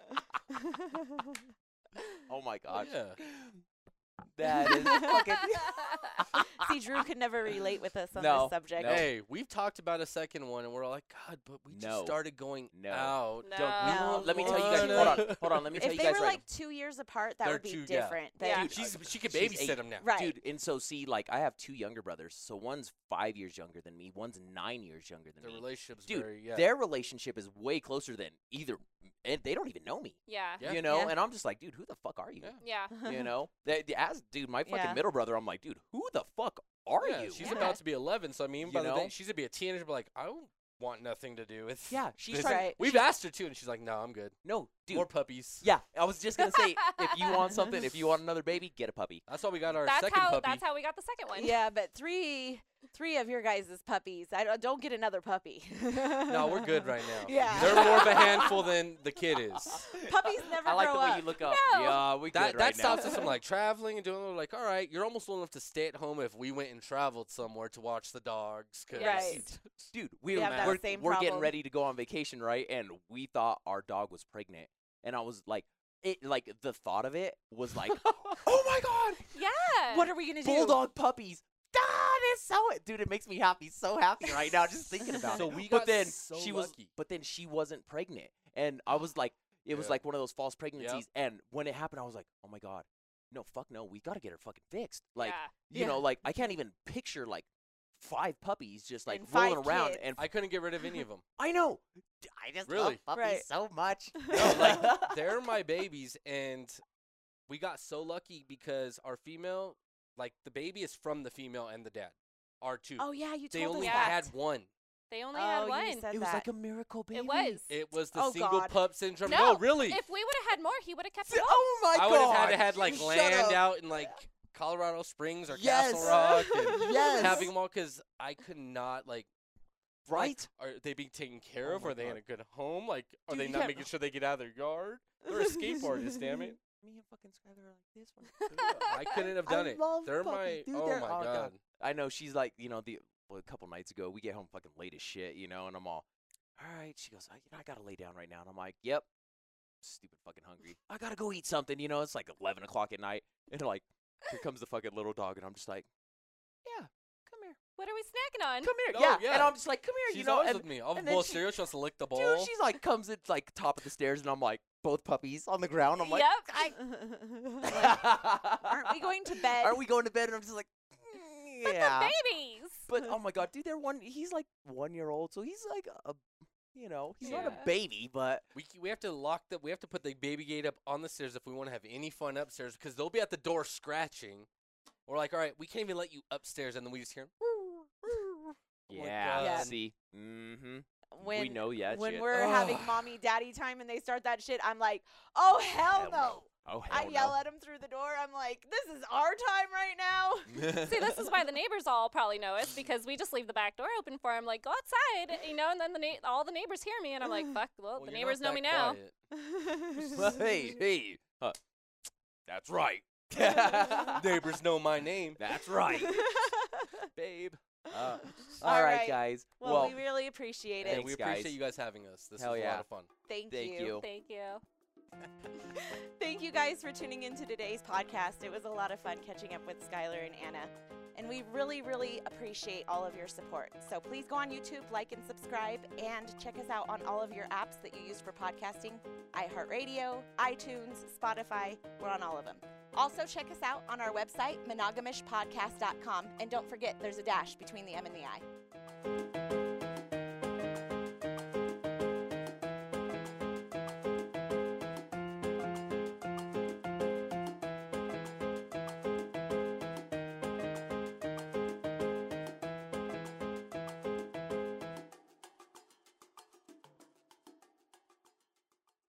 [SPEAKER 3] (laughs) Oh my gosh,
[SPEAKER 5] Yeah.
[SPEAKER 3] (gasps) that is
[SPEAKER 4] (laughs)
[SPEAKER 3] fucking.
[SPEAKER 2] (laughs) See, Drew could never relate with us on
[SPEAKER 3] No,
[SPEAKER 2] this subject.
[SPEAKER 3] no.
[SPEAKER 5] Hey, we've talked about a second one, and we're all like, God, but we just
[SPEAKER 3] No.
[SPEAKER 5] started going
[SPEAKER 3] No.
[SPEAKER 5] out.
[SPEAKER 4] no.
[SPEAKER 2] No.
[SPEAKER 5] don't-
[SPEAKER 3] Let me tell you guys.
[SPEAKER 5] wanna-
[SPEAKER 3] Hold on, hold on. Let me tell
[SPEAKER 2] If
[SPEAKER 3] you
[SPEAKER 2] they
[SPEAKER 3] guys
[SPEAKER 2] were
[SPEAKER 3] right.
[SPEAKER 2] like two years apart, that
[SPEAKER 5] They're
[SPEAKER 2] would be
[SPEAKER 5] two- yeah.
[SPEAKER 2] different. than-
[SPEAKER 4] Yeah.
[SPEAKER 3] Dude,
[SPEAKER 5] She's, she can
[SPEAKER 3] She's
[SPEAKER 5] babysit
[SPEAKER 3] eight.
[SPEAKER 5] him now.
[SPEAKER 2] Right.
[SPEAKER 3] Dude, and so see, like I have two younger brothers. So one's five years younger than me. One's nine years younger than
[SPEAKER 5] The
[SPEAKER 3] me.
[SPEAKER 5] relationship's
[SPEAKER 3] Dude,
[SPEAKER 5] very yeah.
[SPEAKER 3] Their relationship is way closer than either, and they don't even know me.
[SPEAKER 4] yeah.
[SPEAKER 5] Yeah.
[SPEAKER 3] You know,
[SPEAKER 2] Yeah.
[SPEAKER 3] and I'm just like, dude, who the fuck are you?
[SPEAKER 5] Yeah.
[SPEAKER 4] Yeah.
[SPEAKER 2] (laughs)
[SPEAKER 3] You know, That- the- as dude, my fucking
[SPEAKER 2] Yeah.
[SPEAKER 3] middle brother, I'm like, dude, who the fuck are
[SPEAKER 5] Yeah,
[SPEAKER 3] you?
[SPEAKER 5] She's
[SPEAKER 4] Yeah.
[SPEAKER 5] about to be 11, so I mean,
[SPEAKER 3] You
[SPEAKER 5] by the day,
[SPEAKER 3] know?
[SPEAKER 5] she's gonna be a teenager. But like, I don't want nothing to do with.
[SPEAKER 3] Yeah, she's
[SPEAKER 5] this.
[SPEAKER 3] trying.
[SPEAKER 2] Right.
[SPEAKER 5] We've asked her too, and she's like, "No, I'm good.
[SPEAKER 3] No, dude.
[SPEAKER 5] More puppies."
[SPEAKER 3] yeah, I was just gonna say, if you
[SPEAKER 2] (laughs)
[SPEAKER 3] want something, if you want another baby, get a puppy.
[SPEAKER 5] That's why we got our
[SPEAKER 4] That's
[SPEAKER 5] second
[SPEAKER 4] how.
[SPEAKER 5] puppy.
[SPEAKER 4] That's how we got the second one.
[SPEAKER 2] yeah, but three, three of your guys' puppies. I don't, don't get another puppy.
[SPEAKER 5] no,
[SPEAKER 2] (laughs)
[SPEAKER 5] we're good right now.
[SPEAKER 2] Yeah.
[SPEAKER 5] They're more of a handful than the
[SPEAKER 2] (laughs)
[SPEAKER 5] kid is.
[SPEAKER 2] Puppies never
[SPEAKER 3] (laughs) I like
[SPEAKER 2] grow
[SPEAKER 3] the way
[SPEAKER 2] up.
[SPEAKER 3] you look up.
[SPEAKER 4] No.
[SPEAKER 3] Yeah, we
[SPEAKER 5] That,
[SPEAKER 3] good
[SPEAKER 5] that
[SPEAKER 3] right now.
[SPEAKER 5] stops
[SPEAKER 3] (laughs)
[SPEAKER 5] us from like traveling and doing a little, like, all right, you're almost old enough to stay at home if we went and traveled somewhere to watch the dogs. 'cause-
[SPEAKER 2] Right.
[SPEAKER 5] (laughs)
[SPEAKER 3] dude, we,
[SPEAKER 2] We
[SPEAKER 3] were-
[SPEAKER 2] have that
[SPEAKER 3] we're,
[SPEAKER 2] same
[SPEAKER 3] we're getting
[SPEAKER 2] problem.
[SPEAKER 3] ready to go on vacation, right? And we thought our dog was pregnant, and I was like, it like the thought of it was like, oh my god,
[SPEAKER 4] Yeah.
[SPEAKER 2] What are we gonna do? (laughs)
[SPEAKER 3] bulldog puppies. God, it's so dude, it makes me happy, so happy right now just thinking about
[SPEAKER 5] So
[SPEAKER 3] it.
[SPEAKER 5] we
[SPEAKER 3] but
[SPEAKER 5] got
[SPEAKER 3] then
[SPEAKER 5] so
[SPEAKER 3] she was,
[SPEAKER 5] lucky.
[SPEAKER 3] but then she wasn't pregnant, and I was like, it was
[SPEAKER 5] Yeah.
[SPEAKER 3] like one of those false pregnancies. And when it happened, I was like, oh my god, no, fuck no, we gotta get her fucking fixed. Like,
[SPEAKER 4] Yeah.
[SPEAKER 3] you
[SPEAKER 2] Yeah.
[SPEAKER 3] know, like I can't even picture like five puppies just like
[SPEAKER 2] And five
[SPEAKER 3] rolling around
[SPEAKER 2] kids.
[SPEAKER 3] and
[SPEAKER 5] I couldn't get rid of any of
[SPEAKER 2] (laughs)
[SPEAKER 5] them.
[SPEAKER 3] I know. D- I just
[SPEAKER 5] Really?
[SPEAKER 3] love puppies
[SPEAKER 2] Right.
[SPEAKER 3] so
[SPEAKER 2] (laughs)
[SPEAKER 3] much.
[SPEAKER 5] No, like they're my babies, and we got so lucky because our female, like the baby, is from the female and the dad. Our two.
[SPEAKER 2] oh yeah, you
[SPEAKER 5] they
[SPEAKER 2] told
[SPEAKER 5] only
[SPEAKER 2] us
[SPEAKER 4] that.
[SPEAKER 5] had one.
[SPEAKER 4] They
[SPEAKER 2] Oh,
[SPEAKER 4] only had one.
[SPEAKER 2] you said
[SPEAKER 3] it was
[SPEAKER 2] that.
[SPEAKER 3] like a miracle baby.
[SPEAKER 4] it was.
[SPEAKER 5] It was the
[SPEAKER 2] Oh,
[SPEAKER 5] single
[SPEAKER 2] God.
[SPEAKER 5] pup syndrome.
[SPEAKER 4] No,
[SPEAKER 5] really.
[SPEAKER 4] If we would have had more, he would have kept
[SPEAKER 3] So-
[SPEAKER 4] it all.
[SPEAKER 3] (laughs) oh my
[SPEAKER 5] I
[SPEAKER 3] god!
[SPEAKER 5] would have had to had like
[SPEAKER 3] Shut
[SPEAKER 5] land
[SPEAKER 3] up.
[SPEAKER 5] out in like Colorado Springs or
[SPEAKER 3] Yes.
[SPEAKER 5] Castle Rock
[SPEAKER 3] (laughs)
[SPEAKER 5] and
[SPEAKER 3] Yes.
[SPEAKER 5] having them all because I could not like. like,
[SPEAKER 3] right?
[SPEAKER 5] are they being taken care
[SPEAKER 3] Oh
[SPEAKER 5] of?
[SPEAKER 3] my
[SPEAKER 5] Are they in
[SPEAKER 3] God.
[SPEAKER 5] a good home? Like, are
[SPEAKER 2] Dude,
[SPEAKER 5] they
[SPEAKER 2] you
[SPEAKER 5] not
[SPEAKER 2] can't-
[SPEAKER 5] making sure they get out of their
[SPEAKER 3] (laughs)
[SPEAKER 5] yard? They're escape artists, damn it.
[SPEAKER 3] Me and fucking Skylar are like this one.
[SPEAKER 5] I couldn't have
[SPEAKER 3] I
[SPEAKER 5] done it.
[SPEAKER 3] love
[SPEAKER 5] They're my.
[SPEAKER 3] puppies, dude,
[SPEAKER 5] oh
[SPEAKER 3] they're-
[SPEAKER 5] my
[SPEAKER 3] oh, God.
[SPEAKER 5] god.
[SPEAKER 3] (laughs) I know she's like, you know, the well, a couple nights ago, we get home fucking late as shit, you know, and I'm all, all right. She goes, I, you know, I gotta lay down right now, and I'm like, yep, stupid fucking hungry. I gotta go eat something, you know. It's like eleven o'clock at night, and like, here comes the fucking little dog, and I'm just like, yeah, come here,
[SPEAKER 4] What are we snacking on?
[SPEAKER 3] come here,
[SPEAKER 5] Oh,
[SPEAKER 3] yeah.
[SPEAKER 5] yeah.
[SPEAKER 3] and I'm just like, come here,
[SPEAKER 5] She's
[SPEAKER 3] you know,
[SPEAKER 5] always
[SPEAKER 3] and
[SPEAKER 5] with me. I'm
[SPEAKER 3] and then
[SPEAKER 5] well,
[SPEAKER 3] she-
[SPEAKER 5] cereal. She wants to lick the ball.
[SPEAKER 3] dude, she's like, comes at like top of the stairs, and I'm like, both puppies on the ground. I'm like,
[SPEAKER 4] yep.
[SPEAKER 2] (laughs) Like, aren't we going to bed?
[SPEAKER 3] Aren't we going to bed? And
[SPEAKER 2] (laughs)
[SPEAKER 3] I'm just like, "Mm,
[SPEAKER 4] But
[SPEAKER 3] yeah.
[SPEAKER 4] the babies.
[SPEAKER 3] But oh my god, dude, they're one. He's like one year old, so he's like a, you know, he's not
[SPEAKER 4] Yeah.
[SPEAKER 3] a baby, but
[SPEAKER 5] we, c- we have to lock the. We have to put the baby gate up on the stairs if we want to have any fun upstairs because they'll be at the door scratching. We're like, all right, we can't even let you upstairs, and then we just hear. Oh my
[SPEAKER 2] Yeah.
[SPEAKER 5] God.
[SPEAKER 3] See, mm-hmm.
[SPEAKER 2] when
[SPEAKER 3] we know yeah.
[SPEAKER 2] when
[SPEAKER 3] shit.
[SPEAKER 2] we're
[SPEAKER 5] Ugh.
[SPEAKER 2] having mommy daddy time and they start that shit, I'm like, oh hell,
[SPEAKER 3] Hell
[SPEAKER 2] no.
[SPEAKER 3] no. oh hell
[SPEAKER 2] I yell at them through the door. I'm like, this is our time right
[SPEAKER 5] (laughs)
[SPEAKER 2] now. (laughs)
[SPEAKER 3] no.
[SPEAKER 4] See, this is why the neighbors all probably know us because we just leave the back door open for them. Like, go outside, you know, and then the na- all the neighbors hear me, and I'm like, fuck, well,
[SPEAKER 5] "Well,
[SPEAKER 4] the
[SPEAKER 5] you're
[SPEAKER 4] neighbors
[SPEAKER 5] not
[SPEAKER 4] know
[SPEAKER 5] that
[SPEAKER 4] me now.
[SPEAKER 5] quiet."
[SPEAKER 3] (laughs) Well, hey, hey, huh. that's right.
[SPEAKER 5] neighbors know my name.
[SPEAKER 3] that's right,
[SPEAKER 2] (laughs)
[SPEAKER 3] babe. Uh, all right,
[SPEAKER 2] right.
[SPEAKER 3] guys.
[SPEAKER 2] (laughs) well, we really appreciate
[SPEAKER 5] And
[SPEAKER 2] it.
[SPEAKER 3] Thanks,
[SPEAKER 5] we appreciate
[SPEAKER 3] guys.
[SPEAKER 5] you guys having us. This
[SPEAKER 3] Hell
[SPEAKER 5] was a
[SPEAKER 3] yeah.
[SPEAKER 5] lot of fun.
[SPEAKER 2] Thank,
[SPEAKER 3] thank you.
[SPEAKER 4] Thank you.
[SPEAKER 2] Thank you guys for tuning into today's podcast. It was a lot of fun catching up with Skylar and Anna. And we really, really appreciate all of your support. So please go on YouTube, like and subscribe, and check us out on all of your apps that you use for podcasting iHeartRadio, iTunes, Spotify. We're on all of them. Also, check us out on our website, monogamishpodcast.com. And don't forget, there's a dash between the M and the I.